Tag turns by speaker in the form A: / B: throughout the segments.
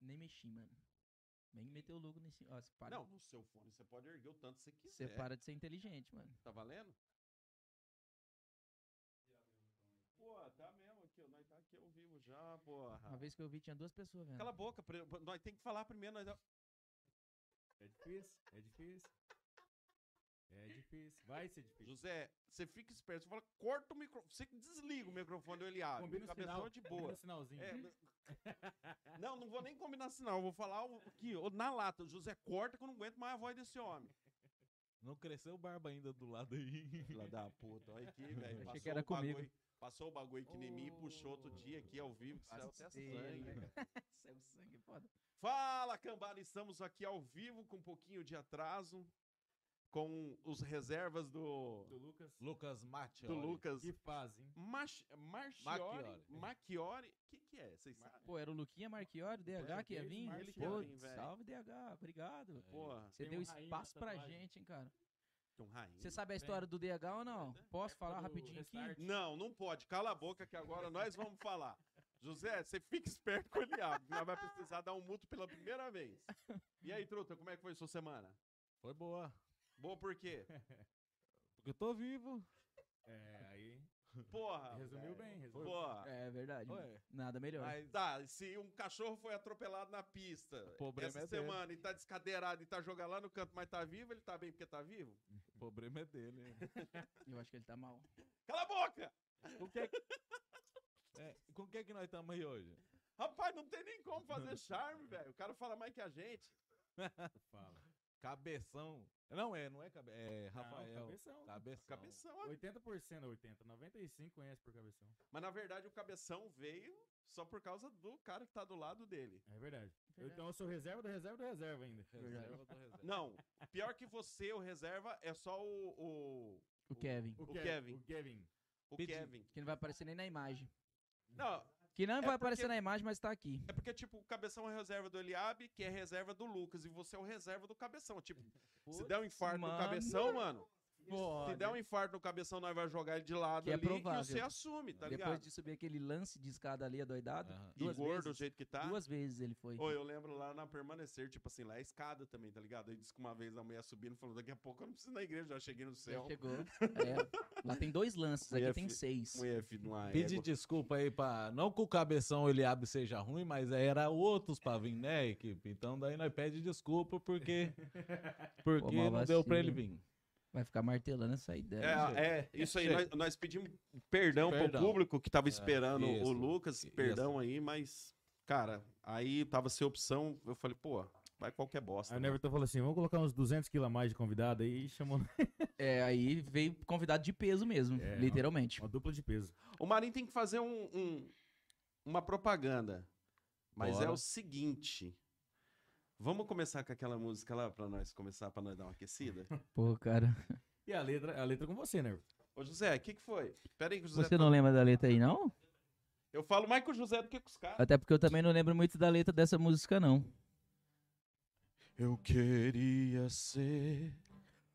A: nem mexi, mano. Nem meteu o louco nesse. Ó, você para.
B: Não, no seu fone você pode erguer o tanto que você
A: você
B: quiser.
A: para de ser inteligente, mano.
B: Tá valendo? Pô, tá mesmo aqui, ó. Nós tá aqui ao vivo já,
A: Uma
B: porra.
A: vez né? que eu vi, tinha duas pessoas vendo.
B: Ah. Cala a boca, pre- nós tem que falar primeiro. Nós...
C: É difícil, é difícil. É difícil. Vai ser difícil.
B: José, você fica esperto, você fala, corta o microfone. Você que desliga o microfone, ele abre.
C: Combina o
B: Cabeção
C: sinal.
B: de
C: Combina
B: boa.
C: o sinalzinho.
B: É, mas- não, não vou nem combinar sinal. Eu vou falar o- aqui, ó, na lata. José, corta que eu não aguento mais a voz desse homem.
D: Não cresceu barba ainda do lado aí.
B: Filha da puta, olha aqui, velho.
A: Achei que
B: Passou
A: era
B: o bagulho-
A: comigo.
B: Passou o bagulho que nem mim e puxou outro dia aqui ao vivo, que saiu até sangue.
A: né? Saiu sangue, foda.
B: Fala, cambada! Estamos aqui ao vivo com um pouquinho de atraso, com os reservas do,
C: Do
B: do,
C: Lucas.
D: Lucas Mate.
B: Lucas
C: Que fase, hein?
B: Mach, Marchiori.
A: né?
D: Marchiori.
B: Machiori. O que, que é? Vocês sabem?
A: Pô, era o Luquinha Marchiori, o DH que ia vir?
C: Ele que
B: ia
A: Pô,
B: vir, velho.
A: salve, DH. Obrigado.
B: Porra,
A: Você
C: Tem
A: deu
C: um rainha
A: espaço
C: na
A: pra
C: tatuagem.
A: gente, hein, cara.
B: tem um rainha.
A: Você sabe a história do DH ou não? Posso falar
C: do
A: rapidinho aqui?
C: restart.
B: Não, não pode. Cala a boca que agora nós vamos falar. José, você fica esperto com ele. abre. Nós vai precisar dar um multo pela primeira vez. E aí, Truta, como é que foi sua semana?
D: Foi boa.
B: Boa por quê?
D: Porque eu tô vivo.
C: É, aí.
B: Porra.
C: Resumiu bem, resumiu.
B: Porra.
A: É verdade.
D: Ué.
A: mano. Nada
D: É,
A: melhor.
B: Mas tá, se um cachorro foi atropelado na pista
D: O problema
B: essa
D: é dele.
B: semana e tá descadeirado e tá jogando lá no canto, mas tá vivo, ele tá bem porque tá vivo?
D: O problema é dele. né?
A: Eu acho que ele tá mal.
B: Cala a boca!
D: Com que... É, com que que nós estamos aí hoje?
B: Rapaz, não tem nem como fazer charme, velho. O cara fala mais que a gente.
C: Fala.
D: Cabeção. Não é, não é cabe... É Rafael.
C: Ah,
D: Tá
C: cabeção.
D: Cabeção.
B: Cabeção, ó.
C: 80% 80, 95 conhece por cabeção.
B: Mas na verdade o cabeção veio só por causa do cara que tá do lado dele.
C: É verdade.
A: Verdade.
C: Então eu sou reserva do reserva do reserva ainda.
D: Reserva do reserva.
B: Não, pior que você, o reserva, é só o, o,
A: O Kevin.
B: O
C: Kev-
B: Kevin.
C: O Kevin.
B: o
D: Pedi-
B: Kevin.
A: Que não vai aparecer nem na imagem.
B: Não,
A: Que não
B: É
A: vai
B: porque-
A: aparecer na imagem, mas tá aqui.
B: é porque, tipo, o cabeção é reserva do Eliabe, que é reserva do Lucas, e você é o reserva do cabeção. Tipo, se der um infarto no
A: mano.
B: cabeção, mano, Se
A: Foda.
B: der um infarto no cabeção, nós vai jogar ele de lado
A: Que é
B: ali
A: provável.
B: e você assume, tá
A: Depois
B: ligado?
A: de subir aquele lance de escada ali, adoidado,
D: Aham.
B: E
A: duas
B: gordo do
A: vezes.
B: jeito que tá.
A: Duas vezes ele foi.
B: Ou eu lembro lá na permanecer, tipo assim, lá é escada também, tá ligado? Aí disse que uma vez a mulher subindo falou: daqui a pouco eu não preciso ir na igreja, já cheguei no
A: Já
B: céu.
A: chegou. É. Lá tem dois lances, aqui
B: Mulher
A: tem
B: fi- é
A: seis.
B: Mulher, filho, uma
D: Pedi
B: égua.
D: desculpa aí é pra. Não que o cabeção ele abre seja ruim, mas era outros pra vir, né, equipe? Então daí nós pede desculpa porque.
A: Pô,
D: Porque
A: mal
D: não deu
A: vacilo.
D: pra ele vir.
A: Vai ficar martelando essa ideia.
B: É, é, isso aí, nós, nós pedimos perdão, pro
D: né, Perdão. É,
B: público que tava esperando o
D: isso.
B: Lucas,
D: Isso.
B: perdão aí, mas, cara, aí tava sem opção, eu falei, pô, vai qualquer bosta.
C: Aí o
B: né?
C: Neverton falou assim: vamos colocar uns 200 quilos a mais de convidado aí e chamou
A: É, aí veio convidado de peso mesmo,
C: É,
A: literalmente.
C: uma dupla de peso.
B: O Marinho tem que fazer um, um- uma propaganda. Mas
D: Bora.
B: é o seguinte. Vamos começar com aquela música lá pra nós começar, pra nós dar uma aquecida?
A: Pô, cara.
C: E a letra, a letra é com você, Neverton.
B: Ô, José, o que, que foi? Pera aí que o José... tá-
A: Você não lembra da letra aí, não?
B: Eu falo mais com o José do que com os caras.
A: Até porque eu também não lembro muito da letra dessa música, não.
B: Eu queria ser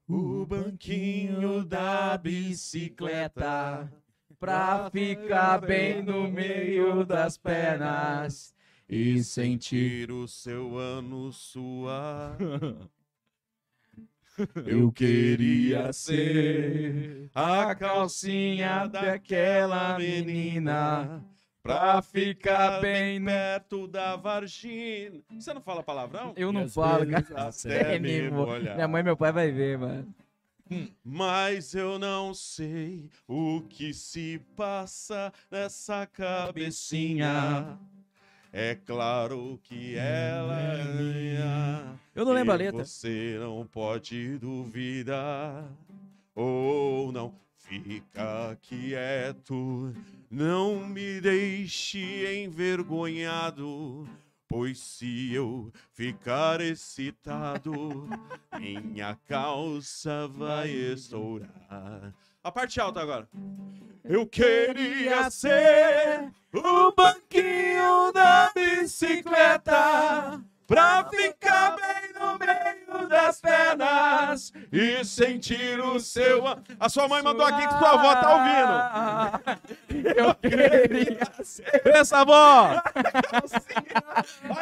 A: O
B: banquinho da bicicleta
A: pra ficar bem no meio das pernas e sentir.
B: o seu ano suar.
A: Eu queria ser
B: a
A: calcinha daquela menina pra ficar bem
B: perto da Varginha. Você não fala palavrão?
A: Eu não
C: às
A: falo,
C: vezes
A: cara.
B: até
A: É mesmo.
B: mesmo olhar.
A: Minha mãe e meu pai vai ver, mano.
B: Mas eu não sei o que se passa nessa cabecinha. É claro que ela é minha.
A: Eu não lembro a
B: E
A: letra.
B: Você não pode duvidar. Ou não, fica quieto. Não me deixe envergonhado. Pois se eu ficar excitado, minha calça vai estourar. A parte alta agora. Eu queria ser o banquinho da bicicleta pra ficar bem no meio das pernas e tiro seu. an- A sua mãe mandou aqui que sua avó tá
A: Ah,
B: ouvindo.
A: ouvindo. Eu queria.
D: Pensa, avó!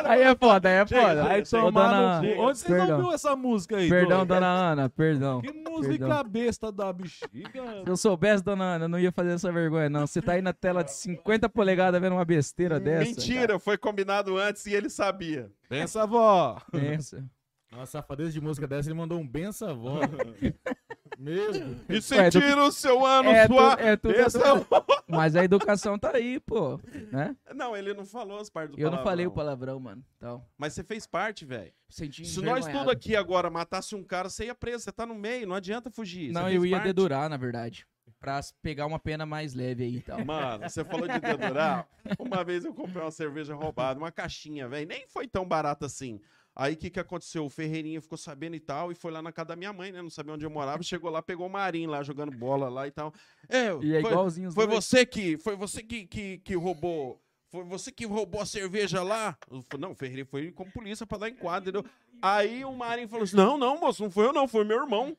A: Aí é foda, aí é
B: Gente,
A: foda.
D: Vai
A: Ô,
D: tomar
A: dona-
D: no cu. Onde vocês
A: Perdão.
D: ouviu essa música aí?
A: Perdão,
D: doido?
A: dona Ana, perdão.
D: Que música
A: Perdão.
D: besta da bexiga.
A: Se eu soubesse, dona Ana, eu não ia fazer essa vergonha, não. Você tá aí na tela de 50 polegadas vendo uma besteira dessa.
B: Mentira, foi combinado antes e ele sabia.
D: Pensa, avó!
A: cara. Pensa.
C: Uma safadeza de música dessa, ele mandou um benção avó. Mesmo.
B: E
A: Ué, É, do-
B: sentir o seu ano,
A: É,
B: sua.
A: tu- é tudo
B: bênção.
A: Mas a educação tá aí, pô. Né?
B: Não, ele não falou as partes do
A: Eu não falei o
B: palavrão.
A: palavrão, mano. Tal.
B: Mas você fez parte, velho.
A: Senti
B: Se nós
A: envergonhado.
B: tudo aqui agora matasse um cara, você ia preso. Você tá no meio, não adianta fugir.
A: Não,
B: você
A: eu
B: fez
A: ia
B: parte.
A: dedurar, na verdade. Pra s- pegar uma pena mais leve aí então. e tal.
B: Mano, você falou de dedurar. Uma vez eu comprei uma cerveja roubada, uma caixinha, velho. Nem foi tão barata assim. Aí o que, que aconteceu? O Ferreirinha ficou sabendo e tal, e foi lá na casa da minha mãe, né? Não sabia onde eu morava. Chegou lá, pegou o Marinho lá jogando bola lá e tal. É,
A: E é
B: foi,
A: igualzinho os
B: foi
A: dois.
B: você que. Foi você que, que, que roubou. Foi você que roubou a cerveja lá? Eu falei, Não, o Ferreirinha foi com polícia pra dar enquadro, entendeu? Aí o Marinho falou assim: Não, não, moço, não foi eu, não, foi meu irmão.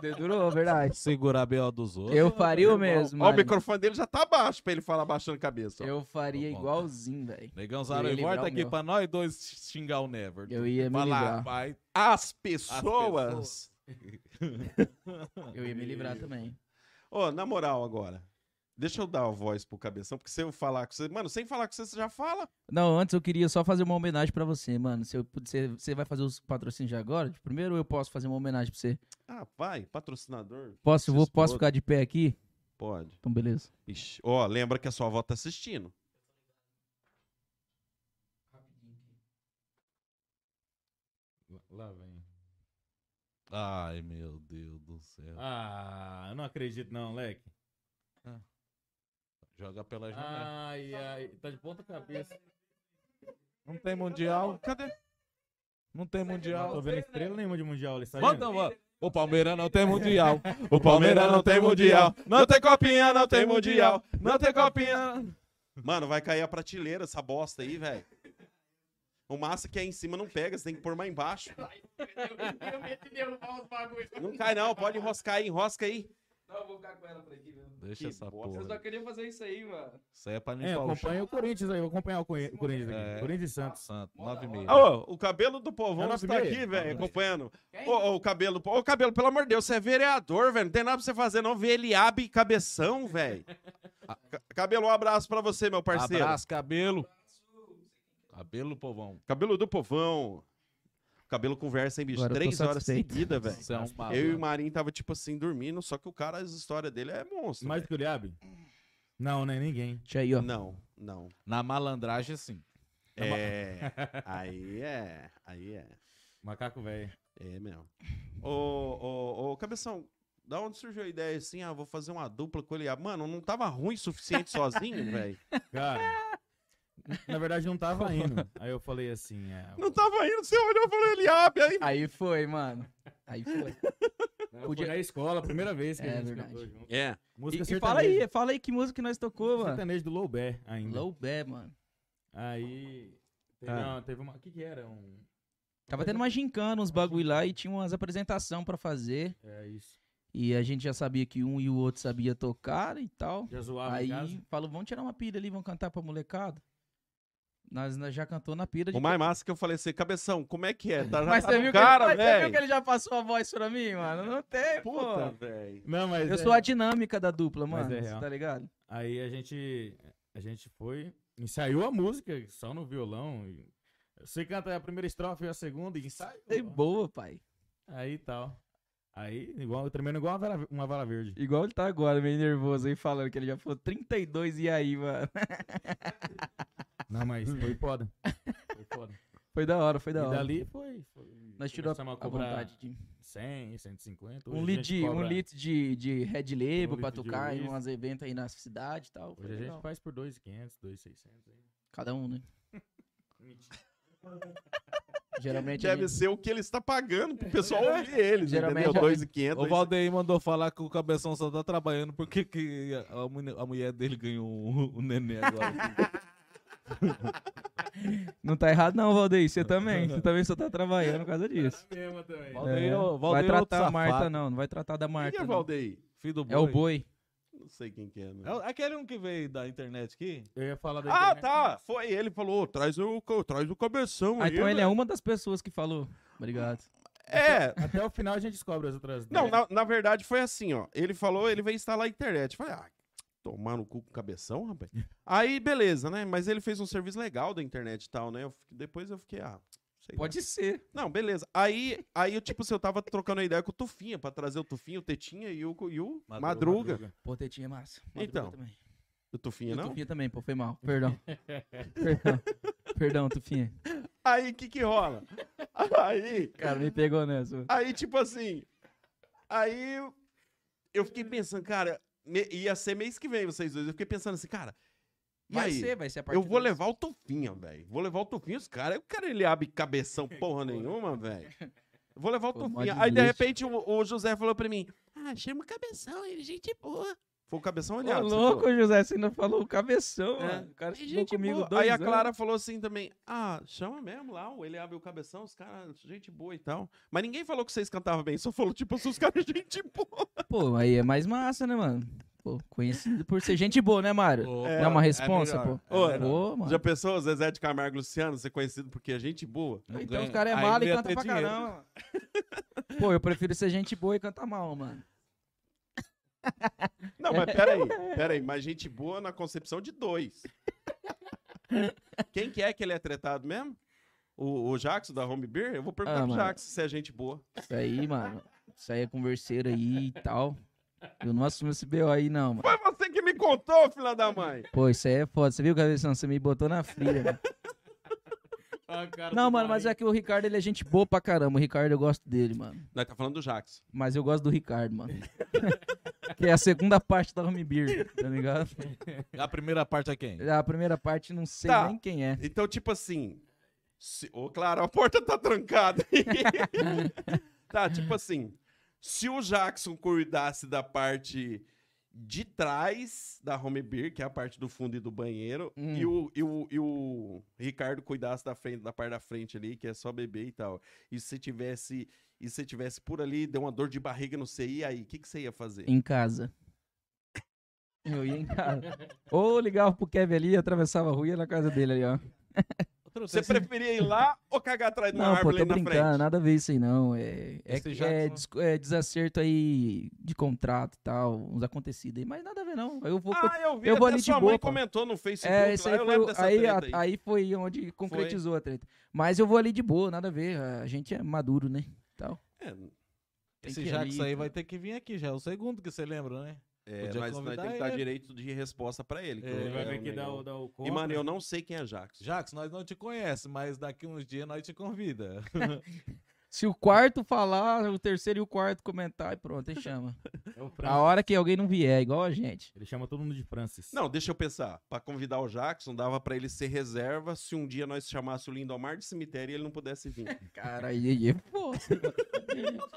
A: Dedurou, verdade.
D: Segurar a B.O. dos outros.
A: Eu faria o
B: Ó,
A: mesmo,
B: Ó, o
A: mano.
B: microfone dele já tá baixo pra ele falar baixando a cabeça. ó.
A: Eu faria
D: Tô bom,
A: igualzinho, velho.
D: Negão
A: Eu ia
D: Zaro,
A: livrar
D: volta
A: o
D: aqui
A: meu.
D: pra nós dois xingar o Never.
A: Eu ia me
D: Vai lá,
A: livrar.
D: vai.
B: As
D: As
B: pessoas.
D: pessoas.
A: Eu ia me livrar também.
B: Ô, na moral agora. Deixa eu dar a voz pro cabeção, porque se eu falar com você. Mano, sem falar com você, você já fala.
A: Não, antes eu queria só fazer uma homenagem pra você, mano. Se eu, puder- você, você vai fazer os patrocínios de agora? De Primeiro eu posso fazer uma homenagem pra você.
B: Ah, vai, patrocinador.
A: Posso, vou,
B: Esses
A: posso
B: todos.
A: ficar de pé aqui?
B: Pode.
A: Então, beleza.
B: Ixi, Ó, lembra que a sua avó tá assistindo.
C: Lá vem. então.
D: Ai, meu Deus do céu.
C: Ah, eu não acredito não, leque.
D: Joga pela
C: Tá né?
D: janela.
C: Ai, ai, tá de ponta cabeça.
D: Não tem mundial?
B: Cadê?
D: Não tem
C: Não tô
D: mundial.
C: vendo estrela nenhuma de mundial, ele sabe?
D: Manda, mano. O Palmeiras não tem mundial.
B: O Palmeiras não tem mundial. Não tem copinha, não tem mundial. Não tem copinha. Mano, vai cair a prateleira essa bosta aí, velho. O massa que é em cima não pega, você tem que pôr mais embaixo. Não cai não, pode enroscar aí, enrosca aí.
A: Não, eu vou ficar com ela por aqui, velho.
D: Deixa
B: Que
D: essa
B: bosta.
D: porra. aí.
A: queria fazer isso aí, mano.
D: Isso aí é pra
C: É,
D: limpar o chão.
C: acompanha o Corinthians aí, vou acompanhar o Corinthians aqui.
D: É.
C: Corinthians e Santos.
D: Santo, 9 e meia.
B: Ô, o cabelo do povão
C: É
B: tá
C: nove e meia?
B: aqui, velho, acompanhando.
A: Quem?
B: Ô, ô, o cabelo do povão. Ô, cabelo, pelo amor de Deus, você é vereador, velho. Não tem nada pra você fazer, não. Vê ele abre cabeção, velho. Ca- Cabelo, um abraço pra você, meu parceiro.
D: Abraço, cabelo. Cabelo, povão.
B: Cabelo do povão. Cabelo conversa, hein, bicho?
A: Agora eu tô
B: Três horas
A: satisfeito.
B: seguidas, velho.
D: Você é um
B: Eu e
D: malandro.
B: o Marinho tava, tipo assim, dormindo, só que o cara, as histórias dele é monstro.
C: Mais do que o Liab? Não, né? Ninguém.
A: Deixa aí, ó.
B: velho. Não, não.
D: Na malandragem, sim.
B: É. Aí é. Aí é.
C: Macaco velho.
B: É mesmo. Ô, ô, ô, Cabeção, da onde surgiu a ideia assim? Ah, vou fazer uma dupla com ele. Ah, Mano, não tava ruim o suficiente sozinho, velho?
C: Cara, na verdade não tava indo. Aí eu falei assim, é,
B: Não tava indo, você olhou e falou, ele abre aí.
A: Aí foi, mano. Aí foi.
C: Não,
A: Podia-
C: Foi na escola, a primeira vez que
A: É
C: a gente
A: verdade.
C: cantou junto.
B: É.
C: Música
A: E, e fala aí, fala aí que música que nós tocou,
C: Música
A: mano.
C: sertanejo do Loubé ainda.
A: Low Bé, mano.
C: Aí... Teve,
B: Ah.
C: não, teve uma... O que que era? Um...
A: Tava tendo uma gincana, uns bagulho lá e tinha umas apresentação pra fazer.
C: É isso.
A: E a gente já sabia que um e o outro sabia tocar e tal.
C: Já zoava em casa.
A: Aí falou, vamos tirar uma pilha ali, vamos cantar pra molecada. Nós, nós já cantou na pilha. de-
B: O mais massa que eu falei assim, Cabeção, como é que é? Tá, já
A: Mas
B: tá
A: você
B: no
A: viu, que
B: cara,
A: ele, mas você viu que
B: velho.
A: ele já passou a voz pra mim, mano? Não tem,
B: Puta,
A: pô.
B: velho.
C: Não, mas
A: Eu
C: é-
A: sou a dinâmica da dupla,
C: Mas
A: mano.
C: é
A: cê
C: real.
A: tá ligado?
C: Aí a gente, a gente foi, ensaiou a música só no violão. E... Você canta a primeira estrofe e a segunda e ensaiou.
A: É boa, pai.
C: Aí tal. Aí, igual, tremendo igual uma vara, uma vara verde.
A: Igual ele tá agora, meio nervoso aí, falando que ele já falou 32 e aí, mano.
C: Não, mas foi foda. Foi foda.
A: Foi da hora, foi
C: E
A: da hora.
C: dali foi. foi
A: Nós tirou a,
C: começamos
A: a
C: cobrar
A: vontade de...
C: 100, 150.
A: Um
C: Hoje a
A: litro,
C: gente
A: de, um
C: cobra-
A: litro de, de Red Label
C: Um
A: pra
C: litro de
A: tocar em
C: uísque.
A: umas eventos aí na cidade e tal. Foi
C: Hoje a
A: legal.
C: gente faz por 2,500, 2,600. aí.
A: Cada um, né?
C: Mentira.
A: Geralmente, a
B: Deve
A: gente,
B: ser o que ele está pagando pro pessoal ouvir eles,
A: Geralmente
B: entendeu?
A: a-
B: 2,500.
D: O Valdeir mandou falar que o Cabeção só tá trabalhando porque que a, a mu- a mulher dele ganhou o, o neném agora.
A: Não tá errado não, Valdeir. Você também. Você também só tá trabalhando por
B: É.
A: causa disso.
C: mesma também.
D: Valdeir,
A: É. Vai
D: ô, Valdeir é outro
A: tratar a Marta
D: safado.
A: não. Não vai tratar da
B: Quem
A: Marta
B: é
A: não.
B: Valdeir?
D: Filho do
A: É o boi.
B: Não sei quem que é, né?
D: É o- aquele um que veio da internet aqui?
C: Eu ia falar da
B: Ah,
C: internet. né?
B: tá. Foi ele falou, traz o, co- traz o cabeção
A: Ah,
B: aí.
A: então ele é
B: né?
A: uma das pessoas que falou. Obrigado.
B: É.
C: Até o final a gente descobre as outras
B: Não,
C: dez.
B: na, na verdade foi assim, ó. Ele falou, ele veio instalar a internet. Eu Falei, ah, tomar no cu com o cabeção, rapaz. Aí, beleza, né? Mas ele fez um serviço legal da internet e tal, né? Eu fiquei- depois eu fiquei, ah, sei lá.
A: Pode ser.
B: Não, beleza. Aí, aí eu, tipo, se eu tava trocando a ideia com o Tufinha, pra trazer o Tufinha, o Tetinha e o, e o
D: Madruga.
B: Madruga.
A: Portetinha é massa.
B: Então,
A: também.
B: O Tufinha,
A: E o
B: não?
A: Tufinha também, pô, foi mal. Perdão. Perdão. Perdão, Tufinha.
B: Aí, o que que rola? Aí,
A: Cara, me pegou nessa.
B: Aí, tipo assim. Aí eu- eu fiquei pensando, cara, me- ia ser mês que vem vocês dois. Eu fiquei pensando assim, cara. E
A: Vai
B: aí?
A: ser, vai ser a partir
B: eu vou
A: desse.
B: levar o Tufinha, velho. Vou levar o Tufinha, os caras. O cara ele abre cabeção porra nenhuma, velho. Vou levar o
A: Pô, mó
B: Tufinha. Aí, de
A: desleixo.
B: repente, o, o José falou pra mim: Ah, chama o cabeção, ele é gente boa. Foi o cabeção
A: Ô,
B: olhado.
A: louco, José, você ainda falou o cabeção,
B: É.
A: mano. O cara
B: Aí,
A: estudou
B: gente
A: comigo
B: boa.
A: dois
B: Aí a
A: anos.
B: Clara falou assim também: Ah, chama mesmo lá, ele abre o cabeção, os caras, gente boa e tal. Mas ninguém falou que vocês cantavam bem, só falou tipo assim, os caras, gente boa.
A: Pô, aí é mais massa, né, mano? Pô, conhecido por ser gente boa, né, Mário?
B: É.
D: Opa,
A: Dá uma responsa,
D: melhor,
A: pô.
B: Ô,
D: melhor.
A: Pô,
B: Já
A: mano.
B: pensou, Zezé de Camargo e Luciano, ser conhecido porque é gente boa?
D: Não
A: Então os
D: ganha.
A: caras é
D: Aí
A: mala
D: não
A: e
D: ia
A: canta
D: ter
A: pra
D: dinheiro.
A: caramba. Pô, eu prefiro ser gente boa e cantar mal, mano.
B: Não, mas peraí, peraí, mas gente boa na concepção de dois. Quem que é que ele é tretado mesmo? O, o Jackson da Home Beer? Eu vou perguntar
A: Ah,
B: pro
A: mano.
B: Jackson se é gente boa.
A: Isso aí, mano. Isso aí é converseiro aí e tal. Eu não assumo esse BO aí, não, mano.
B: Foi você que me contou, filha da mãe!
A: Pô, isso aí é foda. Você viu, Cabeção? Você me botou na fria, mano.
C: Ah, cara,
A: Não,
C: do
A: mano, mas é
C: Marinho.
A: que o Ricardo, ele é gente boa pra caramba. O Ricardo, eu gosto dele, mano.
B: Nós tá falando do Jackson.
A: Mas eu gosto do Ricardo, mano. que é a segunda parte da Home Beer, tá ligado?
D: A primeira parte é quem?
A: A primeira parte não sei
B: Tá.
A: nem quem é.
B: Então, tipo assim. Se, ô, claro, a porta tá trancada. tá, tipo assim. Se o Jackson cuidasse da parte de trás da home beer, que é a parte do fundo e do banheiro,
A: Hum.
B: e, o, e, o, e o Ricardo cuidasse da frente, da parte da frente ali, que é só beber e tal. E se você tivesse, e se você tivesse por ali, deu uma dor de barriga, não sei, e aí, o que, que você ia fazer?
A: Em casa. Eu ia em casa. Ou ligava pro Kevin ali, atravessava a rua e ia na casa dele ali, ó.
B: Você preferia ir lá ou cagar atrás de uma
A: assim Não, pô,
B: árvore
A: tô
B: ali na
A: brincando,
B: frente?
A: nada a ver isso aí não. É, é,
D: Esse
A: que-
D: Jackson-
A: é des- é desacerto aí de contrato e tal, uns acontecidos aí, mas nada a ver não. Eu vou.
B: Ah, eu vi.
A: eu vou
B: até
A: ali de
B: sua
A: boa,
B: mãe
A: pô.
B: comentou no Facebook.
A: É, isso
B: lá,
A: aí,
B: eu
A: foi,
B: lembro
A: o-
B: dessa
A: aí, a-
B: treta aí.
A: aí. foi onde concretizou a treta. Mas eu vou ali de boa, nada a ver. A gente é maduro, né? Tal.
B: É,
A: Tem
D: Esse
A: que ir
D: Jax
A: ali,
D: aí
A: tá?
D: vai ter que vir aqui já. É o segundo que você lembra, né?
B: é,
D: Podia
B: mas nós
D: convidar
B: temos que dar
D: ele.
B: direito de resposta pra ele. que
D: É,
B: eu-
C: Ele vai
B: é
C: ver
B: um
C: que dá o,
B: negócio.
C: dá o né?
B: E, mano,
C: contra.
B: eu não sei quem é Jax.
D: Jax, nós não te conhece, mas daqui uns dias nós te convida.
A: Se o quarto falar, o terceiro e o quarto comentar, e pronto, aí chama.
C: É o Francis.
A: A hora que alguém não vier, igual a gente.
C: Ele chama todo mundo de Francis.
B: Não, deixa eu pensar. Pra convidar o Jackson, dava pra ele ser reserva se um dia nós chamássemos o Lindomar de cemitério e ele não pudesse vir.
A: Cara, aí, aí é foda. o Lindomar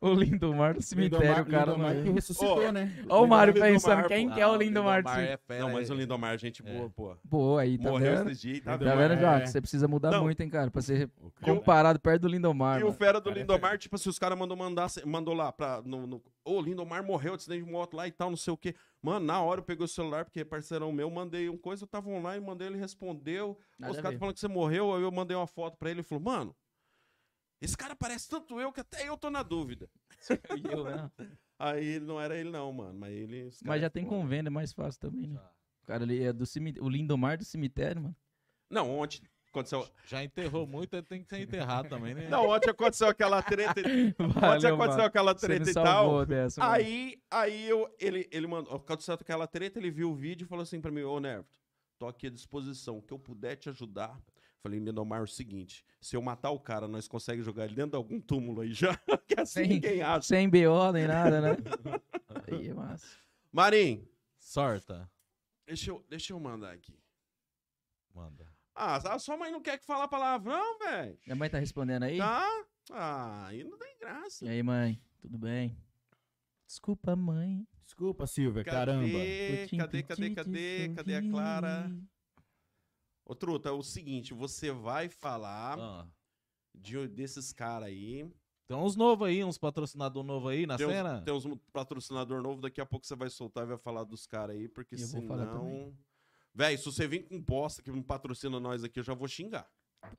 A: do
C: Lindomar-
A: cemitério, o cara.
C: Lindomar
A: não
C: que
A: é.
C: ressuscitou,
B: Ô,
C: né?
A: Ó o Mário
B: Lindomar,
A: pensando,
B: pô. Ah,
A: quem que é o Lindomar do
D: é
A: cemitério?
D: fera,
B: não, mas
D: é.
B: o Lindomar, é gente boa, pô.
A: Pô, aí, tá
B: Morreu
A: vendo?
B: esses dias e tá
A: Tá
B: vendo.
A: vendo,
C: É.
A: Jack? Você precisa mudar
B: Não.
A: muito, hein, cara, pra ser
C: O cara-
A: comparado perto do Lindomar.
B: E o
A: mano.
B: fera do
C: Cara, é
B: Lindomar, tipo assim, os caras mandou mandar, mandou lá pra. No, no, Ô, Lindomar morreu, acidente de moto lá e tal, não sei o quê. Mano, na hora eu peguei o celular, porque é parceirão meu, mandei um coisa, eu tava online, mandei, ele respondeu.
A: Nada
B: os
A: a
B: caras
A: ver.
B: falando que você morreu, aí eu mandei uma foto pra ele, ele falou, mano, esse cara parece tanto eu que até eu tô na dúvida.
A: Fui eu, né?
B: Aí não era ele, não, mano. Mas ele. os cara
A: Mas já
B: é
A: tem
B: foda.
A: convênio, é mais fácil também, né?
D: Já.
A: O cara ali é do cemitério, o Lindomar do cemitério, mano.
B: Não, ontem aconteceu.
D: Já enterrou muito, ele tem que ser enterrado também, né?
B: Não, ontem aconteceu aquela treta. ontem
A: Valeu,
B: aconteceu
A: mano.
B: aquela
A: Você me
B: treta e tal.
A: salvou dessa, mano.
B: Aí, aí eu, ele, ele mandou, por causa dessa- aquela treta, ele viu o vídeo e falou assim pra mim, ô Nervito, tô aqui à disposição, o que eu puder te ajudar. Falei, Lindomar, é o seguinte, se eu matar o cara, nós conseguimos jogar ele dentro de algum túmulo aí já, que assim
A: Sim.
B: ninguém acha.
A: Sem BO nem nada, né? Aí é massa.
B: Marim,
D: Sorta.
B: deixa eu, deixa eu mandar aqui.
D: Manda.
B: Ah, a sua mãe não quer que fala palavrão, velho?
A: Minha mãe tá respondendo aí?
B: Tá? Ah, aí não tem graça.
A: E aí, mãe? Tudo bem? Desculpa, mãe.
C: Desculpa, Silvia,
B: Cadê?
C: caramba.
A: por te
B: Cadê, cadê,
A: impedir de
B: cadê? Cadê a Clara?
A: sorrir.
B: Ô, Truta, é o seguinte, você vai falar
D: Ah.
B: de, um, desses caras aí.
D: Tem uns novos aí, uns patrocinador novo aí na
A: Tá
B: Tem uns-
D: cena.
B: Tem uns patrocinador novo, daqui a pouco você vai soltar e vai falar dos caras aí, porque
A: Eu vou falar
B: senão... Véi, se você vir com bosta que não patrocina nós aqui, eu já vou xingar.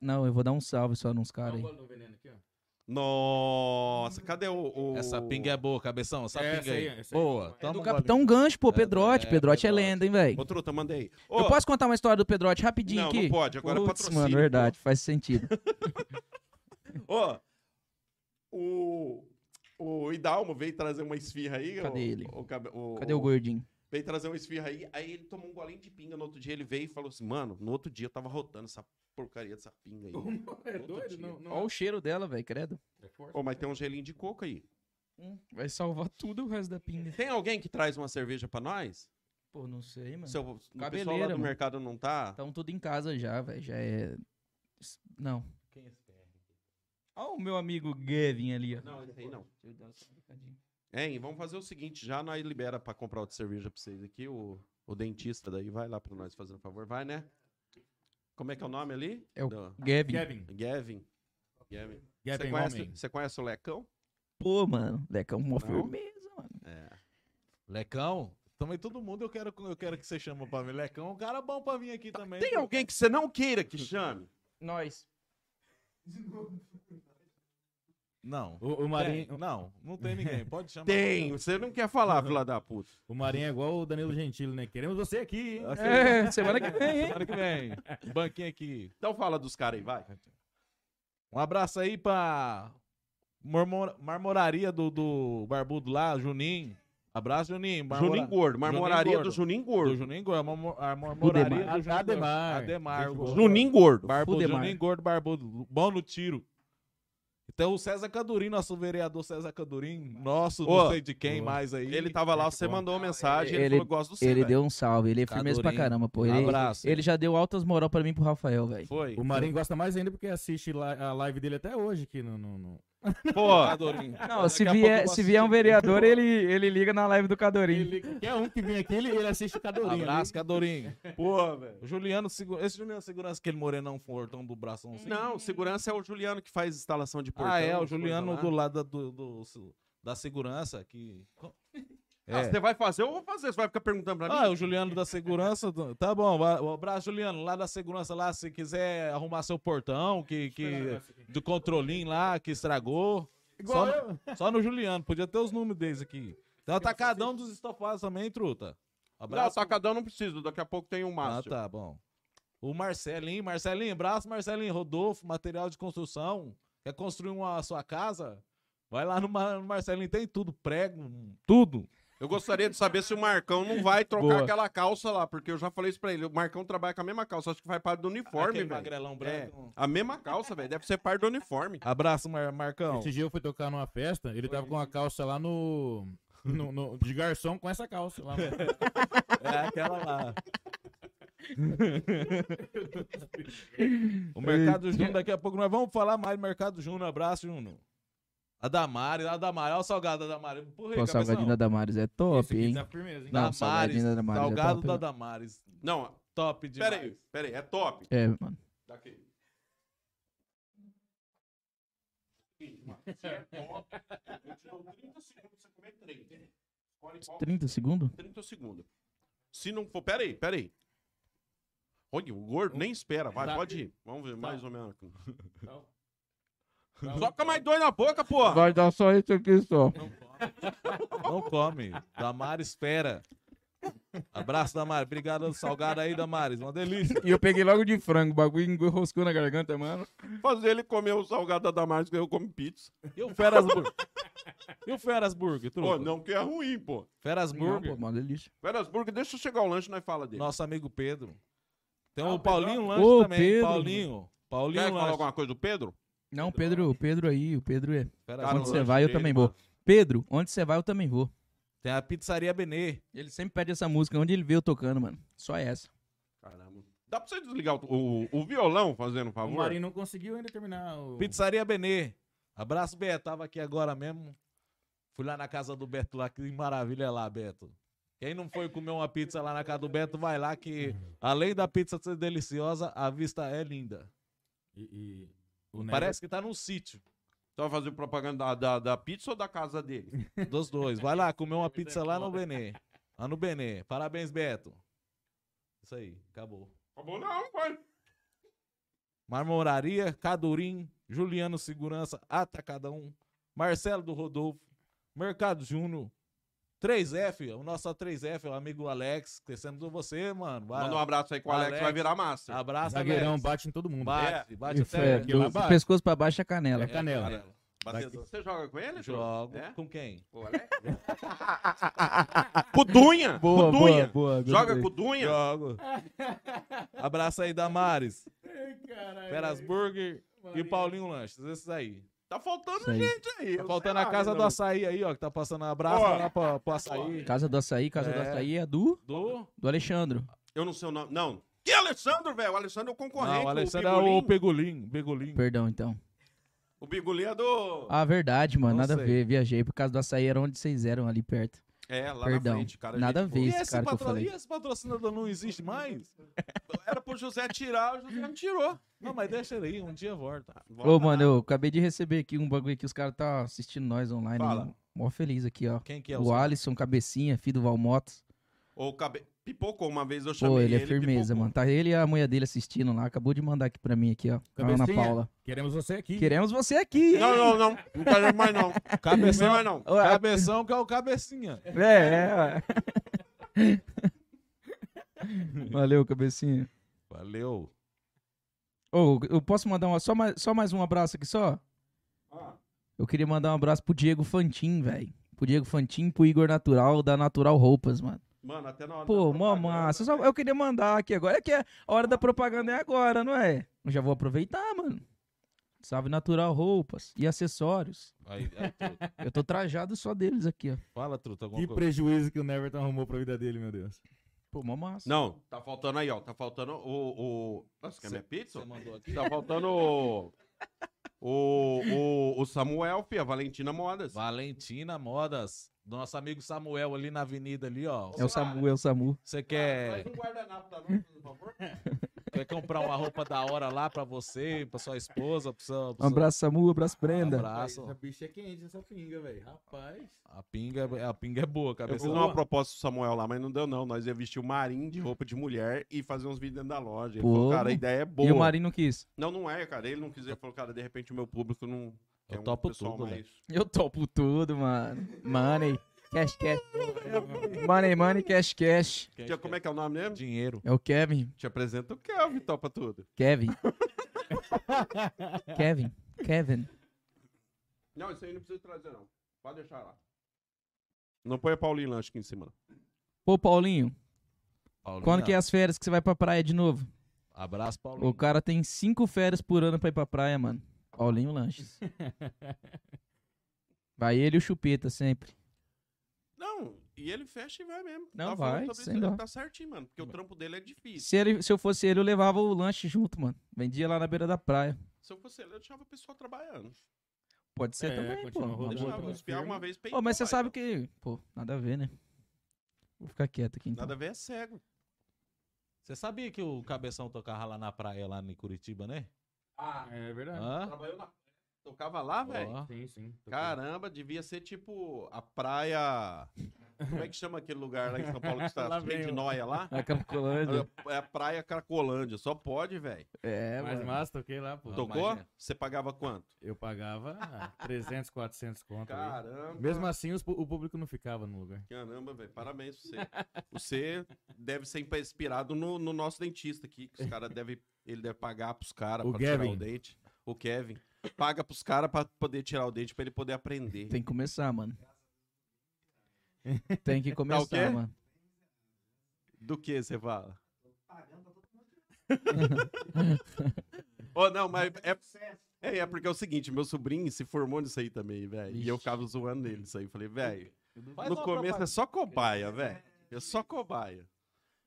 A: Não, eu vou dar um salve só nos
C: Dá um
A: caras aí.
C: gole no veneno aqui, ó.
B: Nossa, cadê o... o-
D: Essa pinga é boa, cabeção. Essa
C: É,
D: pinga
C: essa
D: aí.
C: aí, essa aí.
D: Boa.
C: É
D: toma
A: do
D: um
A: Capitão
D: golinho.
A: Gancho, pô,
D: É,
A: Pedrote.
D: é,
A: Pedrote é
D: Pedrote.
A: lenda, hein, velho?
B: Ô, Truta, mandei.
A: Eu posso contar uma história do Pedrote rapidinho
B: Não,
A: aqui?
B: não pode, agora é
A: Putz,
B: patrocínio,
A: mano,
B: pô.
A: verdade, faz sentido.
B: Ô, o... O Idalmo veio trazer uma esfirra aí.
A: Cadê
B: o-
A: ele?
B: o cabe-
A: Cadê o gordinho?
B: Veio trazer uma esfirra aí, aí ele tomou um golinho de pinga. No outro dia ele veio e falou assim, mano, no outro dia eu tava rotando essa porcaria dessa pinga aí. Ô,
C: É
B: Outro
C: doido?
B: dia.
C: Não, não.
A: Olha o cheiro dela, velho, credo.
C: É forte.
B: mas tem um gelinho de coco aí.
A: Hum, Vai salvar tudo o resto da pinga.
B: Tem alguém que traz uma cerveja pra nós?
A: Pô, não sei, mano.
B: Se eu- o pessoal lá
A: Cabeleira,
B: do
A: mano. Então,
B: mercado não tá?
A: Estão tudo em casa já, velho. Já é. Não. Olha o meu amigo Gavin ali, ó.
B: Não, esse aí não.
A: Deixa eu dar só um recadinho.
B: Hein, vamos fazer o seguinte, já nós libera pra comprar outra cerveja pra vocês aqui, o, o dentista daí vai lá pra nós fazendo favor, vai, né? Como é que é o nome ali?
A: É o-
B: Do-
A: Gavin.
C: Gavin.
B: Gavin. Gavin. Você
C: Gavin
B: conhece,
C: Homem.
B: você conhece o Lecão?
A: Pô, mano. Leca, uma
B: Não?
A: firmeza, mano.
D: Lecão. Também todo mundo eu quero, eu quero que você chama pra mim. Lecão é um cara bom pra mim aqui também.
B: Tá, Tem alguém que você não queira que chame?
A: Nós.
D: Não.
C: O, o, Marinho,
D: Tem? Não, não tem ninguém. Pode chamar.
B: Tem, você não quer falar, fila da puta.
C: o Marinho é igual o Danilo Gentili, né? Queremos você aqui, hein?
A: É, semana que vem, hein?
D: Assim, Semana que vem. Banquinho aqui.
B: Então fala dos caras aí, vai.
D: Um abraço aí pra marmor- marmoraria do, do Barbudo lá, Juninho. Abraço, Juninho. Marmora-
B: Juninho Gordo, marmoraria do Juninho
D: Do
B: Gordo.
D: Juninho Gordo. a marmo- A marmoraria
C: Demar.
D: do Juninho Gordo.
C: Ademar.
D: Ademar.
C: Gente
D: Gordo.
C: boa.
B: Juninho Gordo.
D: Barbudo,
A: Fudemar.
D: Juninho Gordo, Barbudo. Bom no tiro. Então o César Cadurim, nosso vereador César Cadurim, nosso,
B: Ô,
D: não sei de quem
C: ô.
D: mais aí.
B: Ele tava lá,
C: Gente
B: você
C: boa.
B: mandou uma mensagem, ele,
A: ele-
B: falou que gosta do seu,
A: Ele
B: velho.
A: deu um salve, ele é firmeza pra
D: Cadorinho.
A: caramba, pô. Ele,
D: Abraço.
A: ele já deu altas moral pra mim e pro Rafael, velho.
B: Foi.
C: O Marinho gosta mais ainda porque assiste li- a live dele até hoje aqui no... no, no-
B: Pô,
D: Cadurim.
A: Não, se
D: Daqui a pouco eu
A: vier,
D: vou
A: se vier um
D: assistir.
A: vereador, ele, ele liga na live do Cadorinho.
C: Ele, qualquer um que vem aqui, ele, ele assiste o Cadorinho.
D: Abraço, Cadurim.
B: pô, velho.
D: O Juliano, Segu- esse Juliano Segurança, aquele morenão fortão do bração. assim.
B: Não, segurança é o Juliano que faz instalação de portão.
D: Ah, é, o
B: coisa
D: Juliano
B: lá.
D: do lado do, do- do- da segurança que.
B: Ah,
D: É.
B: Você vai fazer ou vou fazer? Você vai ficar perguntando pra mim?
D: Ah, é o Juliano da segurança. do- Tá bom, vai- um abraço, Juliano, lá da segurança, lá, se quiser arrumar seu portão, que, que do controlinho lá, que estragou.
C: Igual
D: Só
C: eu.
D: no, só no Juliano, podia ter os números deles aqui. Tem o atacadão dos estofados também, truta.
B: Não,
D: Abraço.
B: atacadão não preciso, daqui a pouco tem um
D: Ah,
B: Márcio.
D: tá bom. O Marcelinho, Marcelinho, abraço, Marcelinho. Rodolfo, material de construção. Quer construir uma a sua casa? Vai lá no, Mar- no Marcelinho, tem tudo, prego, tudo.
B: Eu gostaria de saber se o Marcão não vai trocar
D: Boa.
B: aquela calça lá, porque eu já falei isso pra ele. O Marcão trabalha com a mesma calça, acho que vai parte do uniforme,
D: Aquele
B: velho.
D: magrelão
B: É,
D: branco.
B: a mesma calça, velho. Deve ser parte do uniforme.
D: Abraço, Mar- Marcão.
C: Esse dia eu fui tocar numa festa, ele tava com uma calça lá no... no- no- de garçom com essa calça lá. mano.
D: É aquela lá. o Mercado Júnior, daqui a pouco nós vamos falar mais do Mercado Júnior. Abraço, Júnior. A Damares, a Damares, olha o salgado da Damares. Porra,
A: Pô, o salgadinho da Damares é top,
C: Esse aqui
A: hein?
C: tá firmeza, hein?
A: Não, o salgadinho da Damares é
D: Salgado
A: top,
D: da
A: né?
D: Damares.
B: Não,
D: Top demais.
B: pera aí, pera aí. É top.
A: É, mano.
B: Daqui. Se é top, eu te dou 30 segundos pra você comer 30. Escolhe qual
A: 30 segundos?
B: 30 segundos. Se não for. Pera aí, pera aí. Olha, o gordo nem espera. Vai,
C: Tá.
B: pode ir. Vamos ver, mais ou menos.
C: Não.
B: Soca mais dois na boca, porra!
A: Vai dar só isso aqui só.
D: Não come. Damares, fera. Abraço, Damares. Obrigado pelo salgado aí, Damares. Uma delícia.
A: E eu peguei logo de frango, o bagulho roscou na garganta, mano.
B: Fazer ele comer o salgado da Damares que eu como pizza.
D: E o Ferasburg? E o Ferasburg,
B: Pô,
D: truta?
B: não que é ruim, pô.
A: Não,
D: Ferasburg,
A: pô, uma delícia.
B: Verasburg, deixa eu chegar o lanche e nós fala dele.
D: nosso amigo Pedro. Tem
C: Ah,
D: o
C: o
D: Paulinho
C: Pedro.
D: Lanche
A: Ô,
D: também.
A: Pedro.
D: Paulinho. Paulinho
B: Quer falar
D: Lanche.
B: alguma coisa do Pedro?
A: Não, o Pedro, o Pedro aí, o Pedro é.
D: Ferasburg.
A: onde você
B: lanche
A: vai, eu
B: dele,
A: também vou.
B: mano.
A: Pedro, onde você vai, eu também vou.
D: Tem a Pizzaria Benê.
A: Ele sempre pede essa música, onde ele vê eu tocando, mano. Só essa.
B: Caramba. Dá pra você desligar o, o, o violão, fazendo um
C: O
B: favor?
C: Marinho não conseguiu ainda terminar o...
D: Pizzaria Benê. Abraço, Beto. Tava aqui agora mesmo. Fui lá na casa do Beto lá. Que maravilha lá, Beto. Quem não foi comer uma pizza lá na casa do Beto, vai lá que, além da pizza ser deliciosa, a vista é linda.
C: E, e o
B: Né?
C: Neto-
D: Parece que tá num sítio
B: Você vai fazer propaganda da, da, da pizza ou da casa dele?
D: dos dois. Vai lá comer uma
B: é
D: pizza lá no Benê. Lá no Benê. Parabéns, Beto. Isso aí, acabou.
B: Acabou não, pai.
D: Marmoraria, Cadurim, Juliano Segurança, Atacadão, Marcelo do Rodolfo, Mercado Júnior, 3F, o nosso 3F, o amigo Alex, crescendo você, mano. Vai,
B: Manda um abraço aí com o Alex,
D: Alex. Ah,
B: vai virar massa.
D: abraça,
C: Zagueirão
D: Alex.
C: bate em todo mundo.
D: bate, bate
A: Isso é,
D: até
C: aqui lá
A: do, do
C: abaixo.
A: pescoço pra baixo é canela.
C: É canela.
D: Canela.
B: Batedor. Você joga com ele? Ju?
D: Jogo
B: É?
D: com quem?
B: Com o Alex? Com o Dunha.
A: Boa,
B: com
A: boa,
B: o Dunha.
A: É boa.
B: Joga
A: gostei.
B: com o Dunha.
D: Jogo. Abraça aí, Damares,
B: É.
C: Caralho.
D: Feras Burger e Paulinho Lanches, esses aí.
B: Tá faltando
A: Isso aí.
B: gente aí.
D: Tá
B: eu
D: faltando
B: sei
D: a
B: lá,
D: casa
B: né,
D: do
B: mano?
D: açaí aí, ó, que tá passando abraço,
B: Ó.
D: vai lá pro, pro açaí.
A: Casa do Açaí, Casa do
D: É.
A: Açaí é do,
D: Do...
A: do Alexandre.
B: Eu não sei o nome. Não. Que Alessandro, velho? O Alessandro é o concorrente.
D: Não, o Alexandre é
B: Bigolim.
D: o Pegolim, Pegolim.
A: Perdão, então.
B: O Bigolim é do...
A: Ah, verdade, mano.
D: Não
A: nada
D: sei.
A: a ver. Viajei por causa do açaí, era onde vocês eram ali perto.
B: É, lá
A: Perdão.
B: na frente, cara.
A: Nada
B: gente
A: a
B: boa.
A: ver.
D: E
A: esse
D: esse,
A: cara que eu
D: patro-
A: falei.
D: e esse patrocinador não existe mais?
B: Era pro José tirar, o José não tirou.
D: Não, mas deixa ele aí, um dia volta.
B: Volta
A: Hum. Ô,
B: lá.
A: mano, eu acabei de receber aqui um bagulho que os caras tá assistindo nós online.
B: Fala.
A: mano. Mó feliz aqui, ó.
D: Quem que é
A: o Alisson Cabecinha, filho do Valmotos.
B: Ou cabe... Pipocou uma vez, eu chamei
A: Pô, ele
B: ele.
A: é firmeza,
B: pipocou.
A: mano. Tá ele e a mulher dele assistindo lá. Acabou de mandar aqui pra mim, aqui, ó. A Ana
C: Cabecinha.
A: Paula.
C: Queremos você aqui.
A: Queremos você aqui, hein?
B: Não, não, não. Não quero mais, não.
D: Cabeção,
B: Não, não.
A: Ô, a-
D: Cabeção que é o cabecinha.
A: É, é. ué. Valeu, Cabecinha.
D: Valeu.
A: Ô, eu posso mandar uma, só, mais, só mais um abraço aqui, só?
B: Ah.
A: Eu queria mandar um abraço pro Diego Fantin, velho. Pro Diego Fantin, pro Igor Natural, da Natural Roupas, mano.
B: Mano, até na hora.
A: Pô,
B: da
A: mó
B: propaganda,
A: massa. Só-
B: velho.
A: eu queria mandar aqui agora. É que a hora da propaganda é agora, não é? Eu já vou aproveitar, mano. Salve Natural Roupas e acessórios.
D: Aí, aí, truta.
A: Eu tô trajado só deles aqui, ó.
D: Fala, truta, alguma
C: Que
D: coisa.
C: prejuízo que o Neverton arrumou pra vida dele, meu Deus.
A: Pô, mó massa.
B: Não, tá faltando aí, ó. Tá faltando o. o... Nossa, quer
D: Cê-
B: minha pizza?
D: Você mandou aqui?
B: Tá faltando o. O, o, o Samuel, fi, a Valentina Modas.
D: Valentina Modas. do Nosso amigo Samuel ali na avenida ali, ó.
A: É o Samu, é o Samu.
D: Você quer,
B: um guardanapo pra nós, por favor.
D: quer comprar uma roupa da hora lá pra você, pra sua esposa, pro seu...
A: Um
D: pro seu-
A: abraço, Samu, um abraço, Brenda.
D: abraço.
C: bicha é quente, essa pinga, velho. Rapaz.
D: A pinga, é- a pinga é boa,
B: Eu
D: cabeça.
B: fiz uma proposta pro Samuel lá, mas não deu, não. Nós ia vestir o Marim de roupa de mulher e fazer uns vídeos dentro da loja. Ele
A: Pô.
B: falou, cara, a ideia é boa.
A: E o Marinho quis.
B: Não, não é, cara. Ele não quis. Ele falou, cara, de repente o meu público não. é um
D: Eu topo tudo, né?"
A: Eu topo tudo, mano. Money, cash, cash. Money, money, cash, cash.
B: Tia, como é que é o nome mesmo?
D: Dinheiro.
A: É o Kevin.
B: Te apresenta o
D: É.
B: Kelvin, topa tudo.
A: Kevin. Kevin. Kevin.
B: Não, isso aí não precisa trazer, não. Pode deixar lá. Não põe a Paulinho Lanche aqui em cima, não.
A: Pô, Paulinho,
D: Paulinho,
A: quando que é as férias que você vai pra praia de novo?
D: Abraço, Paulinho.
A: O cara tem cinco férias por ano pra ir pra praia, mano. Paulinho Lanches. Vai ele e o Chupeta sempre.
B: Não, e ele fecha e vai mesmo.
A: Não,
B: Tava falando
A: vai,
B: sobre
A: sem
B: isso,
A: dó.
B: ele Tá certinho, mano. Porque o trampo dele é difícil.
A: Se, ele, se eu fosse ele, eu levava o lanche junto, mano. Vendia lá na beira da praia.
B: Se eu fosse ele, eu deixava o pessoal
A: Tá
B: trabalhando.
A: Pode ser
C: É,
A: também, pô.
C: continua
A: uma boa
C: rodando.
B: Deixava
A: também.
B: os piar uma vez
A: tá Ô, mas você
B: peitou,
A: sabe
B: aí,
A: que. Pô, nada a ver, né? Vou ficar quieto aqui então.
B: Nada a ver é cego.
D: Você sabia que o Cabeção tocava lá na praia, lá em Curitiba, né?
B: Ah,
C: É verdade.
D: Hã?
B: trabalhou na. Tocava lá, velho.
D: Ó.
C: Sim, sim. Tô
B: Caramba, devia ser tipo a praia. Como é que chama aquele lugar lá em São Paulo que está
C: Lá
B: cheio
C: vem
B: de
C: o-
B: noia lá?
A: A Cracolândia.
B: É a praia Cracolândia, só pode, velho.
A: É,
C: com- Mas
A: mano.
C: massa, toquei lá,
A: Ah,
C: pô.
D: Tô-
B: Tocou?
D: imagina.
B: Você pagava quanto?
C: Eu pagava ah, 300, 400 conto ali.
B: Caramba.
C: Mesmo assim, os pu- o público não ficava no lugar.
B: Caramba, velho. Parabéns pra você. Você deve ser inspirado no, no nosso dentista aqui, que os caras devem. Ele deve pagar pros caras
C: O
B: pra tirar o
C: Kevin.
B: dente. O Kevin. Paga pros caras pra poder tirar o dente, pra ele poder aprender.
A: Tem que começar, mano. Tem que
B: o quê?
A: começar, mano.
B: Do que você fala? oh, não, mas é, é, é porque é o seguinte, meu sobrinho se formou nisso aí também, velho. E eu
A: Ixi.
B: ficava zoando ele isso aí. Falei, velho,
D: Faz
B: no começo
D: uma propaganda.
B: é só cobaia, velho. É só cobaia.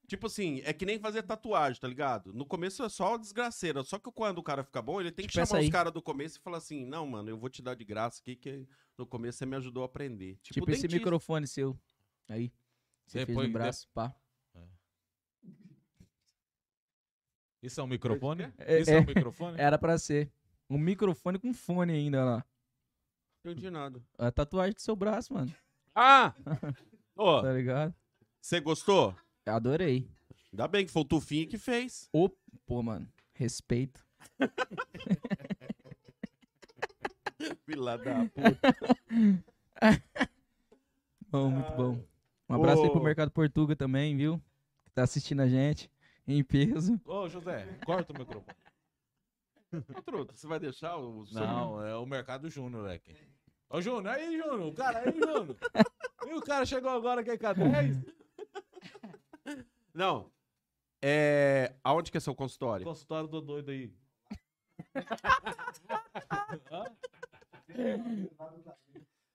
B: Tipo assim, é que nem fazer tatuagem, tá ligado? No começo é só desgraceira. Só que quando o cara fica bom, ele tem que
A: Tipo essa
B: chamar os
A: aí.
B: caras do começo e falar assim: não, mano, eu vou te dar de graça aqui, que no começo você me ajajudou a aprender. Tipo,
A: Tipo esse
B: dentista.
A: microfone seu. Aí. Você
D: Depois-
A: fez no braço, pá.
D: Isso é um microfone?
A: É,
D: Isso é,
A: é.
D: um microfone?
A: Era pra ser. Um microfone com fone ainda lá.
B: Não entendi nada.
A: A tatuagem do seu braço, mano.
B: Ah!
D: Ó,
A: Tá ligado?
B: Você gostou?
A: Adorei.
B: Ainda bem que foi o Tufinho que fez.
A: Ô, pô, mano. Respeito.
B: Fila da puta.
A: Bom, muito bom. Um abraço aí pro
B: Ô.
A: Mercado Portuga também, viu? Que tá assistindo a gente. Em peso.
D: ô, José, corta o microfone.
B: Ô, Truta, você vai deixar o. o seu-
D: Não, é o Mercado Júnior, moleque. Ô, Júnior, aí, Júnior, o cara aí, Júnior. E o cara chegou agora que é K10?
B: Não. É. Aonde que é seu consultório?
D: Consultório do doido aí.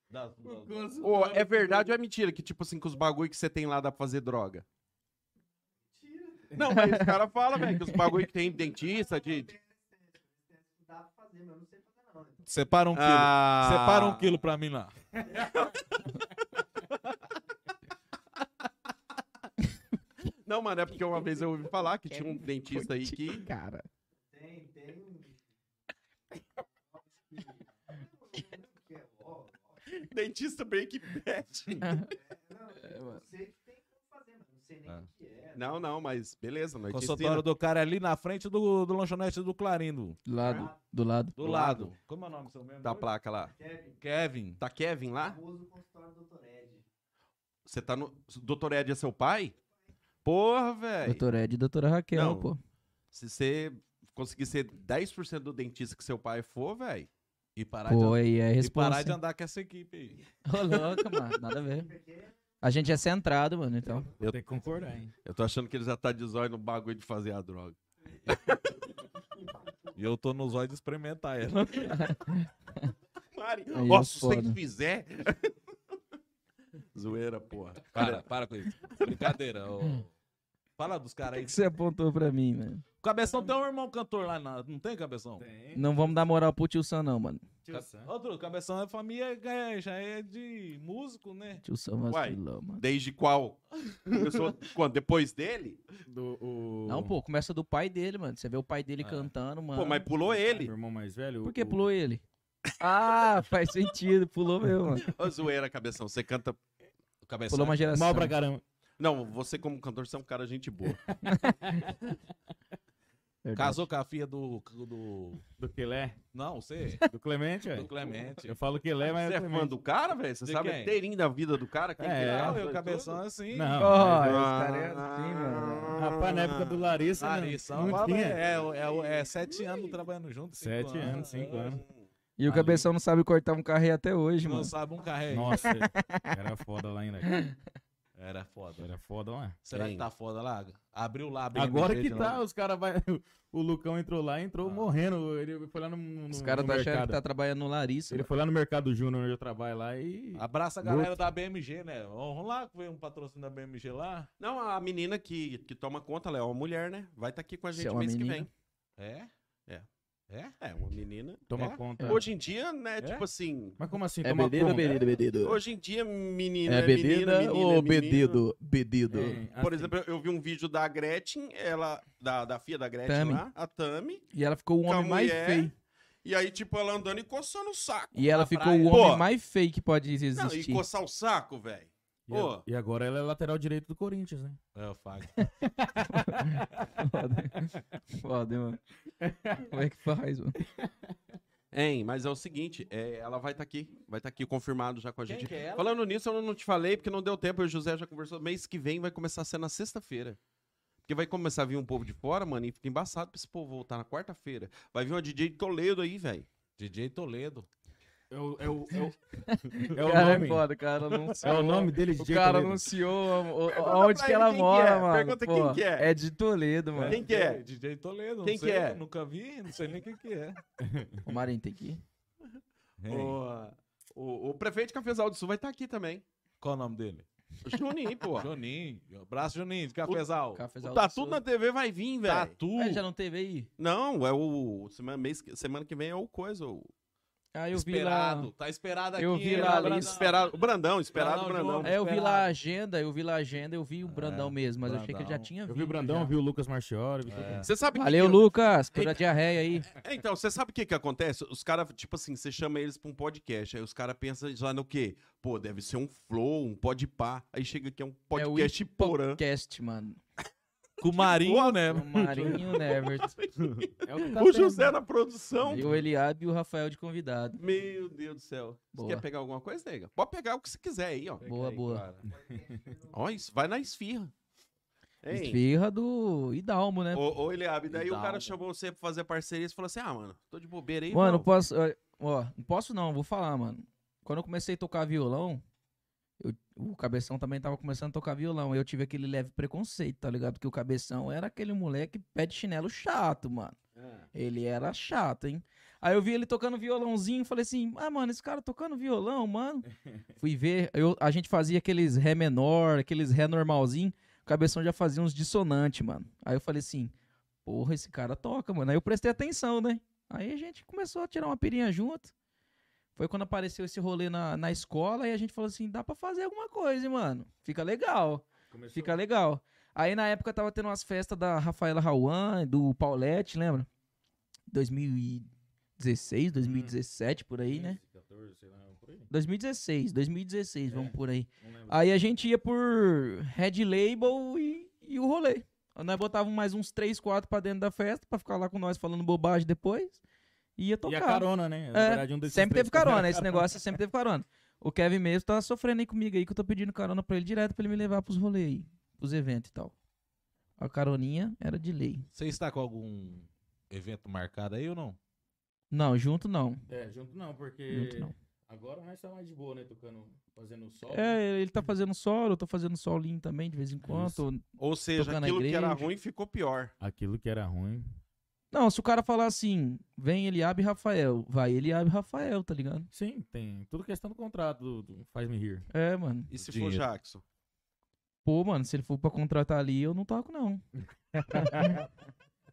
D: Da- da-
B: Ô, é verdade ou é mentira que, tipo assim, que os bagulho que você tem lá dá pra fazer droga? Não, mas os caras falam, velho, que os bagulho que tem dentista, de...
E: Dá pra fazer, mas eu não sei fazer não. né?
D: Separa um quilo.
B: Ah.
D: Separa um quilo pra mim lá.
B: Não, mano, é porque uma vez eu ouvi falar que tinha um
E: É
B: dentista aí que...
A: Cara.
E: Tem, tem um.
B: Dentista break bad.
E: É, Não sei que tem como fazer, mas não sei nem o que é.
B: Ah. Não, não, mas beleza, nós te
D: Consultório
B: ensina.
D: do cara ali na frente do, do lanchonete do Clarindo.
A: Do lado. Do lado.
D: Do,
B: Do
D: lado.
B: lado.
D: Como é o nome do seu mesmo?
B: da placa lá.
E: Kevin,
D: Kevin.
B: Tá Kevin lá?
E: famoso consultório do Dr. Ed.
B: Você tá no... Doutor Ed é seu pai? Porra, velho.
A: Doutor Ed e doutora Raquel,
B: Não.
A: pô.
B: Se você conseguir ser 10% do dentista que seu pai for, velho...
D: E parar,
A: Pô,
D: de,
A: aí é
D: and- e parar de
A: responsa.
D: andar com essa equipe aí.
A: Ô, louca, mano. Nada a ver. A gente é centrado, mano, então.
B: Eu-
C: Eu tenho que concordar, hein?
B: Eu tô achando que ele já tá de zóio no bagulho de fazer a droga.
D: E eu tô nos olhos de experimentar ela.
B: Mari,
A: Aí
B: ó,
A: é
B: se você
A: foda.
B: fizer. Zoeira, porra.
D: Para, para com isso. Brincadeira. ô. Fala dos caras
A: O
D: aí.
A: que você apontou pra mim, mano?
D: O Cabeção tem um irmão cantor lá, na- não tem, Cabeção?
C: Tem.
A: Não vamos dar moral pro tio Sam, não, mano.
C: Tio Sam.
D: Outro, Cabeção é família, é, já é de músico, né?
A: Tio Sam
B: Uai.
A: vacilou, mano.
B: Desde qual? Começou quando? Depois dele?
C: Do, o...
A: Não, pô, começa do pai dele, mano. Você vê o pai dele
D: Ah.
A: cantando, mano.
B: Pô, mas pulou
C: Meu
B: é ele.
C: irmão mais velho.
A: Por
C: o-
A: que
C: o-
A: pulou ele? Ah, faz sentido, pulou mesmo, mano.
B: Ô, zoeira, cabeção. Você canta.
D: O Cabeção. é
A: Pulou uma geração.
C: Mal pra caramba.
B: Não, você, como cantor, você é um cara gente boa.
A: Verdade.
D: Casou com a filha do. do...
C: Do Quelé.
D: Não, você.
C: Do Clemente, velho.
D: Do Clemente.
C: Eu falo Quelé, mas
B: Você
C: é
B: é fã
C: Clemente.
B: do cara, velho? Você
D: De
B: sabe
D: quem?
B: inteirinho da vida do cara? Quem que Ah.
C: É,
D: Não,
A: um
B: era,
D: e o
B: tudo?
D: Cabeção é assim.
A: Ó,
C: Não.
A: oh,
C: mas-
A: os caras é assim, mano.
C: Rapaz, na época do Larissa, né?
D: Larissa,
C: Não
D: Ah, fala,
C: tinha.
D: é, é, é, é sete anos trabalhando junto. cinco
C: Sete anos, cinco
D: é.
C: anos.
A: E o
D: Ali.
A: cabeção não sabe cortar um carreio até hoje,
D: Não
A: mano.
D: sabe um carré.
C: Nossa, era foda lá ainda.
D: Era foda.
C: Era foda lá.
D: Será
B: Tem.
D: que tá foda lá? Abriu lá, abriu
C: Agora
D: lá.
C: que tá, os caras vai. O Lucão entrou lá e entrou
D: Ah.
C: morrendo. Ele foi lá no. no
A: Os caras
C: no
A: tá achando
C: mercado.
A: que tá trabalhando no Larissa.
C: Ele
A: mano.
C: foi lá no Mercado Júnior onde eu trabalho lá e.
A: Ah,
D: Abraça a galera da BMG, né? Vamos lá, que veio um patrocínio da BMG lá.
B: Não, a menina que, que toma conta, ela é uma mulher, né? Vai estar aqui com a
A: Se
B: gente
A: é uma
B: mês
A: menina.
B: que vem.
D: É? É?
B: É, uma menina.
C: Toma
B: É.
C: conta.
B: Hoje em dia, né? Tipo assim.
C: Mas como assim?
A: É
C: Toma
A: bebida ou
C: conta?
A: bedido, bedido?
B: Hoje em dia, menina.
A: É
B: menina,
A: bebida
B: menina,
A: ou Ah,
B: menina.
A: bedido? Bedido.
C: É, assim,
B: Por exemplo, eu- eu vi um vídeo da Gretchen, ela, da, da filha da Gretchen
A: Tami.
B: lá, a Tami,
A: E ela ficou o
B: Com a
A: homem mais
B: mulher,
A: feio.
B: e aí, tipo, ela andando e coçando o saco.
A: E ela
D: na
A: ficou
D: praia.
A: o homem
B: Pô.
A: mais feio que pode
B: Não, e
A: existir.
B: coçar o saco, velho.
C: assim, E, a-
B: Ô.
C: e agora ela é lateral direito do Corinthians, né?
D: É, o Fag.
A: Foda, Foda, mano. Como é que faz, mano?
B: Hein, mas é o seguinte, é, ela vai estar aqui, vai estar aqui confirmado já com a
D: Quem
B: gente.
D: que é ela?
B: Falando nisso, eu não te falei porque não deu tempo, eu e o José já conversou, mês que vem vai começar a ser na sexta-feira. Porque vai começar a vir um povo de fora, mano, e fica embaçado pra esse povo voltar na quarta-feira. Vai vir uma DJ de Toledo aí, velho.
D: DJ Toledo.
C: É o, é o, é o,
A: O cara é foda, o cara anunciou.
C: É o nome dele,
A: O
C: DJ
A: cara
C: Toledo.
A: anunciou o- o-
B: Pergunta
A: aonde
B: pra
A: que
B: ele
A: ela
B: quem que
A: mora,
B: é,
A: mano.
B: pergunta quem
A: pô.
B: que é.
A: É de Toledo, mano.
B: Quem que é?
D: DJ Toledo. não
B: Quem que
D: sei,
B: é?
D: Nunca vi, não sei nem quem que é.
A: O Marinho tem que ir.
D: Hein?
B: O, o, o prefeito de Cafezal do Sul vai estar aqui também.
D: Qual o nome dele?
B: Juninho, pô.
D: Juninho. Abraço, Juninho, de Cafezal. Tá
A: Cafezal do
B: O Tatu
A: Sul.
B: na TV vai vir, velho.
D: Tatu.
A: Mas já não teve aí?
B: Não, é o. Semana, mês que- semana que vem é o coisa. O,
A: Ah, eu
D: esperado.
A: vi
D: Tá esperado aqui.
A: eu vi
D: né,
A: lá a
D: Brandão?
A: lista.
B: Esperado, o Brandão, esperado Ah, o
D: Brandão,
B: Brandão.
A: lá. É, eu vi lá a agenda, eu vi lá a agenda, eu vi o
D: É,
A: Brandão mesmo, mas eu achei que ele já
D: Brandão.
A: tinha
C: Eu
A: visto.
C: vi o Brandão,
A: já.
C: vi o Lucas Marchiori, vi todo
D: É.
C: mundo.
B: Você sabe
A: Valeu,
B: que...
A: Lucas, pela diarreia aí.
B: É, então, você sabe o que que acontece? Os caras, tipo assim, você chama eles pra um podcast, aí os caras pensam já no quê? Pô, deve ser um flow, um podpá. Aí chega aqui, é um podcast porã.
A: Podcast, mano.
D: Com o Marinho,
B: É
D: né?
A: O Marinho Nevert.
C: É o que tá
B: O José
C: tendo.
B: na produção.
A: E o Eliab e o Rafael de convidado.
B: Meu Deus do céu.
A: Boa.
B: Você quer pegar alguma coisa, nega? Pode pegar o que você quiser aí, ó.
A: Boa, boa.
B: Ó, isso, vai na esfirra. Hein?
A: Esfirra do Idalmo, né?
B: Ou, ou ele abre. Daí
D: Legal,
B: o cara
D: mano.
B: chamou você pra fazer parceria e falou assim: ah, mano, tô de bobeira aí.
A: Mano,
B: vamos."
A: posso. ó, Ó, não posso não, vou falar, mano. Quando eu comecei a tocar violão, eu- o Cabeção também tava começando a tocar violão. E eu tive aquele leve preconceito, tá ligado? Porque o Cabeção era aquele moleque pé de chinelo chato, mano. Ele era chato, hein? Aí eu vi ele tocando violãozinho, falei assim, ah, mano, esse cara tocando violão, mano. Fui ver, eu, a gente fazia aqueles ré menor, aqueles ré normalzinho, o cabeção já fazia uns dissonantes, mano. Aí eu falei assim, porra, esse cara toca, mano. Aí eu prestei atenção, né? Aí a gente começou a tirar uma pirinha junto. Foi quando apareceu esse rolê na, na escola e a gente falou assim, dá pra fazer alguma coisa, hein, mano. Fica legal.
C: Começou-
A: Fica legal. Aí na época tava tendo umas festas da Rafaela Rauan, do Paulette, lembra?
C: Hum.
A: 2016, 2017, por aí, né?
C: 15, 14, sei lá, um por aí.
A: 2016, 2016, vamos
C: É.
A: por aí.
C: Não lembro.
A: Aí a gente ia por Red Label e, e o rolê. Aí Nós botávamos mais uns 3, 4 pra dentro da festa, pra ficar lá com nós falando bobagem depois. E ia
C: E
A: tocar.
C: a carona, né? Na
A: É,
C: verdade, um desses
A: Sempre
C: três
A: teve carona,
C: caras-
A: esse negócio sempre teve carona. O Kevin mesmo tá sofrendo aí comigo aí, que eu tô pedindo carona pra ele direto pra ele me levar pros rolês aí, pros eventos e tal. A caroninha era de lei.
D: Você está com algum evento marcado aí ou não?
A: Não, junto não.
C: É, junto não, porque
A: né? Junto não.
C: agora nós estamos mais de boa, né? Tocando, fazendo sol. né?
A: É, ele tá fazendo solo, eu tô fazendo solinho também de vez em quando.
B: Ou seja,
A: tocando na
B: aquilo que era
A: igreja.
B: ruim ficou pior.
C: Aquilo que era ruim.
A: Não, se o cara falar assim, vem ele abre Rafael, vai ele abre Rafael, tá ligado?
C: Sim, tem. Tudo questão do contrato, do, do faz-me rir.
A: É, mano.
B: E se
D: Dinheiro.
B: for Jackson?
A: Pô, mano, se ele for pra contratar ali, eu não toco, não.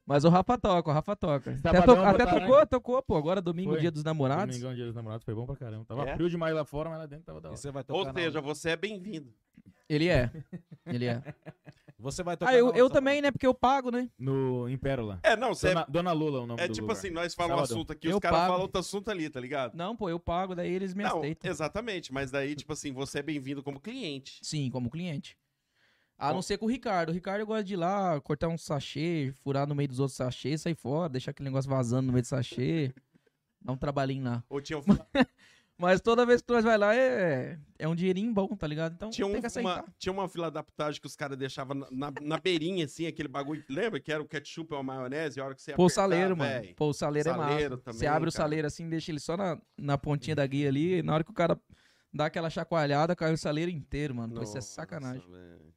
A: Mas o Rafa toca, o Rafa toca. Até,
C: Sabadão
A: to- até
C: botaram-
A: tocou, tocou, pô. Agora é domingo,
C: né? Foi.
A: dia dos namorados.
C: Domingão, um dia dos namorados, foi bom pra caramba. Tava
B: É?
C: frio demais lá fora, mas lá dentro tava da
D: E
C: hora.
D: você vai tocar
B: Ou
D: na
B: seja,
D: onde?
B: você é bem-vindo.
A: Ele é. Ele é.
D: Você vai tocar
A: Ah, eu,
D: na
A: eu
D: onde?
A: também, né? Porque eu pago, né?
C: No em Pérola.
B: É, não, você é.
C: Dona, Dona Lula é o nome
B: É
C: do
B: tipo
C: lugar.
B: assim, nós falamos um
C: Sábado.
B: assunto aqui,
A: Eu
B: os caras
A: pago.
B: falam outro assunto ali, tá ligado?
A: Não, pô, eu pago, daí eles me
B: Não,
A: aceitam.
B: exatamente, mas daí, tipo assim, você é bem-vindo como cliente.
A: Sim, como cliente. A
B: Bom.
A: não ser com o Ricardo. O Ricardo gosta de ir lá, cortar um sachê, furar no meio dos outros sachês, sair fora, deixar aquele negócio vazando no meio do sachê. Dá um trabalhinho lá.
B: Ou tinha, um-
A: Mas toda vez que nós vai lá, é, é um dinheirinho bom, tá ligado? Então
B: tinha, um-
A: tem que aceitar.
B: uma, tinha uma fila adaptagem que os caras deixavam na, na, na beirinha, assim, aquele bagulho. Lembra que era o ketchup ou a maionese? A hora que você ia
A: Pô, o
B: apertar,
A: saleiro, mano.
B: véi.
A: Pô, o saleiro é
B: Saleiro
A: massa.
B: também,
A: Você abre o
B: cara.
A: saleiro assim, deixa ele só na, na pontinha da guia ali. E na hora que o cara dá aquela chacoalhada, cai o saleiro inteiro, mano. Pô, isso é
B: Nossa,
A: sacanagem.
B: velho.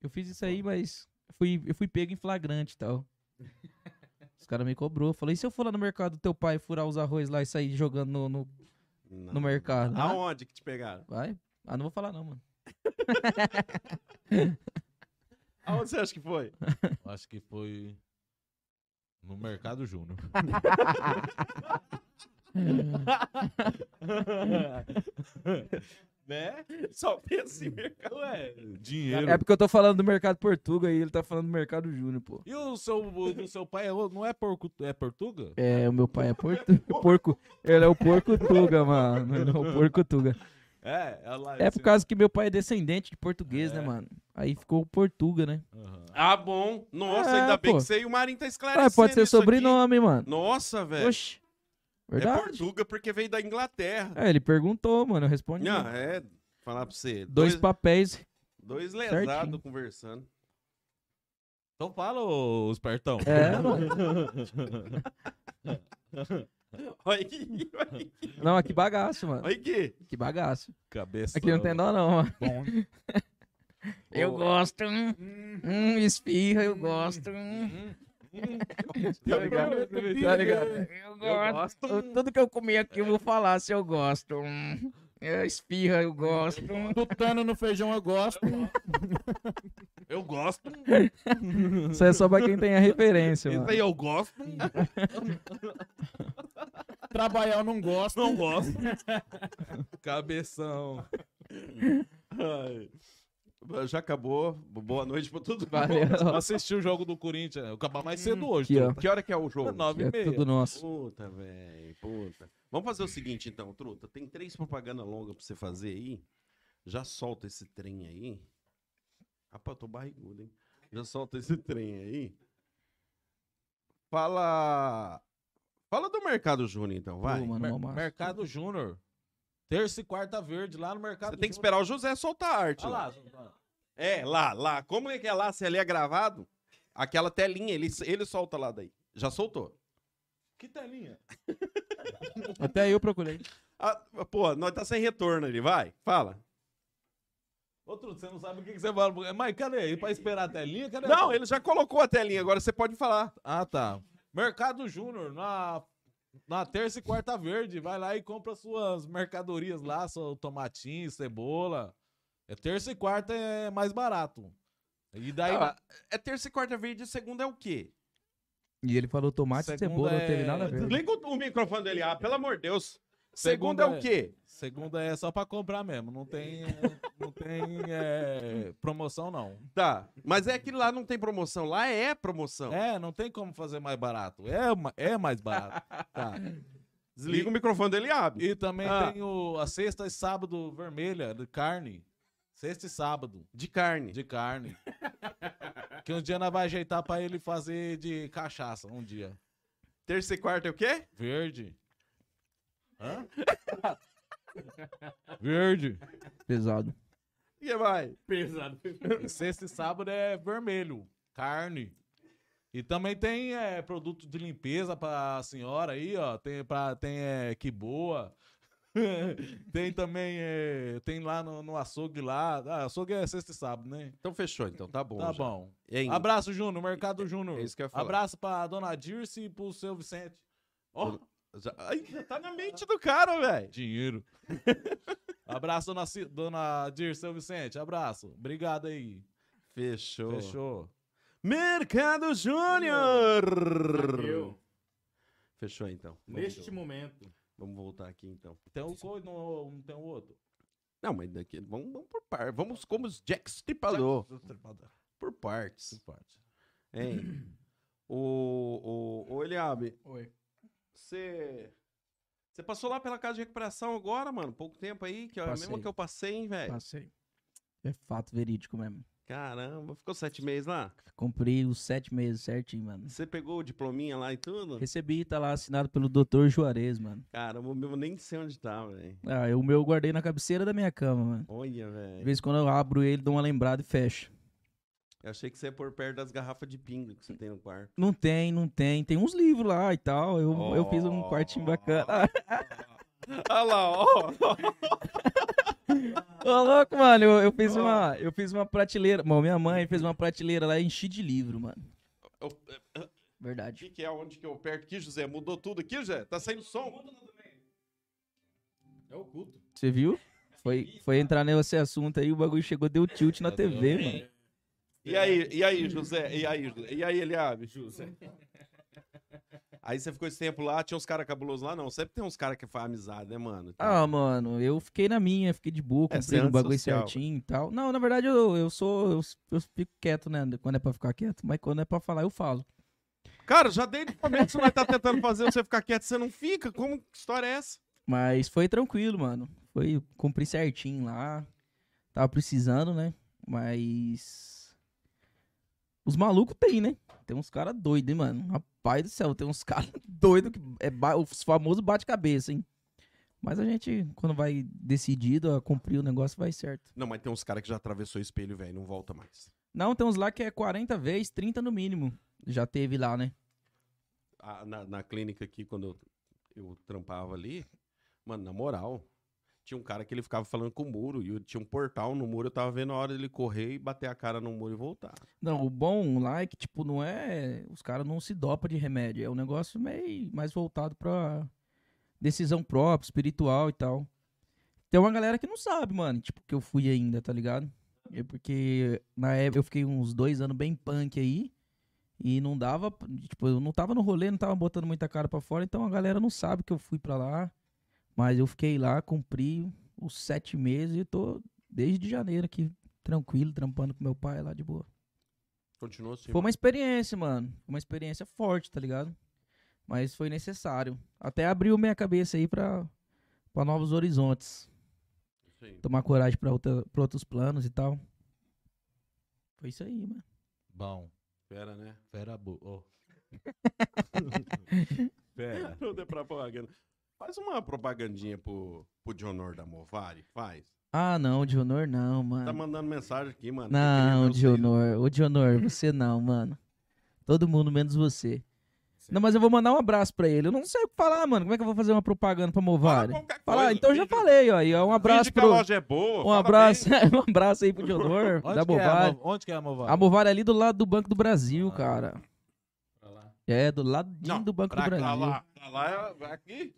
A: Eu fiz isso aí, mas fui, eu fui pego em flagrante e tal. Os caras me cobrou. Falei, e se eu for lá no mercado do teu pai furar os arroz lá e sair jogando no, no,
B: Não.
A: no mercado? né?
B: Aonde que te pegaram?
A: Vai? Ah, não vou falar não, mano.
B: Aonde você acha que foi?
D: Acho que foi no Mercado Júnior.
B: né? Só pensa em mercado. Ué.
D: Dinheiro.
A: É porque eu tô falando do mercado portuga e ele tá falando do mercado júnior, pô.
D: E o seu, o do seu pai é outro- não é, porco, é Portuga?
A: É, o meu pai é portu... porco. Ele é o porco tuga, mano. Ele é o porco tuga.
D: É, ela
A: É por causa que meu pai é descendente de português,
B: É.
A: né, mano? Aí ficou o portuga, né?
D: Aham.
B: Ah, bom. Nossa,
A: É,
B: ainda bem
A: pô.
B: que você e o Marinho tá esclarecendo.
A: Ah, pode ser
B: isso
A: sobrenome,
B: aqui.
A: mano.
B: Nossa, velho.
A: Oxi.
B: É
A: Verdade.
B: Portuga porque veio da Inglaterra.
A: É, ele perguntou, mano. Eu respondi.
B: Não, é. Falar pra você.
A: Dois papéis.
B: dois
A: certinho.
B: lesados conversando.
D: Então fala, ô espertão.
A: É, mano.
B: Olha aqui, olha aqui.
A: Não, aqui bagaço, mano.
B: Olha aqui.
A: Que bagaço.
D: Cabeça.
A: Aqui não tem dó, não, mano.
C: Bom,
A: Eu gosto. Hum,
B: Uhum.
A: hum, esfirra, eu gosto. hum. Tá ligado? Tá ligado? Eu gosto. Tudo que eu comi aqui eu vou falar se eu gosto. hum. É, Esfirra, eu gosto. hum.
C: tutano no feijão eu gosto.
B: Eu gosto.
A: Ah. Isso é só pra quem tem a referência,
B: Isso
A: mano.
B: aí eu gosto.
C: Trabalhar eu não gosto.
D: Não gosto. Cabeção.
B: Ai. Já acabou. Boa noite pra todo mundo.
A: Valeu.
D: Assisti o jogo do Corinthians. Eu acabar mais cedo hoje.
A: Aqui, ó.
B: Que hora que é o jogo?
D: Nove
A: É
D: e meia.
A: tudo nosso.
B: Puta, velho, puta. Vamos fazer o seguinte, então, Truta. Tem três propaganda longa pra você fazer aí. Já solta esse trem aí. Rapaz, eu tô barrigudo, hein? Já solta esse trem aí. Fala. Fala do Mercado Júnior, então, vai.
A: Pô, mano,
D: Mer-
A: mó massa.
D: Mercado Júnior. Terça e quarta verde lá no Mercado
B: Você tem que esperar o José soltar a arte.
D: Júnior.
B: lá.
D: Olha lá.
B: É, lá, lá. Como é que é lá? Se ali é gravado, aquela telinha, ele, ele solta lá daí. Já soltou.
D: Que telinha? tá
A: Até eu procurei.
B: Ah, pô, nós tá sem retorno ali, vai. Fala.
D: Outro, você não sabe o que, que você fala. Mas cadê? Ele pra esperar a telinha? Cadê?
B: Não, ele já colocou a telinha, agora você pode falar.
D: Ah, tá. Mercado Júnior, na, na terça e quarta verde. Vai lá e compra suas mercadorias lá, seu tomatinho, cebola. É terça e quarta é mais barato. E daí.
B: Ah, é terça e quarta verde, segunda é o quê?
A: E ele falou tomate e
D: Segunda
A: cebola, não teve
D: é-
A: nada a ver.
B: Liga o, o microfone dele, ah, pelo amor de Deus. Segunda,
D: Segunda
B: é o quê?
D: Segunda é só pra comprar mesmo, não tem, não tem é, promoção não.
B: Tá, mas é que lá não tem promoção, lá é promoção.
D: É, não tem como fazer mais barato. É, ma- é mais barato. Tá.
B: Desliga o microfone dele e abre.
D: E também
B: Ah.
D: tem o, a sexta e sábado vermelha de carne. Sexta e sábado
B: De carne.
D: de carne. que um dia nós vai ajeitar pra ele fazer de cachaça, um dia.
B: Terça e quarta é o quê?
D: Verde. Hã? Verde.
A: Pesado.
B: E que vai?
C: Pesado.
D: E Sexta e sábado é vermelho, carne. E também tem é, produto de limpeza pra senhora aí, ó. Tem, pra, tem é, que boa. tem também, é, tem lá no, no açougue lá. Ah, açougue é sexta e sábado, né?
B: Então fechou, então, tá bom.
D: tá
B: já.
D: bom.
B: É isso.
D: Abraço, Júnior, Mercado Júnior.
B: é isso que eu ia falar.
D: Abraço pra dona Dirce e pro seu Vicente. Ó,
B: Já- Ainda tá na mente do cara, velho.
D: dinheiro. Abraço, dona, Ci- dona Dirce, seu Vicente. Abraço. Obrigado aí.
B: Fechou.
D: Fechou.
B: Mercado Júnior!
C: Eu,
B: Fechou, então. Vamos-
C: neste momento.
B: Vamos voltar aqui, então.
D: Tem um coi, não, não tem o outro.
B: Não, mas daqui vamos, vamos por par. Vamos como os Jack Stripador. Por partes. Hein? o, o, o Eliabe,
A: Oi.
B: você. Você passou lá pela casa de recuperação agora, mano? Pouco tempo aí, que é a
A: Passei.
B: mesma que eu passei, hein, velho?
A: Passei. É fato verídico mesmo.
B: Caramba, ficou sete meses lá?
A: Comprei os sete meses certinho, mano.
B: Você pegou o diplominha lá e tudo?
A: Recebi, tá lá assinado pelo Dr. Juarez, mano.
B: Caramba, o meu nem sei onde tá, velho.
A: Ah, eu- o meu eu guardei na cabeceira da minha cama, mano.
B: Olha,
A: De
B: velho.
A: vez em quando eu abro ele, dou uma lembrada e fecho.
B: Eu achei que você ia por perto das garrafas de pinga que você tem no quarto.
A: Não tem, não tem. Tem uns livros lá e tal. Eu, eu fiz um quartinho bacana.
B: Olha lá, ó.
A: Ô, louco, mano. Eu, eu fiz uma, eu fiz uma prateleira. Bom, minha mãe fez uma prateleira lá e enchi de livro, mano.
B: Eu- O
A: Verdade.
B: que, que é? Onde que eu perto aqui, José? Mudou tudo aqui, José? Tá saindo som?
C: É o culto.
A: Você viu? Foi, foi entrar nesse assunto aí, o bagulho chegou, deu tilt na TV, mano.
B: E aí, e aí, José? E aí, José? E aí, Eliabe?
C: José.
B: Aí você ficou esse tempo lá, tinha uns caras cabulosos lá? Não, sempre tem uns caras que faz amizade, né, mano?
A: Ah, mano, eu fiquei na minha, fiquei de boa,
B: É,
A: comprei o bagulho
B: antissocial.
A: certinho e tal. Não, na verdade, eu, eu sou. Eu, eu fico quieto, né? Quando é pra ficar quieto, mas quando é pra falar, eu falo.
B: Cara, já desde o começo nós tá tentando fazer você ficar quieto, você não fica. Como que história é essa?
A: Mas foi tranquilo, mano. Foi, cumpri certinho lá. Tava precisando, né? Mas. Os malucos tem, né? Tem uns caras doidos, hein, mano? Rapaz do céu, tem uns caras doidos que. É ba- Os famosos bate-cabeça, hein? Mas a gente, quando vai decidido a cumprir o negócio, vai certo.
B: Não, mas tem uns caras que já atravessou o espelho, velho, não volta mais.
A: Não, tem uns lá que é 40 vezes, 30 no mínimo. Já teve lá, né?
B: Ah, na, na clínica aqui, quando eu, eu trampava ali, mano, na moral, tinha um cara que ele ficava falando com o muro, e eu- tinha um portal no muro, eu tava vendo a hora dele correr e bater a cara no muro e voltar.
A: Não, o bom lá é que, tipo, não é. Os caras não se dopam de remédio. É um negócio meio mais voltado pra decisão própria, espiritual e tal. Tem uma galera que não sabe, mano, tipo, que eu fui ainda, tá ligado? É porque na época eu fiquei uns dois anos bem punk aí. E não dava, tipo, eu não tava no rolê, não tava botando muita cara pra fora, então a galera não sabe que eu fui pra lá. Mas eu fiquei lá, cumpri os sete meses e tô desde janeiro aqui, tranquilo, trampando com meu pai lá de boa.
B: Continuou assim.
A: Foi uma experiência, mano. Foi Uma experiência forte, tá ligado? Mas foi necessário. Até abriu minha cabeça aí pra, pra novos horizontes.
B: Sim.
A: Tomar coragem pra, outra, pra outros planos e tal. Foi isso aí, mano.
D: Bom,
B: Pera, né?
D: fera boa. fera.
B: Não deu pra propaganda. Faz uma propagandinha pro, pro Dionor da Movari, faz.
A: Ah, não, Dionor não, mano.
B: Tá mandando mensagem aqui, mano.
A: Ah. Não,
B: Eu queria ver vocês.
A: Dionor. Ô, Dionor, você não, mano. Todo mundo, menos você.
C: Certo.
A: Não, mas eu vou mandar um abraço pra ele. Eu não sei o que falar, mano. Como é que eu vou fazer uma propaganda pra Movari?
B: Fala qualquer
A: Falar,
B: coisa,
A: então eu já
B: finge-
A: falei, ó. aí, ó, um abraço
B: finge que a
A: pro.
B: loja é boa.
A: Um
B: fala
A: abraço,
B: bem.
A: um abraço aí pro Dionor,
D: Onde,
A: da
D: que é a
A: Movari.
D: Mo- onde que é a Movari?
A: A Movari é ali do lado do Banco do Brasil, cara.
C: Pra lá.
A: É, do lado
B: Ah. Não,
A: do Banco do
B: Pra, pra
A: Brasil.
B: lá, pra lá, é aqui.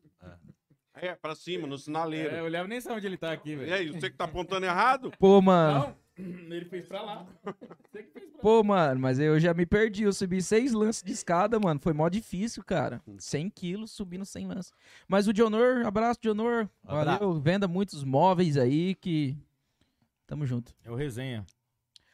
B: É, pra cima, no sinaleiro.
C: É, o Léo nem sabe onde ele tá aqui,
B: E
C: velho.
B: aí, você que tá apontando errado?
A: Pô, mano.
C: Não, ele fez pra lá. Você que fez pra lá.
A: Pô, mano, mas eu já me perdi. Eu subi seis lances de escada, mano. Foi mó difícil, cara.
B: Hum.
A: 100 quilos subindo 100 lances. Mas o Dionor, abraço, Dionor.
D: Abraço.
A: Valeu. Venda muitos móveis aí que. Tamo junto.
C: É o resenha.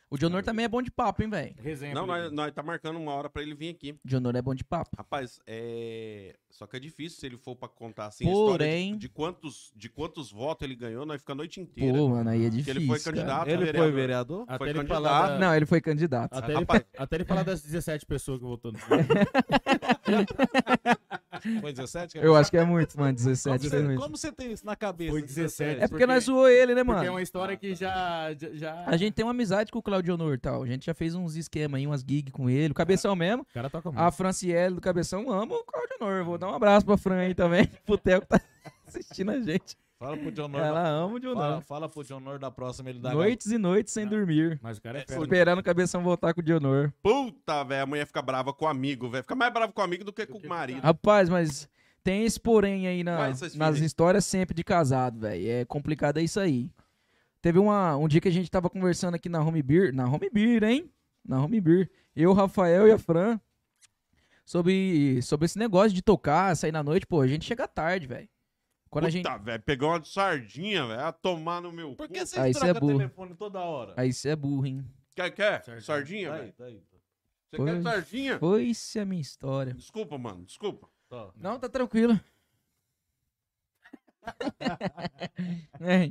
A: O Dionor também é bom de papo, hein, velho?
C: Resenha.
B: Não,
C: Felipe.
B: nós, nós tá marcando uma hora pra ele vir aqui.
A: O Dionor é bom de papo.
B: Rapaz, é. Só que é difícil se ele for pra contar assim a história
A: Porém-
B: de, de quantos, de quantos votos ele ganhou, nós fica a noite inteira.
A: Pô, mano, aí é
B: Porque
A: difícil.
B: ele foi
A: cara.
B: candidato,
D: Ele
B: vereador.
D: foi vereador?
C: Até
B: Foi
C: ele
B: candidato.
C: falar da-
A: Não, ele foi candidato.
C: Até ele,
B: Rapaz.
C: até ele falar das 17 pessoas que votou no
D: Foi 17?
A: Eu acho que é muito, mano, 17. foi
D: Como,
A: muito.
D: como você tem isso na cabeça?
C: Foi 17.
A: É porque nós
C: Porque-
A: zoou ele, né,
C: Porque é
A: mano?
C: uma história que já. já, já-
A: A gente tem uma amizade com o Claudio Honor e tal. A gente já fez uns esquemas aí, umas gigs com ele. O cabeção mesmo.
C: O cara toca muito.
A: A Franciele do Cabeção ama o Claudio Honor. Vou dar um abraço pra Fran aí também. Boteco tá assistindo a gente.
D: Fala pro John Norman.
A: Ela ama o Dionor.
D: Fala, fala pro John Norman da próxima, ele dá
A: Noites e noites sem dormir.
C: Mas o cara é
B: É,
C: fera.
B: foi-
C: né?
A: Esperando o Cabeção voltar com o Dionor.
B: Puta, velho, a mulher fica brava com o amigo, velho. Fica mais brava com o amigo do que com o marido.
A: Rapaz, mas tem esse porém aí na-
B: Vai, essas
A: nas
B: filhas.
A: histórias sempre de casado, velho. É complicado é isso aí. Teve uma, um dia que a gente tava conversando aqui na Home Beer. Na Home Beer, hein? Na Home Beer. Eu, Rafael e a Fran. Sobre, sobre esse negócio de tocar, sair na noite. Pô, a gente chega tarde, velho. Quando
B: Puta,
A: a gente.
B: velho, pegou uma de sardinha, velho. A tomar no meu.
D: Por
B: Por
D: que vocês
A: Ah, isso é
D: trocam
A: burro.
D: telefone toda hora?
A: Aí você é burro, hein?
B: Quer, quer?
C: Sardinha.
B: Sardinha,
D: Tá
B: velho?
D: aí, tá aí.
B: Você
A: Pois.
B: quer sardinha?
A: Foi-se a minha história.
B: Desculpa, mano, desculpa.
D: Tá.
A: Não, tá tranquilo. É.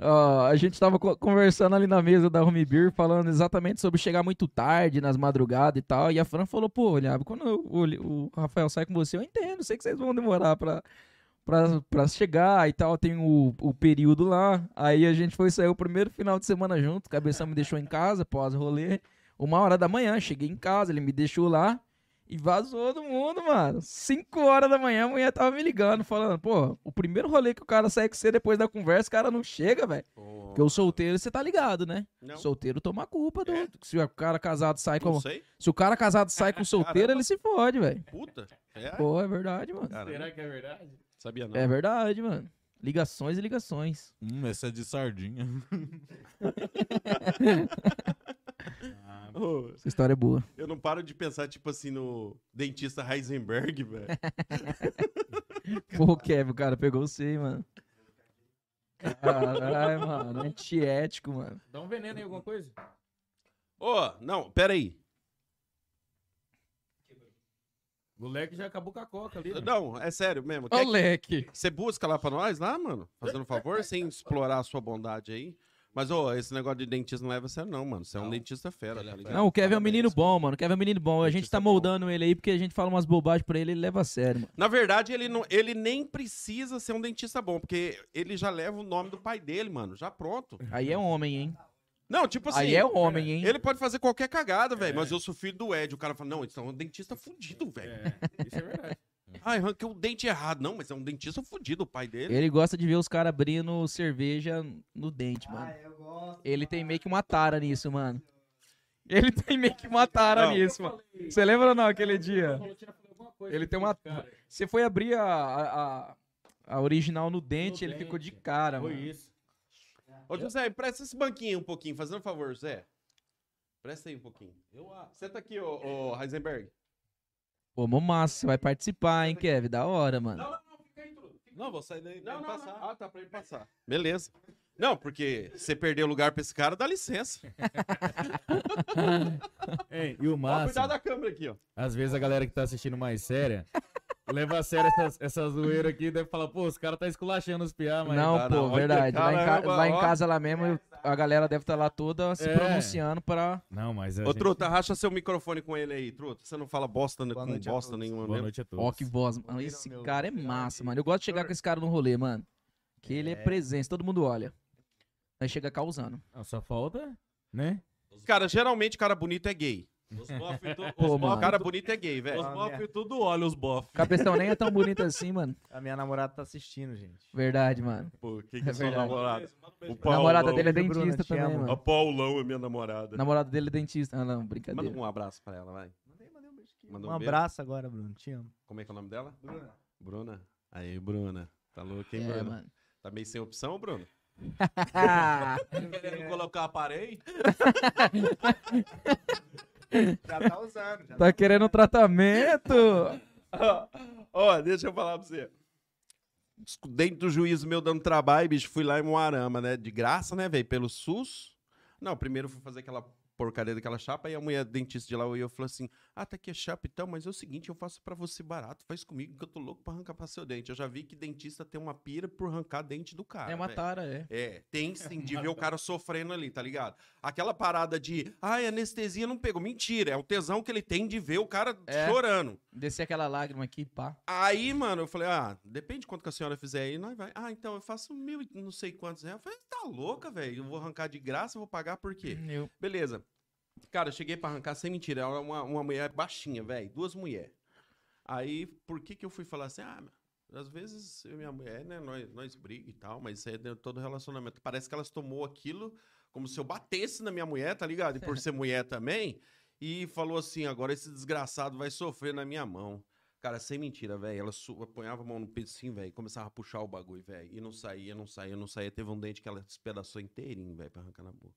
A: Ó, a gente tava co- conversando ali na mesa da Home Beer, falando exatamente sobre chegar muito tarde, nas madrugadas e tal. E a Fran falou, pô, olhava, quando eu- o, o Rafael sai com você, eu entendo, sei que vocês vão demorar pra, pra, pra chegar e tal. Tem o, o período lá. Aí a gente foi sair o primeiro final de semana junto, o cabeção me deixou em casa, pós-rolê. Uma hora da manhã, cheguei em casa, ele me deixou lá. E vazou do mundo, mano. 5 horas da manhã, a mulher tava me ligando, falando, pô, o primeiro rolê que o cara sai com você depois da conversa, o cara não chega, velho. Porque o solteiro, você tá ligado, né?
B: Não,
A: Solteiro toma a culpa do.
B: Então. É.
A: Se o cara casado sai
B: não
A: com.
B: sei.
A: Se o cara casado sai com solteiro,
B: Caramba.
A: ele se fode, velho.
B: Puta. É,
A: Pô, é verdade, mano.
B: cara,
C: Será que é verdade?
B: sabia não.
A: É verdade, mano. Ligações e ligações.
D: Hum, essa é de sardinha.
B: Ô,
A: Essa história é boa.
B: né? eu não paro de pensar, tipo assim, no dentista Heisenberg, velho.
A: Pô, Kevin, o cara pegou você, hein, mano. Caralho, mano. É Antiético, mano.
C: Dá um veneno em alguma coisa?
B: Ô, não, peraí.
C: O moleque já acabou com a coca ali. né?
B: Não, é sério mesmo. Quer-
A: Moleque.
B: Você busca lá pra nós, lá, mano? Fazendo um favor, sem explorar a sua bondade aí. Mas, ô, esse negócio de dentista não leva a sério, não, mano. Você é um
D: Não.
B: dentista fera,
D: Ele é
B: tá ligado?
A: Não, o Kevin é um
D: Parabéns.
A: menino bom, mano. O Kevin é um menino bom. A gente tá moldando ele aí porque a gente fala umas bobagens pra ele, ele leva a sério, mano.
B: Na verdade, ele, não, ele nem precisa ser um dentista bom, porque ele já leva o nome do pai dele, mano. Já pronto.
A: Aí é homem, hein?
B: Não, tipo assim.
A: Aí é homem, hein?
B: Ele pode fazer qualquer cagada,
D: É.
B: velho. Mas eu sou filho do Ed. O cara fala, não, isso é um dentista fudido, velho.
C: É, isso é verdade.
B: Ai, arranquei o dente errado. Não, mas é um dentista fudido, o pai dele.
A: Ele gosta de ver os caras abrindo cerveja no dente,
E: Ah,
A: mano.
E: eu gosto.
A: Ele tem meio que uma tara nisso, mano. Ele tem meio que uma tara
B: Não.
A: nisso, mano. Você lembra ou não aquele dia?
C: Falou, tinha falado alguma coisa
A: Ele
C: com
A: tem
C: esse
A: uma-
C: cara.
A: Você foi abrir a, a, a- a original no dente,
C: No
A: ele ficou de
C: dente.
A: cara,
C: Foi
A: mano.
C: isso.
A: É.
B: Ô, José, empresta esse banquinho um pouquinho, fazendo um favor, José. Presta aí um pouquinho.
D: Eu acho.
B: Senta tá aqui, ô, ô Heisenberg.
A: Pô, mó massa, você vai participar, hein, Kev? Da hora, mano.
D: Não, vou sair daí. pra
B: Não,
D: ele
B: não,
D: passar.
B: não. Ah, tá pra ele passar. Beleza. Não, porque você perdeu lugar pra esse cara, dá licença.
C: Ei, e o
B: Ó,
C: máximo,
B: cuidado da câmera aqui, ó.
C: às vezes a galera que tá assistindo mais séria leva a sério essa, essa zoeira aqui e deve falar, pô, os caras tá esculachando os piá, mas.
A: não,
B: cara,
A: pô,
B: olha,
A: verdade. Lá em, ca-
B: caramba,
A: lá em
B: ó.
A: casa, lá mesmo, eu- a galera deve estar lá toda se
C: É.
A: pronunciando pra.
C: Não, mas. A
B: Ô, Truta, racha seu microfone com ele aí, Truta. Você não fala bosta, né,
F: Boa
B: com
F: noite a
B: bosta
F: todos.
B: nenhuma
C: Boa
B: mesmo.
C: noite a todos.
A: Ó, que voz, mano.
F: Ouviram
A: Esse
F: meu
A: cara é
F: final
A: massa,
F: de
A: mano. Eu gosto de chegar
F: Thor?
A: com esse cara no rolê, mano. Que ele é
F: É.
A: presença, todo mundo olha. Aí chega causando.
C: Não, Ah, só falta, né?
B: Cara, geralmente cara bonito é gay.
D: Os bof e tu- os
A: Pô,
D: bof
A: mano.
D: e
B: Cara
D: tu-
B: bonito é gay, velho.
D: Os
F: Ah,
D: bof
F: merda.
D: e tudo olha os bof.
A: Cabeção nem é tão bonito assim, mano.
F: A minha namorada tá assistindo, gente.
A: Verdade, mano.
B: Pô, quem que é
A: É
B: sua
A: verdade.
B: namorada? O
A: A namorada dele é
F: Beijo, Bruna,
A: dentista
F: te
A: também,
F: amo.
A: mano.
B: A Paulão é minha namorada.
A: A namorada dele é dentista. Ah, não,
B: Manda
A: brincadeira.
B: um abraço pra ela, vai.
F: Mandei, mandei um beijo aqui.
B: Mandou
F: um
B: um beijo?
F: abraço agora, Bruno. Te amo.
B: Como é que é o nome dela?
F: Bruna.
B: Bruna. Aí, Bruna. Tá louco, hein,
A: É,
B: Bruna?
A: mano.
B: Tá meio sem opção, Bruno?
D: Querendo colocar aparelho?
F: Já tá usando. Já
A: tá querendo um tratamento?
B: Ó, ó, deixa eu falar pra você. Dentro do juízo meu dando trabalho, bicho, fui lá em Moarama, né? De graça, né, velho? Pelo SUS. Não, primeiro eu fui fazer aquela porcaria daquela chapa e a mulher dentista de lá olhou e falou assim: Ah, tá aqui a chapa então, mas é o seguinte, eu faço pra você barato, faz comigo que eu tô louco pra arrancar pra seu dente. Eu já vi que dentista tem uma pira por arrancar dente do cara.
A: É uma
B: véi.
A: tara, é.
B: É, tem sim de ver o cara sofrendo ali, tá ligado? Aquela parada de, ai, anestesia não pegou. Mentira, é o tesão que ele tem de ver o cara
A: É.
B: chorando.
A: Descer aquela lágrima aqui, pá.
B: Aí, mano, eu falei, ah, depende quanto que a senhora fizer aí, nós vai. Ah, então eu faço mil e não sei quantos reais. Eu falei, tá louca, velho? Eu vou arrancar de graça, eu vou pagar por quê?
A: Hum, Eu.
B: Beleza. Cara, eu cheguei pra arrancar sem mentira. Era uma, uma mulher baixinha, velho. Duas mulheres. Aí, por que que eu fui falar assim? Ah, às vezes eu e minha mulher, né? Nós, nós briga e tal, mas isso aí é dentro de todo relacionamento. Parece que elas tomou aquilo como se eu batesse na minha mulher, tá ligado? E por ser mulher também. E falou assim: agora esse desgraçado vai sofrer na minha mão. Cara, sem mentira, velho. Ela su- apanhava a mão no pedacinho, velho. e Começava a puxar o bagulho, velho. E não saía, não saía, não saía. Teve um dente que ela despedaçou inteirinho, velho, pra arrancar na boca.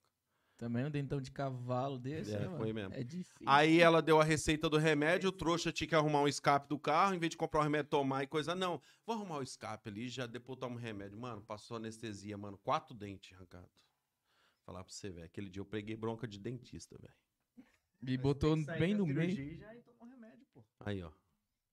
A: Também um dentão de cavalo desse,
B: É,
A: né, mano?
B: foi mesmo.
A: É difícil.
B: Aí ela deu a receita do remédio, o trouxa tinha que arrumar um escape do carro, em vez de comprar um remédio tomar e coisa, não. Vou arrumar o escape ali, já depois tomo um remédio. Mano, passou anestesia, mano, quatro dentes arrancado. Falar pra você, velho, aquele dia eu peguei bronca de dentista, velho.
A: E botou
F: Saí
A: bem
F: da
A: no
F: cirurgia
A: meio.
F: e Já tomou remédio, pô.
B: Aí, ó.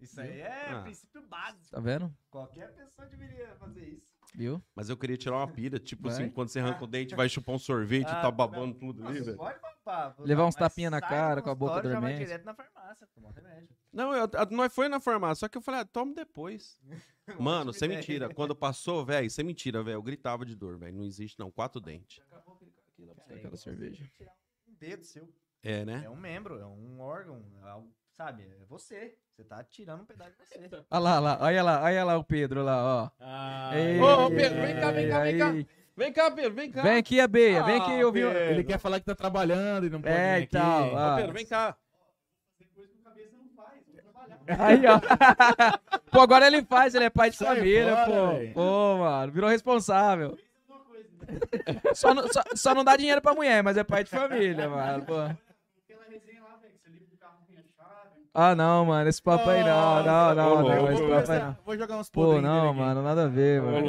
F: Isso aí é
B: Ah.
F: princípio básico.
A: Tá vendo?
F: Qualquer pessoa deveria fazer isso.
A: Viu?
B: Mas eu queria tirar uma pira, tipo
A: Vai?
B: assim, quando você arranca o dente, vai chupar um sorvete,
F: Ah,
B: tá babando tudo ali,
F: Nossa,
B: velho.
F: pode papar.
A: Levar uns
F: mas
A: tapinha na
F: sai
A: cara,
F: do
A: com a boca
F: consultório, já vai
A: dormente.
F: direto na farmácia, tomar remédio.
B: Não, eu, a- nós foi na farmácia, só que eu falei, ah, toma depois. Mano, sem
F: Ótima ideia.
B: mentira. Quando passou, velho, sem mentira, velho, eu gritava de dor, velho. Não existe, não. Quatro dentes.
F: Cara, é
A: aquela
F: igual
A: cerveja.
F: você tirar Um dedo seu.
B: É, né?
F: É um membro, é um órgão, é algo- sabe? É você. Você tá tirando um pedaço de você.
D: Tá
A: Olha lá, olha lá, olha lá, olha lá o Pedro lá, ó.
C: Ah,
A: Ei,
B: Ô, ô, Pedro, vem cá, vem cá, vem cá.
A: aí.
B: Vem cá, Pedro, vem cá. Ah,
A: Vem aqui, Abeia, vem aqui, eu vi.
C: Ele quer falar que tá trabalhando e não pode
A: É,
C: vir
A: e tal.
C: aqui.
A: ah.
B: Pedro, vem cá.
A: Aí, ó. pô, agora ele faz, ele é pai de
C: Sai
A: família,
C: fora,
A: pô.
C: velho.
A: Pô, mano, virou responsável. Só não, só, só não dá dinheiro pra mulher, mas é pai de família, mano. Pô. Ah, não, mano, esse papo aí não, não,
B: Ah,
A: não,
B: ô,
A: não,
B: louco,
A: esse
C: vou,
A: papo aí
C: começar-
A: não.
C: vou jogar uns
A: Pô,
C: podres nele
A: não,
C: aqui.
A: mano, nada a ver, mano.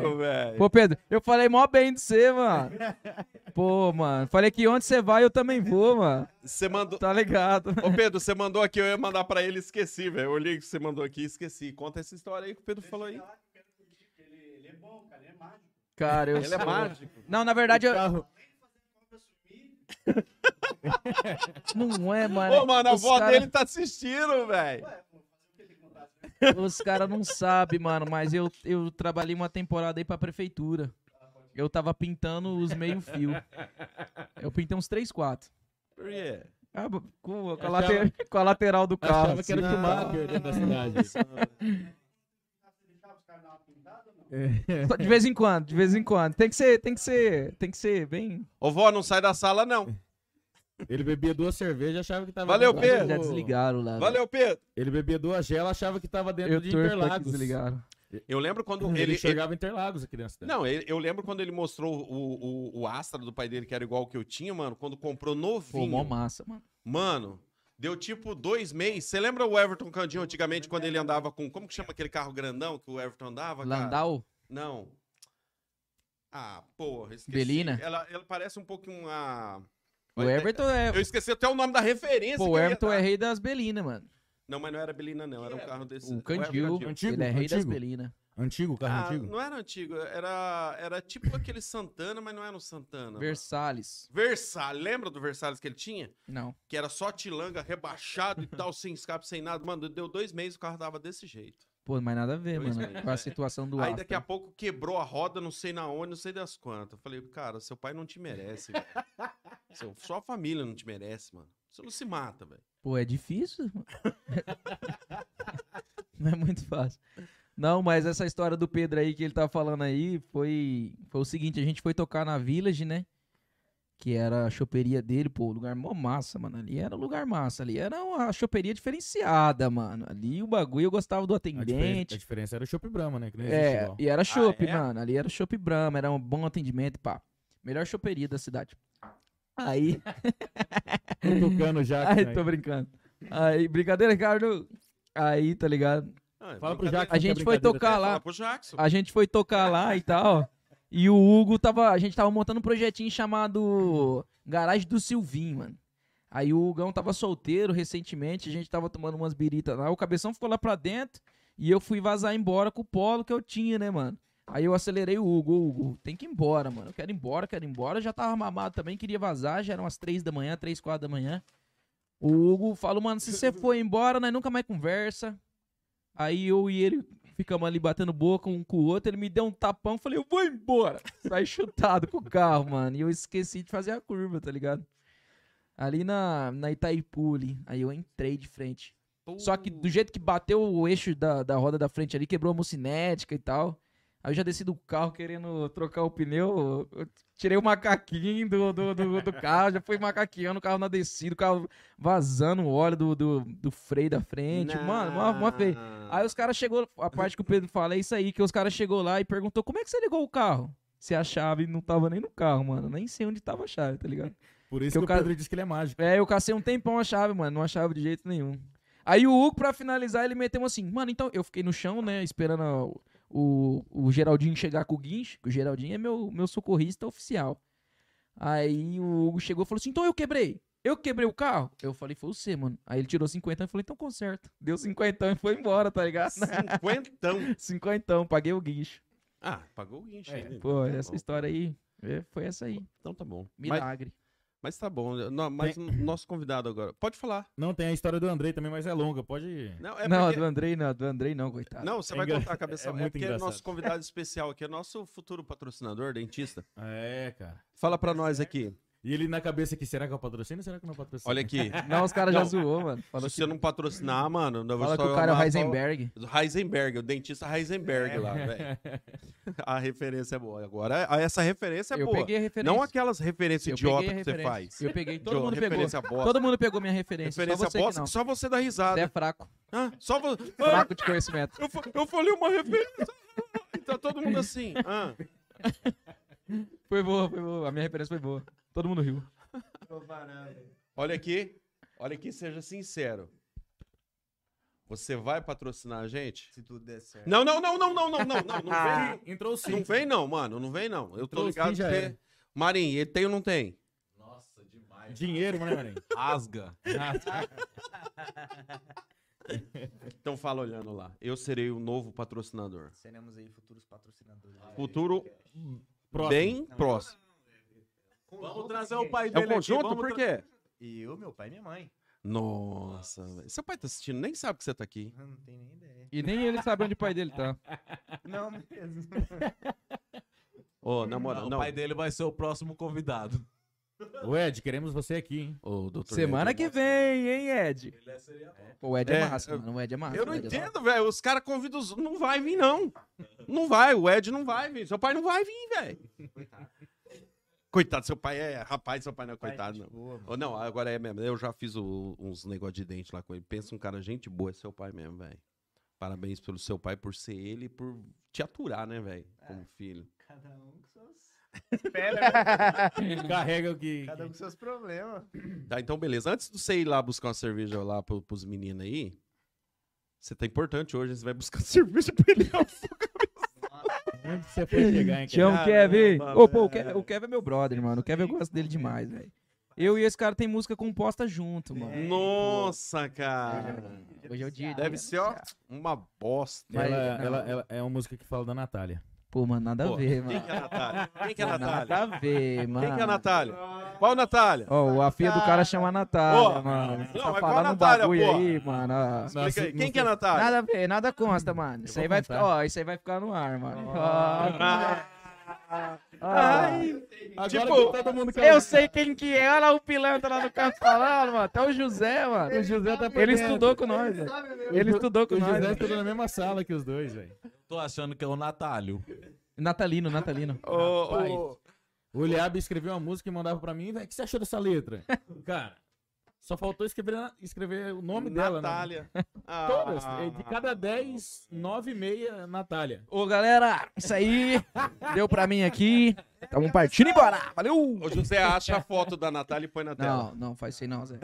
A: Pô,
B: velho.
A: Pô, Pedro, eu falei mó bem de você, mano. Pô, mano, falei que onde você vai eu também vou, mano.
B: Você mandou.
A: Tá ligado?
B: Ô, Pedro, você mandou aqui, eu ia mandar pra ele e esqueci, velho. Eu olhei que você mandou aqui e esqueci. Conta essa história aí que o Pedro falou aí.
A: Cara, eu
B: Ele é
A: sou-
B: mágico.
A: Não, na verdade, eu...
C: Carro-
A: não é, mano.
B: Ô, mano, a
A: Os
B: avó
A: cara-
B: dele tá assistindo, velho.
A: Os caras não sabem, mano, mas eu, eu trabalhei uma temporada aí pra prefeitura. Eu tava pintando os meio-fio. Eu pintei uns 3, 4.
B: Por quê?
A: Ah, bo- com, com a
C: Achava-
A: later- com a lateral do carro.
C: Achava que era o
A: assim.
C: Schumacher dentro da cidade. É.
A: Só De vez em quando, de vez em quando. Tem que ser, tem que ser, tem que ser bem.
B: Ô, vó, não sai da sala, não.
C: Ele bebia duas cervejas, achava que tava.
B: Valeu,
C: dentro do-
B: Pedro.
A: Já desligaram lá.
B: Valeu, Pedro.
C: Ele bebia duas gelas, achava que tava dentro
A: Eu
C: de
A: torço pra que
C: Interlagos.
A: desligaram.
B: Eu lembro quando
C: Ele,
B: ele. ele-
C: chegava em Interlagos, a criança dela.
B: não, ele- eu lembro quando ele mostrou o, o, o Astra do pai dele, que era igual ao que eu tinha, mano, quando comprou
A: Pô,
B: novinho.
A: mó massa, mano.
B: Mano, deu tipo dois meses. Você lembra o Everton Candinho antigamente, quando ele andava com. Como que chama aquele carro grandão que o Everton andava? cara?
A: Landau,
B: Não. Ah, porra, esqueci.
A: Belina?
B: Ela, ela parece um pouco uma.
A: o Everton é.
B: Eu esqueci até o nome da referência.
A: Pô,
B: que
A: o
B: eu ia
A: Everton
B: dar.
A: é rei das Belinas, mano.
B: Não, mas não era Belina, não. Era um carro desse.
A: O é Candil,
B: Everton
C: Antigo,
A: ele é rei das
C: antigo.
A: Belinas.
C: Antigo, carro
B: Ah,
C: antigo.
B: não era antigo. Era, era tipo aquele Santana, mas não era um Santana. Versalhes.
A: Versalhes.
B: Versalhes. Lembra do Versalhes que ele tinha?
A: Não.
B: Que era só tilanga, rebaixado e tal, sem escape, sem nada. Mano, deu dois meses o carro tava desse jeito.
A: Pô, mas nada a ver,
B: Dois
A: mano,
B: meses,
A: com a
B: é.
A: situação do
B: Aí
A: Astra.
B: daqui a pouco quebrou a roda, não sei na onde, não sei das quantas. Eu falei, cara, seu pai não te merece, velho. Seu- Sua família não te merece, mano. Você não se mata, velho.
A: Pô, é difícil. mano. Não é muito fácil. Não, mas essa história do Pedro aí que ele tá falando aí foi, foi o seguinte: a gente foi tocar na Village, né? Que era a choperia dele, pô, lugar mó massa, mano. Ali era um lugar massa, ali era uma choperia diferenciada, mano. Ali o bagulho eu gostava do
C: A, diferença, a
A: atendente.
C: diferença era o Chopp Brahma, né? Que não existe
A: É,
C: igual.
A: e era chopp,
B: é?
A: mano. Ali era chopp Brahma, era um bom atendimento, pá. Melhor choperia da cidade. Aí.
C: Tô tocando já.
A: Ai,
C: né?
A: tô brincando. Aí, brincadeira, Ricardo. Aí, tá ligado?
B: Ah, é
C: Fala pro
B: brincadeira.
C: tá Jackson.
A: A gente foi
D: né?
A: tocar
B: Fala
A: lá,
B: pro Jackson.
A: a gente foi tocar lá e tal. E o Hugo tava, a gente tava montando um projetinho chamado Garagem do Silvinho, mano. Aí o Hugão tava solteiro recentemente, a gente tava tomando umas biritas lá. O cabeção ficou lá pra dentro e eu fui vazar embora com o polo que eu tinha, né, mano? Aí eu acelerei o Hugo, "Ô, Hugo, tem que ir embora, mano. Eu quero ir embora, quero ir embora. Eu já tava mamado também, queria vazar, já eram umas três da manhã, três, quatro da manhã. O Hugo falou, mano, se você for embora, nós nunca mais conversa. Aí eu e ele ficamos ali batendo boca um com o outro, ele me deu um tapão, falei, eu vou embora. Saí chutado com o carro, mano. E eu esqueci de fazer a curva, tá ligado? Ali na, na Itaipu, ali. Aí eu entrei de frente. Só que do jeito que bateu o eixo da, da roda da frente ali, quebrou a mucinética e tal. Aí eu já desci do carro querendo trocar o pneu. Eu tirei o macaquinho do, do, do, do carro, já fui macaqueando o carro na descida, o carro vazando o óleo do, do, do freio da frente. Mano, uma, uma vez. Aí os caras chegou, a parte que o Pedro fala é isso aí, que os caras chegou lá e perguntou como é que você ligou o carro? Se a chave não tava nem no carro, mano. Nem sei onde tava a chave, tá ligado?
C: Por isso
A: que
C: que,
A: o
C: o
A: cara-
C: Pedro disse que ele é mágico.
A: É, eu cacei um tempão a chave, mano. Não achava de jeito nenhum. Aí o Hugo, pra finalizar, ele meteu um assim, mano, então eu fiquei no chão, né, esperando a- o, o Geraldinho chegar com o guincho, que o Geraldinho é meu, meu socorrista oficial. Aí o Hugo chegou e falou assim, então eu quebrei. Eu quebrei o carro? Eu falei, foi você, mano. Aí ele tirou 50 e falei, então conserta. Deu 50 e foi embora, tá ligado?
B: Cinquentão.
A: Cinquentão, paguei o guincho.
B: Ah, pagou o guincho.
C: É,
B: né?
A: Pô,
B: Tá
A: essa
B: bom.
A: história aí é, foi essa aí.
B: Então tá bom. Mas,
A: Milagre.
B: mas tá bom. Não, mas o nosso convidado agora. Pode falar.
C: Não, tem a história do Andrei também, mas é longa. Pode.
B: Não, é
A: não, a
B: porque-
A: do Andrei não, a do Andrei não, coitado.
B: Não, você
C: É
B: vai
C: engra-
B: contar a cabeça.
C: é
B: É,
C: muito
B: porque é
C: engraçado.
B: nosso convidado especial aqui, é nosso futuro patrocinador, dentista. Tá
C: É, cara.
B: Fala pra nós aqui.
C: E ele na cabeça aqui, será que eu patrocínio ou será que eu não é patrocínio?
B: Olha aqui.
A: Não, os caras já
B: Não.
A: zoou, mano. Falou
B: Se você
A: que,
B: não patrocinar, mano, não
A: fala
B: só
A: que o cara é o
B: mato-
A: Heisenberg.
B: Do Heisenberg, o dentista Heisenberg lá, velho. É. A referência é boa. Agora, a- essa referência é
A: eu
B: boa.
A: peguei a referência.
B: Não aquelas referências
A: Eu
B: idiota
A: peguei a
B: que você
A: referência.
B: faz.
A: Eu peguei, todo
B: Idiota,
A: mundo pegou.
B: referência bosta.
A: Todo mundo pegou minha referência,
B: referência
A: só você que
B: bosta
A: não.
B: que só você dá
A: Você é
B: risada.
A: fraco,
B: Hã? só você.
A: fraco de conhecimento.
B: eu, fa- eu falei uma referência. E tá todo mundo assim. hã?
A: Foi boa, foi boa. A minha referência foi boa. Todo mundo riu.
B: Olha aqui. Olha aqui, seja sincero. Você vai patrocinar a gente?
F: Se tudo der certo.
B: Não, não, não, não, não, não, não, não. Não vem,
C: Entrou sim.
B: não, vem não, mano. Não vem, não. Eu tô
C: Trouxe,
B: ligado que
C: já
B: você.
C: era.
B: Marinho, ele tem ou não tem?
D: Nossa, demais.
C: Dinheiro, né, Marinho?
D: Rasga.
C: Ah, tá.
B: Então fala olhando lá. Eu serei o novo patrocinador.
F: Seremos aí futuros patrocinadores.
B: Futuro
C: Próximo.
B: bem próximo.
D: Vamos trazer o pai
B: É
D: dele
B: o conjunto?
D: aqui.
B: Por quê?
F: E eu, meu pai e minha mãe.
B: Nossa, velho. Seu pai tá assistindo, nem sabe que você tá aqui.
F: Não tem nem ideia.
A: E nem ele sabe onde o pai dele tá.
F: Não mesmo.
B: Ô, na moral,
D: Não,
B: Hum, não.
D: O pai dele vai ser o próximo convidado.
C: Ô, Ed, queremos você aqui, hein?
B: Ô, doutor
A: Semana
B: Neto,
A: que vem, hein, Ed? Pô, o Ed é,
B: É,
A: massa,
B: eu-
A: mano. O Ed é massa.
B: Eu
A: o
B: não
A: Ed é massa.
B: entendo, velho. Os caras convidam os... Não vai vir, não. Não vai, o Ed não vai vir. Seu pai não vai vir, velho. Coitado, seu pai é. Rapaz, seu pai não é coitado, não.
F: Boa, mano.
B: Ou não, agora é mesmo. Eu já fiz o- uns negócios de dente lá com ele. Pensa um cara, gente boa, é seu pai mesmo, velho. Parabéns pelo seu pai por ser ele e por te aturar, né, velho? Como filho.
F: Cada um com suas. Espera, né?
C: Carrega o que.
F: Cada um com seus problemas.
B: Tá, então beleza. Antes de você ir lá buscar uma cerveja lá pro, pros meninos aí, você tá importante hoje, você vai buscar cerveja pra ele.
C: Onde você foi chegar, hein,
A: Te amo,
B: Caramba,
A: Kevin. Ô, pô, o Ke-
B: velho.
A: o Kevin é meu brother, mano. O Kevin eu gosto dele demais, velho. Eu e esse cara tem música composta junto, mano.
B: Nossa, cara.
A: Hoje é o dia.
B: Deve
A: né?
B: ser, ó, uma bosta.
A: Mas-
C: Ela,
A: não.
C: ela- ela- é uma música que fala da Natália.
A: Pô, mano, nada
B: Pô,
A: a ver,
B: Quem
A: mano.
B: que é a Natália? Quem que é a
A: Nada
B: Natália?
A: a ver, mano.
B: Quem que é a Natália? Qual Natália?
A: Ó, a filha do cara chama a Natália,
B: Ô,
A: mano.
B: não,
A: Você
B: mas
A: tá
B: qual
A: falando um
B: Natália,
A: bagulho
B: porra?
A: aí, mano. ó.
B: Explica aí.
C: Nossa,
B: Quem que é a Natália?
A: Nada a ver, nada consta, mano. Isso
C: vou
A: aí vai
C: contar.
A: ficar, ó, isso aí vai ficar no ar, mano.
B: Ah,
A: Ó, ó.
B: ai,
C: tipo, todo mundo
A: eu sei quem que é, olha lá o pilantra lá no canto falando, mano. Até o José, mano.
C: o José tá
A: Ele estudou com nós, né? velho.
F: Sabe, meu?
A: Ele estudou com
C: O
A: nós. né?
C: José
A: velho.
C: estudou na mesma sala que os dois, velho.
D: Tô achando que é o Natalio.
A: Natalino, Natalino.
B: ô, ô,
C: O Eliab escreveu uma música e mandava pra mim, velho, o que você achou dessa letra? Cara, só faltou escrever, na- escrever o nome
A: né?
C: dela.
B: Natália. Ah,
C: Né? Todas.
A: É
C: eh, De cada 10, 9 e meia, Natália.
A: Ô, galera, isso aí deu pra mim aqui. Tamo partindo embora. Valeu!
B: Ô, José, acha a foto da Natália e põe na tela.
A: Não, não faz isso aí não, Zé.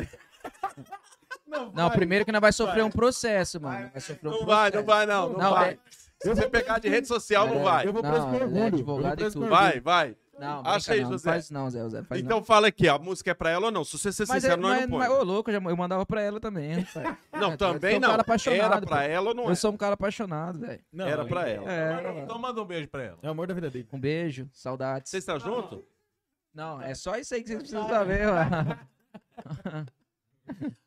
A: Não, primeiro que nós vai sofrer um processo, mano. Vai sofrer um
B: Não vai,
A: processo.
B: não vai, não. Não,
A: Não,
B: vai.
A: é-
B: Se você pegar de rede social, não
A: Pera-
B: vai.
C: Eu vou
A: Não,
C: preso com
A: ele é
C: orgulho. eu vou
A: advogado e
C: preso com
A: tudo.
C: orgulho.
B: Vai, vai.
A: Não,
B: Acha
A: acha
B: aí,
A: não,
B: José.
A: Não faz isso não, Zé. Zé faz
B: Então fala aqui, a música é pra ela ou não? Se você ser
A: não. Mas, é,
B: sincero, nós
A: mas,
B: não põe.
A: mas, ô, louco, eu, já- eu mandava pra ela também. rapaz.
B: Não,
A: eu
B: também
A: sou um cara
B: não.
A: apaixonado,
B: Era pra
A: pô.
B: ela ou não
A: Eu
B: era?
A: sou um cara apaixonado, velho.
C: Não,
B: Era
C: não,
B: pra
C: é-
B: ela.
A: É, mano.
D: Então manda um beijo pra ela.
C: É o amor da vida dele.
A: um beijo, saudades.
B: Vocês tá estão juntos?
A: Não, é só isso aí que vocês precisam saber, mano.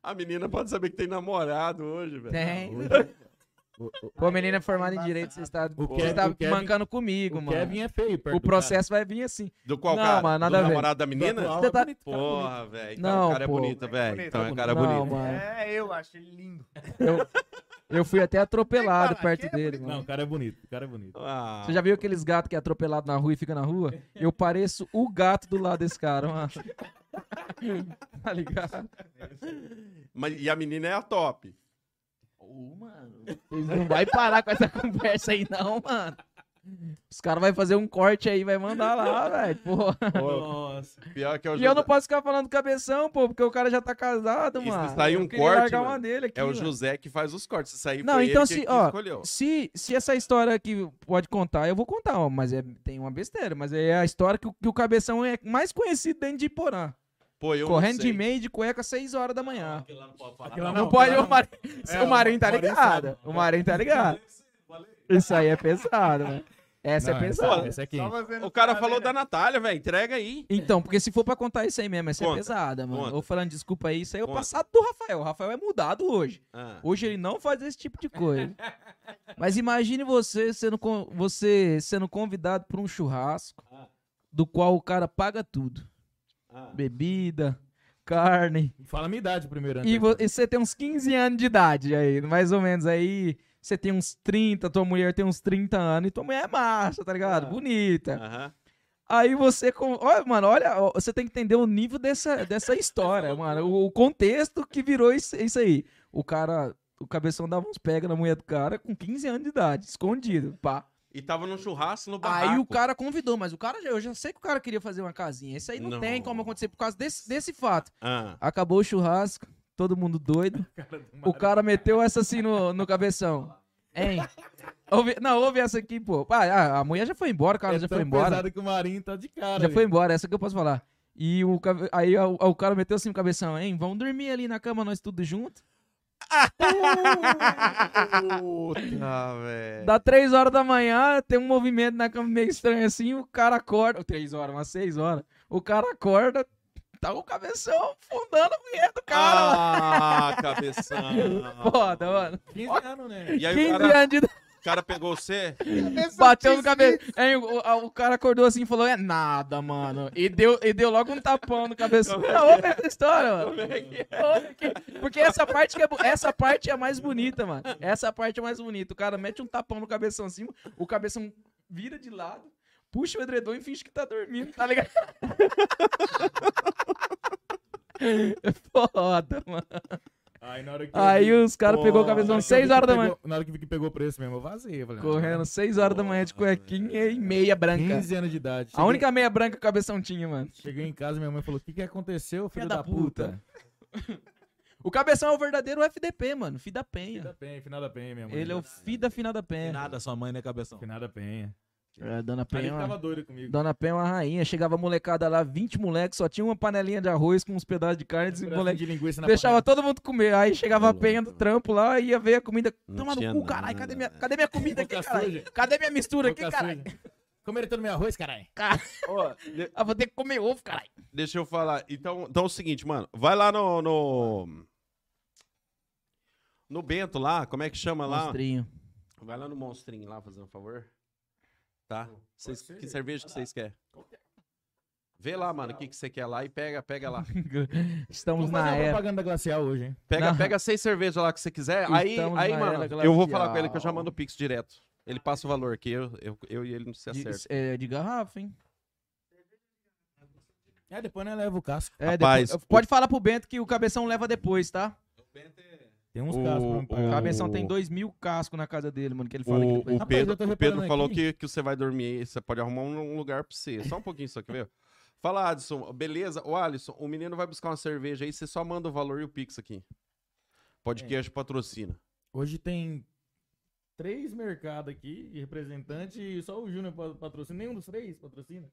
B: A menina pode saber que tem namorado hoje, velho.
A: Tem.
C: O, o-
A: Pô, a menina é formada em direito, vocês estão
C: O
A: você
C: Kevin-
A: tá
C: o Kevin-
A: mancando comigo,
C: o
A: mano.
C: Kevin é feio perto
A: o
C: do cara.
A: processo vai vir assim.
B: Do qual
A: Não,
B: cara?
A: mano, nada a
B: Do
A: ver.
B: namorado da
C: Do
B: menina?
C: atual
A: Você
C: é
A: tá-
C: bonito, cara, bonito.
B: Porra, velho. Então
A: Não,
B: o
A: pô.
B: cara
A: Tá
B: é bonito, velho.
F: Bonito,
B: Então é um
F: bonito.
B: cara
A: não,
B: bonito.
A: mano.
F: É, eu acho ele lindo.
A: Eu, eu fui até atropelado
F: Tem, cara,
A: perto
F: que é
A: dele,
F: bonito.
A: mano.
C: Não, o cara é bonito. O cara é bonito.
B: Ah,
A: Você já viu aqueles gatos que é atropelado na rua e fica na rua? Eu pareço o gato do lado desse cara, mano. tá ligado?
B: mas, e a menina é a top.
A: Vocês não vai parar com essa conversa aí, não, mano. Os caras vão fazer um corte aí, vai mandar lá, velho. Porra.
C: Nossa.
B: Pior que é o
A: E eu
B: José.
A: não posso ficar falando cabeção, pô, porque o cara já tá casado,
B: Isso
A: mano.
B: sai um
A: eu queria
B: corte,
A: largar
B: mano.
A: uma dele aqui,
B: É o
A: mano.
B: José que faz os cortes. Isso aí
A: Não,
B: foi
A: então
B: ele que,
A: se-
B: que
A: ó,
B: escolheu.
A: Se, se essa história aqui pode contar, eu vou contar, ó, mas é, tem uma besteira. Mas é a história que, o- que o cabeção é mais conhecido dentro de Porã.
B: Pô, eu não
A: Correndo de
B: sei.
A: meia e de cueca às 6 horas da manhã.
D: Aquilo lá não pode falar.
C: Aquela
A: Não, pode,
C: aquela
A: o, Mar...
C: É,
A: o Marinho tá
C: o Marinho
A: ligado. O Marinho tá ligado. Isso aí é pesado, né? Essa
C: Não,
A: é pesada.
C: Essa é quente.
F: Só você não
B: O cara
F: sabe,
B: falou
F: né?
B: da Natália, velho. Entrega aí.
A: Então, porque se for pra contar isso aí mesmo, essa
B: Conta,
A: é pesada, mano.
B: conta.
A: Ou falando desculpa aí, isso aí é o
B: Conta.
A: passado do Rafael. O Rafael é mudado hoje.
B: Ah.
A: Hoje ele não faz esse tipo de coisa. Mas imagine você sendo, con- você sendo convidado pra um churrasco do qual o cara paga tudo. Bebida, carne,
C: Fala a minha idade primeiro.
A: E
C: antes.
A: vo- e você tem uns 15 anos de idade aí, mais ou menos. Aí você tem uns 30, tua mulher tem uns 30 anos e tua mulher é massa, tá ligado? Bonita.
B: Aham.
A: Aí você. com- Olha, mano, olha, ó, você tem que entender o nível dessa, dessa história, mano. O, o contexto que virou isso, isso aí. O cara. O cabeção dava uns pega na mulher do cara com 15 anos de idade, escondido, pá.
B: E tava num churrasco no barraco.
A: Aí o cara convidou, mas o cara, já- eu já sei que o cara queria fazer uma casinha. Isso aí não,
B: Não.
A: tem como acontecer por causa desse, desse fato.
B: Ah.
A: Acabou o churrasco, todo mundo doido.
C: Cara do
A: O
C: Marinho.
A: cara meteu essa assim no, no cabeção. Hein? Ouve- não, ouve essa aqui, pô. Ah, a, a mulher já foi embora, o cara
C: É
A: já
C: tão
A: foi embora.
C: pesado que o Marinho tá de cara.
A: Já
C: velho.
A: foi embora, essa que eu posso falar. E o, cabe- aí ó, o, cara meteu assim no cabeção, hein? Vamos dormir ali na cama, nós tudo junto.
B: Puta, velho.
A: Dá três horas da manhã, tem um movimento na cama meio estranho assim, o cara acorda. Três horas, umas seis horas. O cara acorda, tá o cabeção fundando a mulher do cara. lá.
B: Ah, cabeção.
A: Foda, mano.
C: 15 anos, né?
B: E aí
A: 15
B: o cara,
A: anos de idade.
B: o cara pegou você?
A: Bateu no cabelo. Aí o, o- a- o cara acordou assim e falou: é nada, mano. E deu, e deu logo um tapão no cabeção. Não, ouve essa história, mano. Ouve aqui. Porque essa parte, que é, bo- essa parte é a mais bonita, mano. Essa parte é a mais bonita. O cara mete um tapão no cabeção assim, o cabeção vira de lado, puxa o edredom e finge que tá dormindo, tá ligado? É Foda, mano.
C: Aí na hora que.
A: Aí os caras pegou o
C: na
A: cabeção
C: hora que
A: 6
C: vi
A: horas
C: que
A: da manhã.
C: pegou- Na hora que vi que pegou o preço mesmo, eu vazei. Eu falei, ah,
A: Correndo 6 horas da manhã de cuequinha e meia branca.
C: 15 anos de idade.
A: A única meia branca que o cabeção tinha, mano.
C: Cheguei em casa, minha mãe falou: O que, que aconteceu, filho
A: Filha
C: da,
A: da
C: puta?
A: O cabeção é o verdadeiro FDP, mano. Fida
C: Filho
A: Penha.
C: da penha, final da penha, minha mãe.
A: Ele é o Fida Finada
D: Tem
A: Penha.
D: nada, sua mãe, né, cabeção?
C: Final da penha.
A: É, Dona
C: Aí ele
A: Penha. é uma-
C: tava doido comigo.
A: Dona Penha é uma rainha. Chegava a molecada lá, 20 moleques, só tinha uma panelinha de arroz com uns pedaços de carne. E
C: Um
A: os
C: pedacinho
A: moleque
C: de linguiça na
A: deixava
C: panela.
A: todo mundo comer. Aí chegava a Penha do trampo lá, ia ver a comida.
B: Não
A: Toma no
B: tinha
A: cu, caralho.
B: nada,
A: Cadê minha,
B: né?
A: cadê minha comida aqui,
C: Boca
A: caralho?
C: suja.
A: Cadê minha mistura aqui,
C: Boca
A: caralho?
C: suja. Comeram todo meu arroz, caralho.
A: Ah, vou ter que comer ovo, caralho.
B: Deixa eu falar. Então, então é o seguinte, mano. Vai lá no. No, no Bento lá, como é que chama lá?
A: Monstrinho.
B: Vai lá no Monstrinho lá, fazendo um favor. Tá? Cês-
C: ser.
B: que cerveja que vocês querem? Vê lá, mano, o que que você quer lá e pega, pega lá.
A: Estamos
C: Vamos fazer
A: na
C: uma
A: era.
C: propaganda glacial hoje, hein?
B: Pega,
A: Não.
B: pega seis cervejas lá que você quiser. Aí,
A: Estamos
B: aí
A: na
B: mano,
A: era
B: eu vou falar com ele que eu já
A: glacial.
B: mando o Pix direto. Ele passa o valor aqui, eu, eu, eu e ele não se
A: De,
C: Tá
B: acerta.
A: é, de garrafa, hein?
C: É, depois nós leva o casco.
A: É,
B: Rapaz,
A: depois- pode falar pro Bento que o cabeção leva depois, tá?
C: Tem uns
B: O-
C: cascos pra me
A: O
C: pagar.
A: cabeção tem dois mil cascos na casa dele, mano, que ele fala que
B: O,
A: depois...
B: o
C: Rapaz,
B: Pedro,
C: eu tô
B: o
A: tá
C: reparando
B: Pedro falou
C: aqui.
B: que, que você vai dormir, você pode arrumar um, um lugar pra você. Só um pouquinho só, quer ver? Fala, Adson, beleza? Ô, Alisson, o menino vai buscar uma cerveja aí, você só manda o valor e o Pix aqui. Podcast
A: É.
B: patrocina.
C: Hoje tem três mercados aqui, e representante, e só o Júnior pa- patrocina. Nenhum dos três patrocina.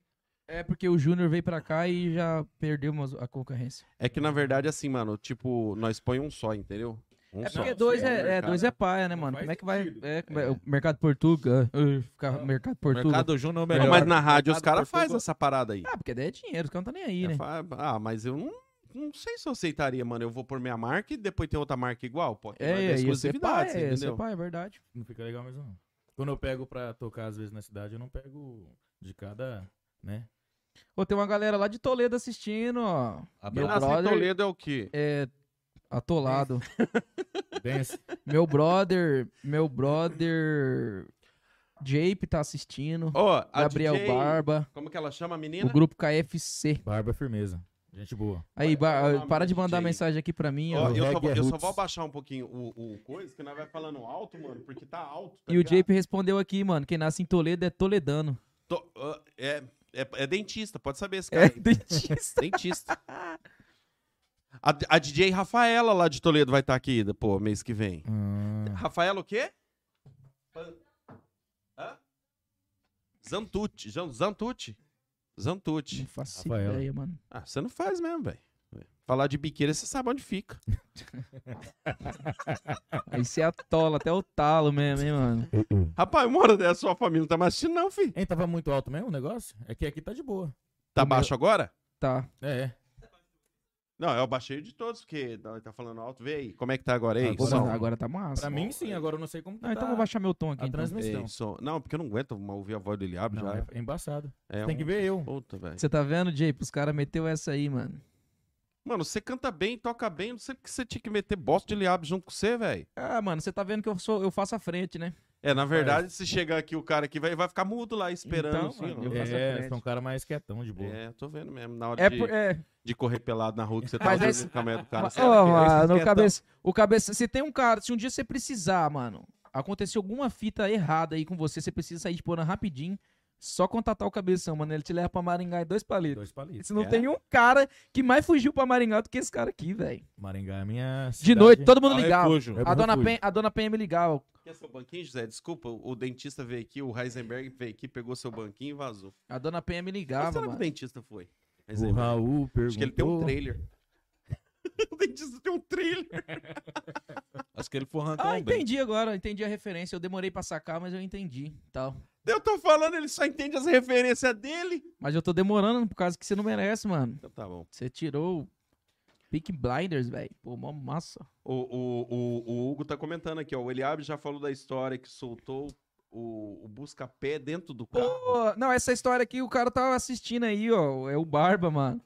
A: É porque o Júnior veio pra cá e já perdeu umas- a concorrência.
B: É que, na verdade, assim, mano, tipo, nós põe um só, entendeu? Um
A: É
B: só.
A: porque dois
B: Sim, um
A: é, é,
B: mercado.
A: dois é paia, né,
C: Não
A: mano?
C: faz
A: Como é que vai...
C: sentido.
A: É, como é- o mercado português... mercado português...
D: Mercado Júnior é o
B: Não,
D: melhor.
B: mas na rádio os
D: Mercado
B: caras fazem
D: Portugal.
B: essa parada aí.
A: Ah, porque daí é dinheiro, os caras não tá nem aí,
B: É,
A: né?
B: fa- Ah, mas eu não, não sei se eu aceitaria, mano. Eu vou pôr minha marca e depois tem outra marca igual. Pô, aqui
A: É,
B: vai
A: é,
B: dar
A: é, isso é
B: exclusividade,
A: paia,
B: você
A: é, isso é
B: entendeu?
A: paia, é verdade.
C: Não fica legal mesmo, não. Quando eu pego pra tocar, às vezes, na cidade, eu não pego de cada, né?
A: Ô, tem uma galera lá de Toledo assistindo, ó. Meu
B: Pedaço de
A: brother
B: Toledo é o quê?
A: é atolado.
C: Dance.
A: Meu brother, meu brother Jape tá assistindo.
B: Ó, a
A: Gabriel
B: DJ,
A: Barba,
B: Como é que ela chama a menina?
A: o grupo KFC.
C: Barba é firmeza. Gente boa.
A: Aí,
B: Qual é o
A: Ba- ah,
B: nome
A: para
B: do
A: de mandar
B: DJ?
A: mensagem aqui pra mim,
B: Ó,
A: ó.
C: o
B: eu, só,
C: reggae
B: vou-
C: é
B: eu só
C: roots.
B: vou abaixar um pouquinho o, o coisa, que nós vai falando alto, mano, porque tá alto. tá
A: E o
B: ligado?
A: Jape respondeu aqui, mano. Quem nasce em Toledo é toledano.
B: Tô- ah, é, é, é dentista, pode saber esse cara.
A: É
B: aí.
A: dentista.
B: Dentista. A, a DJ Rafaela lá de Toledo vai estar aqui, pô, mês que vem.
C: Hum.
B: Rafaela o quê? Pan- Hã? Zantucci. Jan- Zantucci. Zantucci.
A: Não faço
C: Rafaela.
A: ideia, mano.
B: Ah, você não faz mesmo, velho. Falar de biqueira, você sabe onde fica.
A: Aí você atola até o talo mesmo, hein, mano.
C: Uh-uh.
B: Rapaz, uma hora dessa sua família não tá mais assistindo, não, filho.
C: Hein, tava muito alto mesmo o negócio? É que aqui tá de boa.
B: Tá
A: O meu-
B: baixo agora?
A: Tá.
C: É, é.
B: Não, eu baixei de todos, porque tá- tá falando alto. Vê aí, como é que tá agora? Ei,
A: Pô, mas
B: som.
A: agora tá massa.
C: Pra mim, sim. Agora eu não sei como que
A: Não, então
C: tá
A: vou baixar meu tom aqui.
C: a
A: então.
C: transmissão.
B: Ei, som. Não, porque eu não aguento uma- ouvir a voz do Eliab
C: é Não,
B: já.
C: é é embaçado.
B: É,
C: Tem que
B: um-
C: ver eu.
B: Puta, velho.
A: Você tá vendo, Jape? Os caras meteu essa aí, mano.
B: Mano, você canta bem, toca bem. Não sei porque você tinha que meter bosta de Eliab junto com você, velho.
A: Ah, mano, você tá vendo que eu, sou, eu faço a frente, né?
B: É, na verdade, se chegar aqui, o cara aqui vai, vai ficar mudo lá esperando.
A: Então,
B: assim,
A: mano,
B: ó.
A: eu faço a
C: É,
A: frente.
C: são um cara mais quietão, de boa.
B: É, tô vendo mesmo. Na hora
A: É,
B: de,
A: por, é,
B: de correr pelado na rua, que você tá
A: Mas
B: olhando
A: esse-
B: o caminhão do cara.
A: Mas,
B: você
A: ó,
B: olha aquele-
A: mano, o
D: esquentão.
A: cabeça, o cabeça, se tem um cara, se um dia você precisar, mano, acontecer alguma fita errada aí com você, você precisa sair de Porã rapidinho, só contatar o cabeção, mano, ele te leva pra Maringá em dois palitos.
C: Dois palitos.
A: Se não
B: É.
A: tem um cara que mais fugiu pra Maringá do que esse cara aqui, velho.
C: Maringá é minha
A: De
C: cidade.
A: noite, todo mundo
D: Ah,
A: ligava.
D: refúgio.
C: É
A: A dona,
C: refúgio.
A: Penha, a dona Penha me ligava.
B: Quer seu banquinho, José? Desculpa, o o dentista veio aqui, o Heisenberg veio aqui, pegou seu banquinho e vazou.
A: A dona Penha me
B: Mas
A: ligava,
B: será que o
A: mano.
B: dentista foi? Mas
C: O
B: aí, mano,
C: Raul perguntou...
B: é. acho que ele tem um trailer. o dentista tem um trailer.
D: Acho que ele foi arrancar
A: Ah,
D: um bem.
A: entendi agora, entendi a referência. Eu demorei pra sacar, mas eu entendi, tal.
B: Eu tô falando, ele só entende as referências dele.
A: Mas eu tô demorando por causa que você não merece, mano.
B: Então tá bom.
A: Você tirou o Peak Blinders, velho. Pô, mó massa.
B: O, o, o, o Hugo tá comentando aqui, ó. O Eliab já falou da história que soltou o, o busca-pé dentro do carro.
A: Pô, não, essa história aqui o cara tava assistindo aí, ó. É o Barba, mano.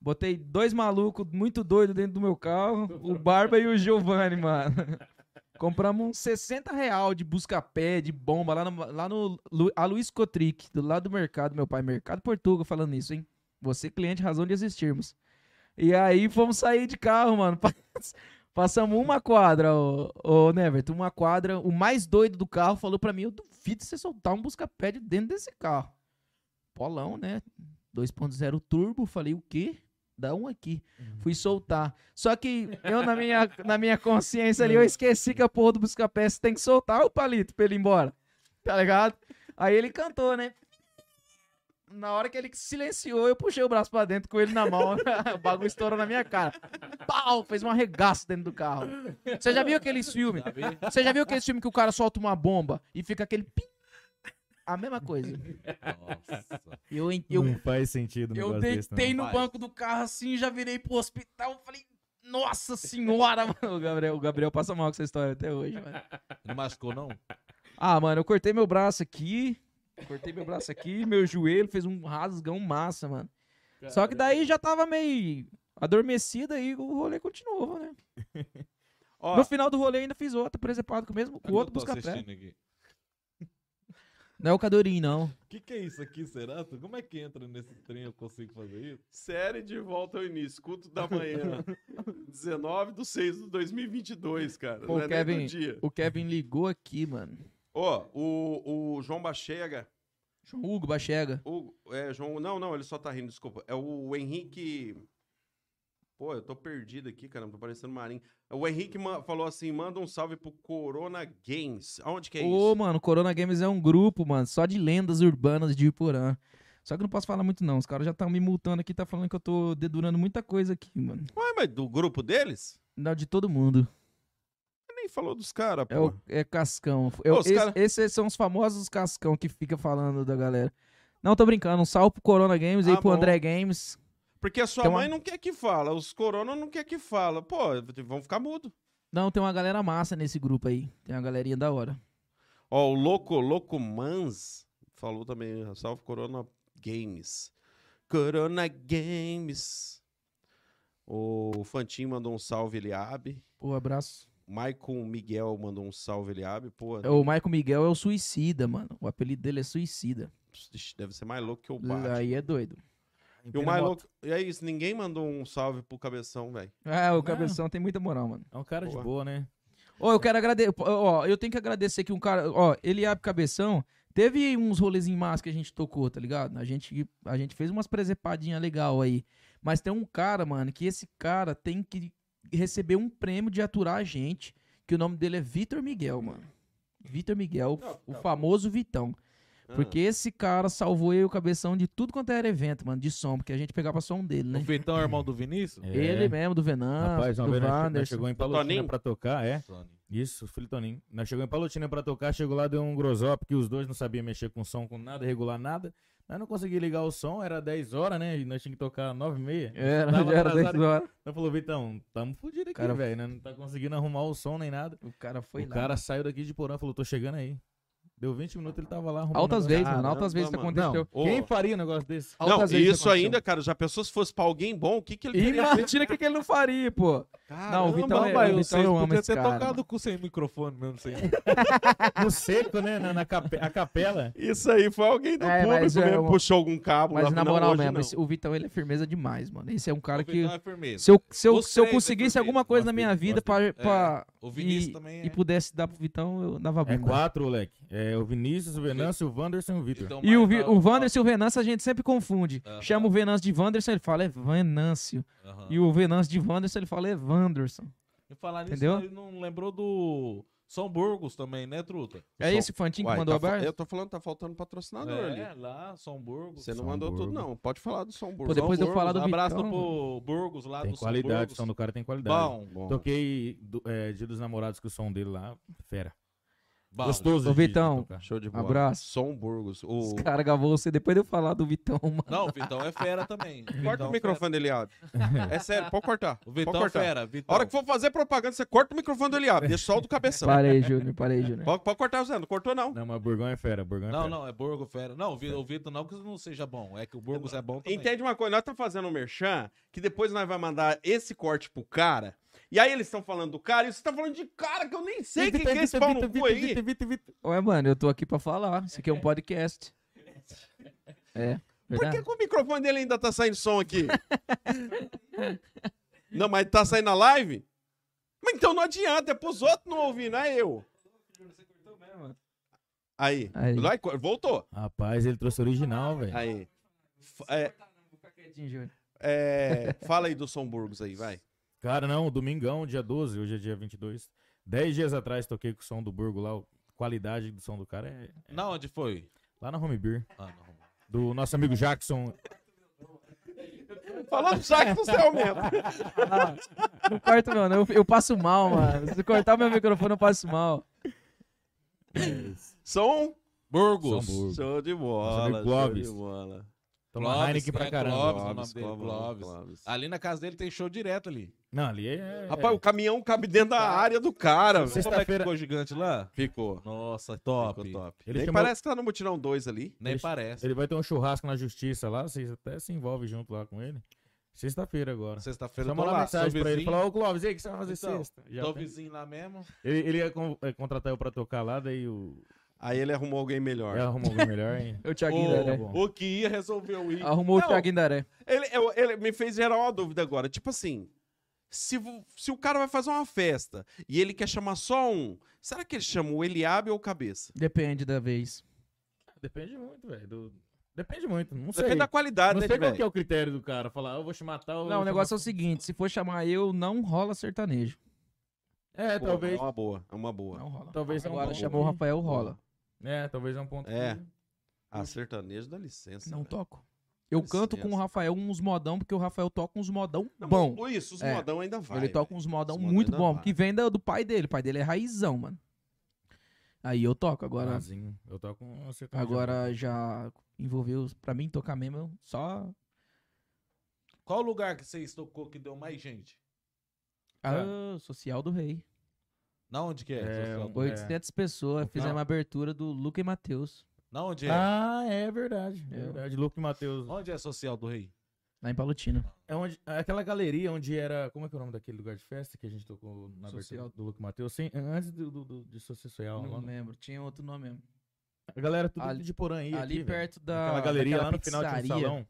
A: Botei dois malucos muito doidos dentro do meu carro, o Barba e o Giovanni, mano. Compramos uns 60 real de busca-pé, de bomba, lá no, lá no Lu- a Luiz Cotric, do lado do mercado, meu pai. Mercado Portugal falando isso, hein? Você, cliente, razão de existirmos. E aí fomos sair de carro, mano. pra- Passamos uma quadra, ô, ô Neverton, uma quadra. O mais doido do carro falou pra mim: Eu duvido você soltar um busca-pé de dentro desse carro. Polão, né? 2.0 turbo. Falei: O quê? Dá um aqui. Fui soltar. Só que eu, na minha, na minha consciência ali, eu esqueci que a porra do busca-pé você tem que soltar o palito pra ele ir embora. Tá ligado? Aí ele cantou, né? Na hora que ele silenciou, eu puxei o braço pra dentro com ele na mão. o bagulho estourou na minha cara. Pau! Fez um arregaço dentro do carro. Você já viu aqueles filmes?
D: Tá
A: Você já viu aqueles filmes que o cara solta uma bomba e fica aquele pim? A mesma coisa.
D: Nossa.
A: Eu, en- eu,
C: Não faz sentido um
A: eu
C: negócio desse, não.
A: deitei no
D: Vai.
A: banco do carro assim, já virei pro hospital. Falei, nossa senhora, mano. O Gabriel, o Gabriel passa mal com essa história até hoje, mano.
D: Não machucou, não?
A: Ah, mano, eu cortei meu braço aqui. Cortei meu braço aqui, meu joelho fez um rasgão massa, mano. Só que
D: é.
A: daí já tava meio adormecida e o rolê continuou, né?
B: Ó,
A: No final do rolê ainda fiz outra, presepado com o mesmo, com o outro
D: Aqui eu tô
A: busca-pé.
D: assistindo aqui.
A: Não é o Cadorim, não.
D: O que, que é isso aqui, será? Como é que entra nesse trem? Eu consigo fazer isso?
B: série de volta ao início, culto da manhã. 19 de 6 de 2022, cara.
A: Pô,
B: não é nem do
A: Kevin.
B: dia.
A: O Kevin ligou aqui, mano.
B: Ó, o, o João Bachega.
A: João Hugo Bachega.
B: O, é, João. Não, não, ele só tá rindo, desculpa. É o Henrique. Pô, eu tô perdido aqui, cara. Tô parecendo Marinho. É O Henrique ma- falou assim: manda um salve pro Corona Games. Aonde que é
A: Ô,
B: isso?
A: mano, Corona Games é um grupo, mano, só de lendas urbanas de Iporã. Só que não posso falar muito, não. Os caras já estão me multando aqui, tá falando que eu tô dedurando muita coisa aqui, mano.
B: Ué, mas do grupo deles?
A: Não, de todo mundo.
B: Nem falou dos caras, pô.
A: É, o, é Cascão. Eu-
B: Ô, os
A: es-
B: cara-
A: Esses são os famosos Cascão que fica falando da galera. Não, tô brincando. Um salve pro Corona Games aí
B: Ah,
A: pro
B: bom.
A: André Games.
B: Porque a sua
A: Tem uma-
B: mãe não quer que fala, os corona não quer que fala. Pô, vão ficar mudo.
A: Não, tem uma galera massa nesse grupo aí. Tem uma galerinha da hora.
B: Ó, o Loco, Loco Mans falou também, ó, salve Corona Games. Corona Games. O Fantin mandou um salve, ele abre.
A: Pô, abraço.
B: Maicon Miguel mandou um salve, ele abre. Pô,
A: É, O Michael Miguel é o Suicida, mano. O apelido dele é Suicida.
B: ixi, deve ser mais louco que o Batman.
A: Aí é doido.
B: E o mais louco... E é isso, ninguém mandou um salve pro Cabeção, velho.
A: Ah, o Cabeção tem muita moral, mano.
C: É um cara
B: Boa.
C: de boa, né?
A: Ô, eu quero agradecer. Ó, eu tenho que agradecer que um cara. Ó, ele abre cabeção. Teve uns roles em massa que a gente tocou, tá ligado? A gente, a gente fez umas presepadinhas legal aí. Mas tem um cara, mano, que esse cara tem que receber um prêmio de aturar a gente. Que o nome dele é Vitor Miguel, mano. Vitor Miguel, o famoso Vitão.
B: Ah.
A: Porque esse cara salvou eu e o cabeção de tudo quanto era evento, mano, de som. Porque a gente pegava som dele,
D: O
A: né?
D: Vitão é irmão do Vinícius?
A: Ele mesmo, do Venâncio,
C: É. Rapaz, uma
A: do
C: vez nós- nós
A: Wanderson.
C: chegou em
B: Toninho?
C: Palotina pra tocar, é.
D: Sony.
C: Isso, filho Toninho. Nós chegamos em Palotina pra tocar, chegou lá, deu um grosó, porque os dois não sabiam mexer com som, com nada, regular nada. Nós não conseguimos ligar o som, era 10 horas, né? E nós tínhamos que tocar 9 e meia.
A: Era,
C: Tava
A: É, já era
C: atrasado.
A: 10 horas.
C: Nós falou, Vitão, tamo fudido aqui,
A: Cara,
C: velho. né? Não tá conseguindo arrumar o som nem nada.
A: O cara foi
C: o
A: lá.
C: cara saiu daqui de porão e falou, tô chegando aí. Deu 20 minutos, ele tava lá arrumando.
A: Altas
C: o
A: vezes,
C: negócio.
A: mano. Altas vezes isso
B: Caramba,
C: Não,
A: aconteceu.
B: Ô.
C: quem faria um negócio desse?
B: Ah. Não,
A: Altas vezes
B: isso
A: aconteceu.
B: ainda, cara, já pensou se fosse pra alguém bom, o que que ele
A: E
B: teria
A: mentira, o que, que ele não faria, pô? Não, o Vitão
D: Então,
A: é-
D: mas
A: o
D: eu
A: Vitão
D: sei,
A: eu amo
D: podia
A: esse
D: ter
A: cara,
D: tocado
A: mano. É,
D: o cu sem microfone mesmo, sem
C: No seco, né? Na, na cape- a capela. É
B: Isso aí foi alguém do
A: É, mas
B: público
A: é
B: mesmo,
A: uma-
B: puxou algum cabo. lá,
A: Mas na
B: não,
A: moral
B: hoje
A: mesmo,
B: não.
A: esse- o Vitão ele é firmeza demais, mano. Esse é um cara
D: O Vitão
A: que.
D: é firmeza.
A: Se eu, se eu,
D: Os
A: se eu
D: três é
A: conseguisse
D: firmeza,
A: alguma coisa na
D: gostei,
A: minha vida pra,
D: gostei.
A: pra-
D: O Vinícius
A: e,
D: também é.
A: e pudesse dar pro Vitão, eu dava
C: É
A: bunda.
C: quatro, moleque. É o Vinícius, o Venâncio, o Wanderson e o Vitor.
D: Então,
A: e o,
D: mas
A: Vi,
D: dá-
A: o
D: dá-
A: Wanderson e o Venâncio a gente sempre confunde.
D: Aham.
A: Chama o Venâncio de Wanderson, ele fala é Venâncio.
D: Aham.
A: E o Venâncio de Wanderson, ele fala é Wanderson.
D: E falar nisso,
A: Entendeu?
D: ele não lembrou do São Burgos também, né, Truta?
A: É
B: Só-
A: esse Fantinho
B: Uai,
A: que mandou
B: tá fa-
A: abraço?
B: Eu tô falando, tá faltando patrocinador ali.
D: É, lá, São Burgos.
B: Você não
C: São
B: mandou tudo,
C: Borgo.
B: não. Pode falar do São
A: Pô,
B: Burgo.
A: depois de
D: São
A: eu falar do
D: Burgos. Abraço
A: Vitão,
D: pro Burgos lá
C: Tem
D: do
C: qualidade, o som
D: São
C: do
D: Burgos.
C: cara tem qualidade.
D: Bom,
B: Bom,
C: Toquei do, é, Dia dos Namorados com o som dele lá, fera.
D: bom.
C: Gostoso.
A: Ô,
C: de- de
A: Vitão.
C: tocar.
B: show de bola.
A: Abraço.
B: São Burgos.
A: Os
B: O...
A: caras gravou você depois de eu falar do Vitão, mano.
D: Não, o Vitão é fera também.
B: Corta
D: Vitão
B: o microfone do Eliabe. É sério, pode cortar.
D: fera. O
B: pode
D: Vitão é
B: cortar.
D: fera.
B: A
D: Vitão.
B: hora que for fazer propaganda, você corta o microfone do Eliabe. Deixa só o do cabeção.
A: Parei, Júnior, parei, Júnior.
B: Pode, pode cortar, Zé. Não cortou, não.
C: Não, mas Burgão é fera, Burgão é
D: Não,
C: fera.
D: não, é Burgo fera. Não, o Vi- o Vitor não que não seja bom. É que o Burgos é bom também.
B: Entende uma coisa? Nós estamos fazendo um merchan que depois nós vamos mandar esse corte pro cara. E aí eles estão falando do cara e vocês estão falando de cara que eu nem sei quem que é esse pau no cu aí.
A: Ué, mano, eu tô aqui pra falar. Isso aqui é um podcast. É.
B: Por
A: Verdade?
B: que, que o microfone dele ainda tá saindo som aqui? não, mas tá saindo na live? Mas então não adianta, é pros outros não ouvir, não é eu. Aí.
A: Aí. É.
B: Lá e co- Voltou.
C: Rapaz, ele trouxe original, velho.
B: Aí. F- É,
A: Quietinho, Júnior.
B: é, fala aí do São Burgos aí, vai.
C: Cara, não, domingão, dia 12, hoje é dia 22. Dez dias atrás toquei com o som do Burgo lá, a qualidade do som do cara é
D: Na onde foi?
C: lá na Home Beer,
D: Ah, não.
C: do nosso amigo Jackson.
B: Falando saco do céu mesmo.
A: Não corta, meu, não. né? Eu, eu passo mal, mano. Se cortar o meu microfone, eu passo mal.
B: São
D: Burgos.
C: São Burgo.
B: show de
C: Nossa,
B: bola,
C: amigo
B: show de
C: Clóvis.
B: bola.
C: Toma Heineken pra
D: é,
C: caramba.
D: Clóvis, o nome dele,
B: Clóvis,
D: Clóvis.
B: é Clóvis.
D: Ali na casa dele tem show direto ali.
C: Não, ali é.
B: Rapaz, o caminhão cabe dentro da área do cara. velho.
D: Como é que
C: Sexta-feira-
D: ficou gigante lá?
B: Ficou.
D: Nossa, top.
B: Ficou top.
C: Ele
B: Nem
C: chamou-
B: parece que tá no Mutirão 2 ali.
D: Nem
C: Ele-
D: parece.
C: Ele vai ter um churrasco na justiça lá, vocês até se envolvem junto lá com ele. Sexta-feira agora.
D: Sexta-feira
C: Só
D: eu tô
C: mandar
D: lá. Sou
C: mensagem pra ele
D: vizinho,
C: falar, ô Clóvis, e aí, o que você vai fazer
D: Então,
C: sexta? Já
D: tô
C: tem-
D: vizinho lá mesmo.
C: ele, ele ia con- eh, contratar eu pra tocar lá, daí o.
B: Aí ele arrumou alguém melhor.
C: Ele arrumou alguém melhor, hein?
A: É o Thiaguinho
D: Ô,
A: Daré.
C: bom.
D: O que ia resolveu ir.
A: Arrumou
B: tá Não.
A: o Thiaguinho Daré.
B: Ele, eu- ele me fez gerar uma dúvida agora. Tipo assim, se, vo- se o cara vai fazer uma festa e ele quer chamar só um, será que ele chama o Eliabe ou o Cabeça?
A: Depende da vez.
C: Depende muito, velho. do- Depende muito. Não sei.
B: Depende da qualidade,
C: Não
B: né,
C: sei qual que é
B: velho?
C: o critério do cara. Falar, "Ah, eu vou te matar ou.
A: Não,
B: tá
A: o negócio é o seguinte: se for chamar eu, não rola sertanejo.
C: É,
B: Pô,
C: talvez.
B: É uma boa, é uma boa.
A: Não rola.
C: Talvez é um
A: Agora
C: bom
A: chamou o
C: ponto.
A: Rafael, rola.
C: É, talvez é um ponto.
B: É.
C: que-
B: Ah, sertanejo, dá licença.
A: Não
B: velho.
A: toco. Eu
B: Com
A: canto com o
B: licença.
A: Rafael uns modão, porque o Rafael toca uns modão
B: Não, mas
A: bom.
B: por Isso, os
A: É.
B: modão ainda vai.
A: ele toca
B: velho.
A: uns modão
B: Os modão
A: muito
B: ainda
A: bom,
B: vai.
A: que vem da- do pai dele. O pai dele é raizão, mano. Aí eu toco. Agora,
C: Razinho. Eu tô com.
A: agora já envolveu, pra mim tocar mesmo, eu só.
D: Qual lugar que vocês tocou que deu mais gente?
A: Ah, social do rei.
D: Na onde que é?
C: É,
D: Social?
C: um-
A: 800 pessoas, fizemos a abertura do Luca e Matheus,
D: Na onde é?
C: Ah, é verdade. É
A: Eu-
C: verdade. Luke e Matheus.
D: Onde é social do rei?
A: lá em Palotina.
C: É onde, é aquela galeria onde era. Como é que é o nome daquele lugar de festa que a gente tocou na
A: Social.
C: abertura do Luke Matheus? Sem- Antes do, do, do, de social.
A: Não
C: lá.
A: lembro, tinha outro nome mesmo.
C: A galera tudo
A: Ali-
C: de Porã aí.
A: Ali perto da.
C: Aquela galeria
A: daquela
C: lá no final de um
A: pizzaria,
C: salão.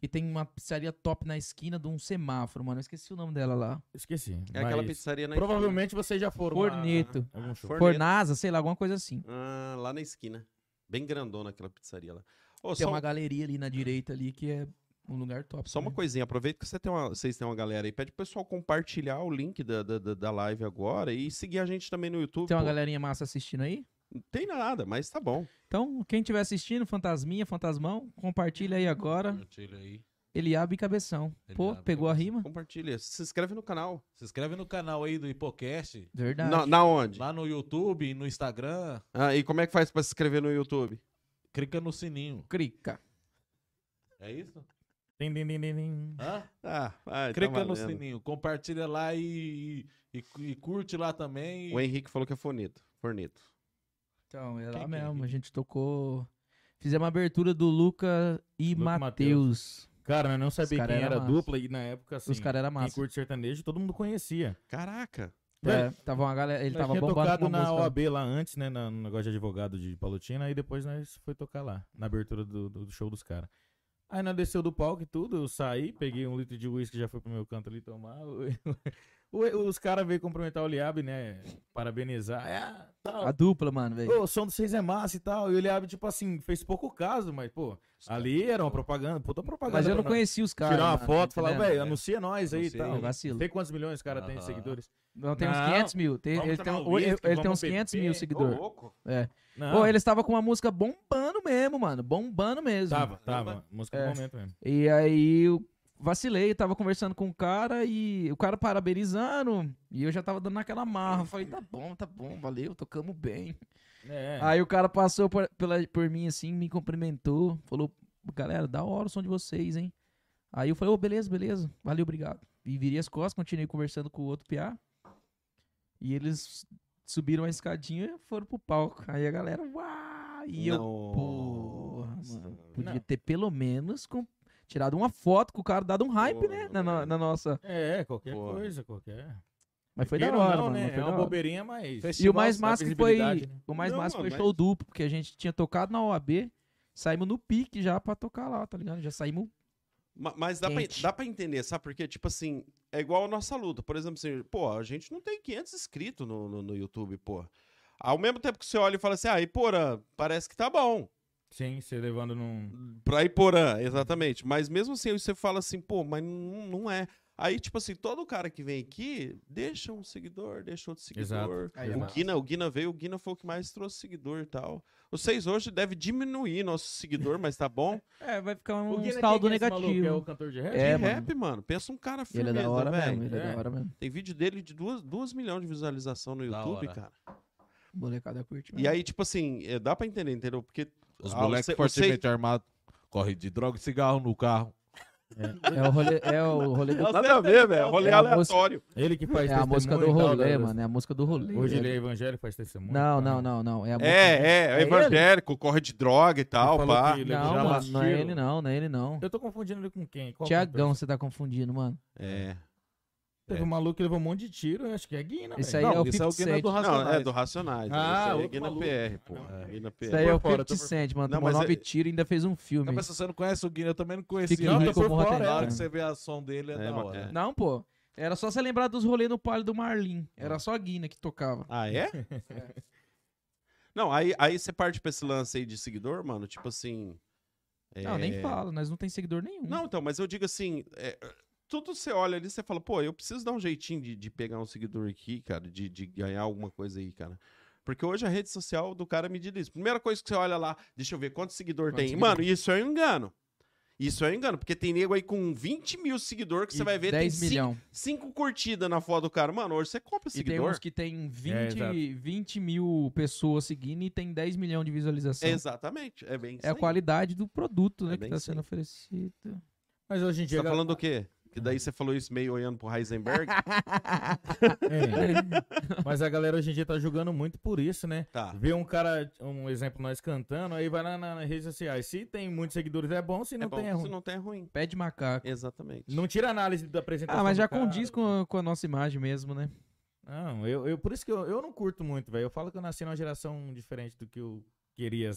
A: E tem uma pizzaria top na esquina de um semáforo, mano. Eu esqueci o nome dela lá.
C: Esqueci.
B: É aquela
C: mas
B: pizzaria na
C: um Provavelmente vocês já foram. lá,
A: Forneto.
C: né? Algum show.
B: Forneto.
A: Fornasa, sei lá, alguma coisa assim.
B: esquina. Ah, lá na esquina. Bem grandona aquela pizzaria lá. Ô,
A: Tem
B: só, um,
A: uma galeria ali na direita ali que é um lugar top.
B: só uma
A: também.
B: coisinha, aproveita que você tem uma, vocês têm uma galera aí. Pede pro pessoal compartilhar o link da, da, da- da live agora e seguir a gente também no YouTube.
A: Tem uma
B: pô.
A: galerinha massa assistindo aí?
B: Não tem nada, mas tá bom.
A: Então, quem estiver assistindo, Fantasminha, Fantasmão, compartilha aí agora.
D: Compartilha aí.
A: Eliabe e Cabeção. Pô,
D: Eliabe e
A: pegou a
D: Cabeção.
A: rima?
B: Compartilha. Se inscreve no canal.
D: Se inscreve no canal aí do Hipocast.
A: Verdade.
B: Na, na onde?
D: Lá no YouTube, no Instagram.
B: Ah, e como é que faz pra se inscrever no YouTube?
D: Clica no sininho.
A: Crica.
D: É isso?
C: Din, din, din, din, din.
D: Hã?
B: Ah, vai, tá
D: Clica no
B: valendo.
D: sininho. Compartilha lá e, e, e curte lá também.
B: O Henrique falou que é forneto. Forneto.
A: Então, é
D: Quem
A: lá
D: que é
A: mesmo.
D: Henrique?
A: A gente tocou. Fizemos a abertura do Luca e
C: Luca e
A: Matheus.
C: Cara, eu não
A: Os
C: sabia
A: cara
C: quem
A: era
C: era a
A: massa.
C: dupla e na época assim.
A: Os caras eram
C: Quem
A: massa.
C: curte sertanejo, todo mundo conhecia.
B: Caraca.
A: É, tava uma galera, ele
C: Nós
A: tava
C: tinha
A: bombando com
C: tocado
A: uma
C: na
A: música.
C: OAB lá antes, né? na- No negócio de advogado de Palotina, e depois nós foi tocar lá, na abertura do, do- do show dos caras. Aí nós desceu do palco e tudo, eu saí, peguei um litro de uísque, já fui pro meu canto ali tomar. o- o- Os caras veio cumprimentar o Liab, né? Parabenizar. Ah, tal.
A: A dupla, mano, velho.
C: Ô, o som de vocês é massa e tal. E o Liab, tipo assim, fez pouco caso, mas, pô, ali era uma propaganda, puta propaganda.
A: Mas eu não
C: pra nós.
A: conheci os caras.
C: Tirar uma
A: mano,
C: foto,
A: tá
C: falar,
A: entendendo?
C: velho, anuncia nós aí e
D: Anuncia aí,
C: tal.
A: vacilo.
C: Tem quantos milhões o cara tem de
D: Aham.
C: seguidores?
A: Não, tem uns
C: Não.
A: 500 mil. Tem-
C: Vamos
A: ele tem,
C: tomar um
A: um- ele-
C: whisky,
A: ele tem
C: vamos
A: uns 500 mil
C: beber.
A: seguidores.
B: louco.
C: Não,
A: Pô, eles estavam com uma música bombando mesmo, mano. Bombando mesmo.
C: Tava, tava. Música
A: assim, É.
C: do momento mesmo.
A: E aí eu vacilei, tava conversando com o cara e o cara parabenizando. E eu já tava dando aquela marra. Falei, tá bom, tá bom, valeu, tocamos bem.
C: É.
A: Aí o cara passou por, pela, por mim assim, me cumprimentou. Falou, galera, da hora o som de vocês, hein? Aí eu falei, ô, beleza, beleza, valeu, obrigado. E virei as costas, continuei conversando com o outro PA. E eles subiram a escadinha e foram pro palco. Aí a galera, uau! E eu, Porra, mano. Podia
C: Não.
A: ter pelo menos com- tirado uma foto com o cara, dado um hype,
B: Porra,
A: né?
B: mano,
A: Na, na-
B: velho.
A: na nossa.
C: É, é, qualquer
B: Porra.
C: coisa, qualquer.
A: Mas foi
C: Queira
A: da
C: ou
A: hora,
C: não,
A: mano.
C: né?
A: mas foi
C: É
A: da
C: uma
A: hora.
C: bobeirinha, mas.
A: E o mais
C: da
A: massa que foi.
C: visibilidade, né?
A: O mais
B: Não,
A: massa
B: mano,
A: foi show
B: mas-
A: duplo, porque a gente tinha tocado na OAB, saímos no pique já pra tocar lá, tá ligado? Já saímos.
B: Ma- Mas dá pra,
A: Quente.
B: dá pra entender, sabe por quê? Tipo assim, é igual a nossa luta. Por exemplo, assim, pô, a gente não tem 500 inscritos no, no, no YouTube, pô. Ao mesmo tempo que você olha e fala assim, ah, Iporã, parece que tá bom.
C: Sim, você levando num.
B: Pra Iporã, exatamente. Mas mesmo assim, aí você fala assim, pô, mas não, não é. Aí, tipo assim, todo cara que vem aqui, deixa um seguidor, deixa outro
C: Exato.
B: seguidor.
F: Aí é
B: o,
F: massa.
B: Guina, o Guina veio, o Guina foi o que mais trouxe seguidor e tal. Vocês hoje devem diminuir nosso seguidor, mas tá bom.
A: É, vai ficar
C: O
A: um
C: Guilherme
A: saldo
C: quem é esse maluco?
A: negativo.
C: É o cantor de rap?
A: É,
B: de
A: mano.
B: rap, mano. Pensa um
A: Ele
B: cara
A: é
B: firmeza,
A: da hora
B: velho.
A: mesmo, ele é
C: É.
A: da hora mesmo.
B: Tem vídeo dele de 2 milhões de visualização no
D: Da
B: YouTube,
D: hora.
B: cara.
A: Molecada curte mesmo.
B: E aí, tipo assim, é, dá pra entender, entendeu? Porque
D: Os
B: Ah,
D: moleques
B: você-
D: fortemente armados, corre de droga e cigarro no carro.
A: É o rolê, é o rolê do...
B: nada a ver, velho. Rolê
A: É a música-
B: aleatório.
C: Ele que faz
A: É a música do
C: testemunho e tal,
A: rolê,
C: né?
A: mano. É a música do rolê.
C: Hoje
A: É-
C: ele é evangélico, faz testemunho.
A: Não,
C: e tal.
A: não, não, não. É, a música-
B: É, é, é
A: É
B: evangélico, corre de droga e tal,
C: Ele falou
B: pá.
C: que ele
A: Não,
C: já
A: mano,
C: lastiu.
A: não é ele não, não é ele não.
C: Eu tô confundindo ele com quem? Qual
A: Tiagão,
C: cantor?
A: você tá confundindo, mano.
B: É.
C: Teve um maluco que levou um monte de tiro, eu acho que é Guina.
A: Esse
C: velho.
A: aí
D: Não,
A: é o
D: esse é
A: 50
D: o Guina
A: Cent.
D: do
B: Não,
D: Racionais.
B: é do Racionais.
D: Ah,
B: Ah,
D: outro
B: aqui na
D: maluco.
B: PR, porra. Aqui na
A: Isso aí
B: PR.
A: é o
C: Tô por fora,
A: 50
C: tô por
A: Cent, mano.
B: Não,
A: Tomou
B: mas
A: nove
B: é-
A: tiros e ainda fez um filme.
D: Não, mas se você não conhece o Guina, eu também não conhecia.
A: Fica
D: Não,
A: rico
D: tô por
A: como
D: fora.
A: roteirista,
D: Na
A: né?
D: hora que você vê a som dele, é,
B: É,
D: da
B: mas-
D: hora.
B: é.
A: Não, pô. Era só você lembrar dos rolês no palio do Marlin.
B: É.
A: Era só a Guina que tocava.
B: Ah, é? Não, aí, aí você parte pra esse lance aí de seguidor, mano, tipo assim. é-
A: Não, nem fala, nós não tem seguidor nenhum.
B: Não, então, mas eu digo assim. é, tudo você olha ali, você fala, pô, eu preciso dar um jeitinho de, de pegar um seguidor aqui, cara, de, de ganhar alguma coisa aí, cara. Porque hoje a rede social do cara me diz isso. Primeira coisa que você olha lá, deixa eu ver quantos seguidor
A: Quantos
B: tem.
A: seguidor?
B: Mano, isso é um engano. Isso é um engano, porque tem nego aí com 20 mil seguidores que você vai ver tem
A: 10
B: 5,
A: milhões.
B: curtidas na foto do cara. Mano, hoje você compra
A: E tem
B: seguidor.
A: uns que tem
C: É,
A: 20,
C: exato.
A: 20 mil pessoas seguindo e tem 10 milhões de visualização.
B: Exatamente, é bem isso
A: É a
B: aí.
A: qualidade do produto, né,
B: É
A: que
B: bem
A: tá
B: isso aí.
A: sendo oferecido.
C: Mas hoje em
B: Você
C: dia.
B: tá falando o quê? Que daí você falou isso meio olhando pro Heisenberg?
C: É. Mas a galera hoje em dia tá julgando muito por isso, né?
B: tá.
C: Vê um cara, um exemplo, nós cantando, aí vai lá na- nas redes sociais. Se tem muitos seguidores, é bom, se não
B: é bom,
C: tem, é
B: se
C: ruim. Não...
B: não tem é ruim.
A: Pé de macaco.
B: Exatamente.
C: tira análise da apresentação.
A: Ah, mas
C: do
A: já
C: cara.
A: condiz com a, com a nossa imagem mesmo, né?
C: Não, eu, eu- por isso que eu, eu não curto muito, velho. Eu falo que eu nasci numa geração diferente do que eu queria.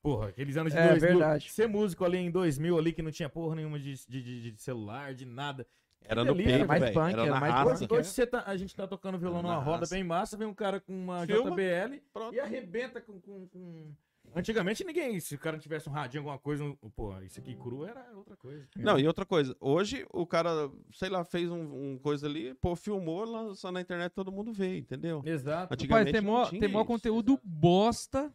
C: Porra, aqueles anos de
A: É
C: 2000.
A: verdade.
C: Ser músico ali em 2000, ali que não tinha porra nenhuma de, de- de- de celular, de nada.
B: Era no
C: Era
B: peito,
A: mais
B: velho.
A: punk,
B: Era
A: era
B: na
A: mais
B: raça.
C: Hoje, hoje você tá- a gente tá tocando violão
B: Era
C: numa
B: na
C: roda
B: raça.
C: bem massa, vem um cara com uma
B: Filma.
C: JBL
B: Pronto.
C: e arrebenta com, com- com- Antigamente ninguém, se o cara tivesse um radinho, alguma coisa, um- porra, isso aqui cru era outra coisa.
B: Não, e outra coisa, hoje o cara, sei lá, fez um, um coisa ali, pô, filmou, lançou na internet, todo mundo vê, entendeu?
C: Exato.
A: Rapaz,
B: Antigamente
A: tem
B: não
A: mó,
B: tinha
A: tem mó
B: isso.
A: conteúdo bosta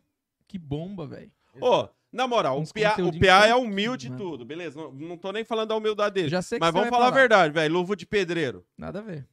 A: que bomba, velho.
B: Ô, na moral,
A: Uns
B: o PA, o
A: conteúdinhos
B: PA é
A: infantis,
B: humilde e
A: né?
B: tudo, beleza? Não, não tô nem falando da humildade
A: Eu
B: dele,
A: já sei que
B: mas
A: você
B: vamos
A: vai
B: falar a verdade, velho, luva de pedreiro.
A: Nada a ver.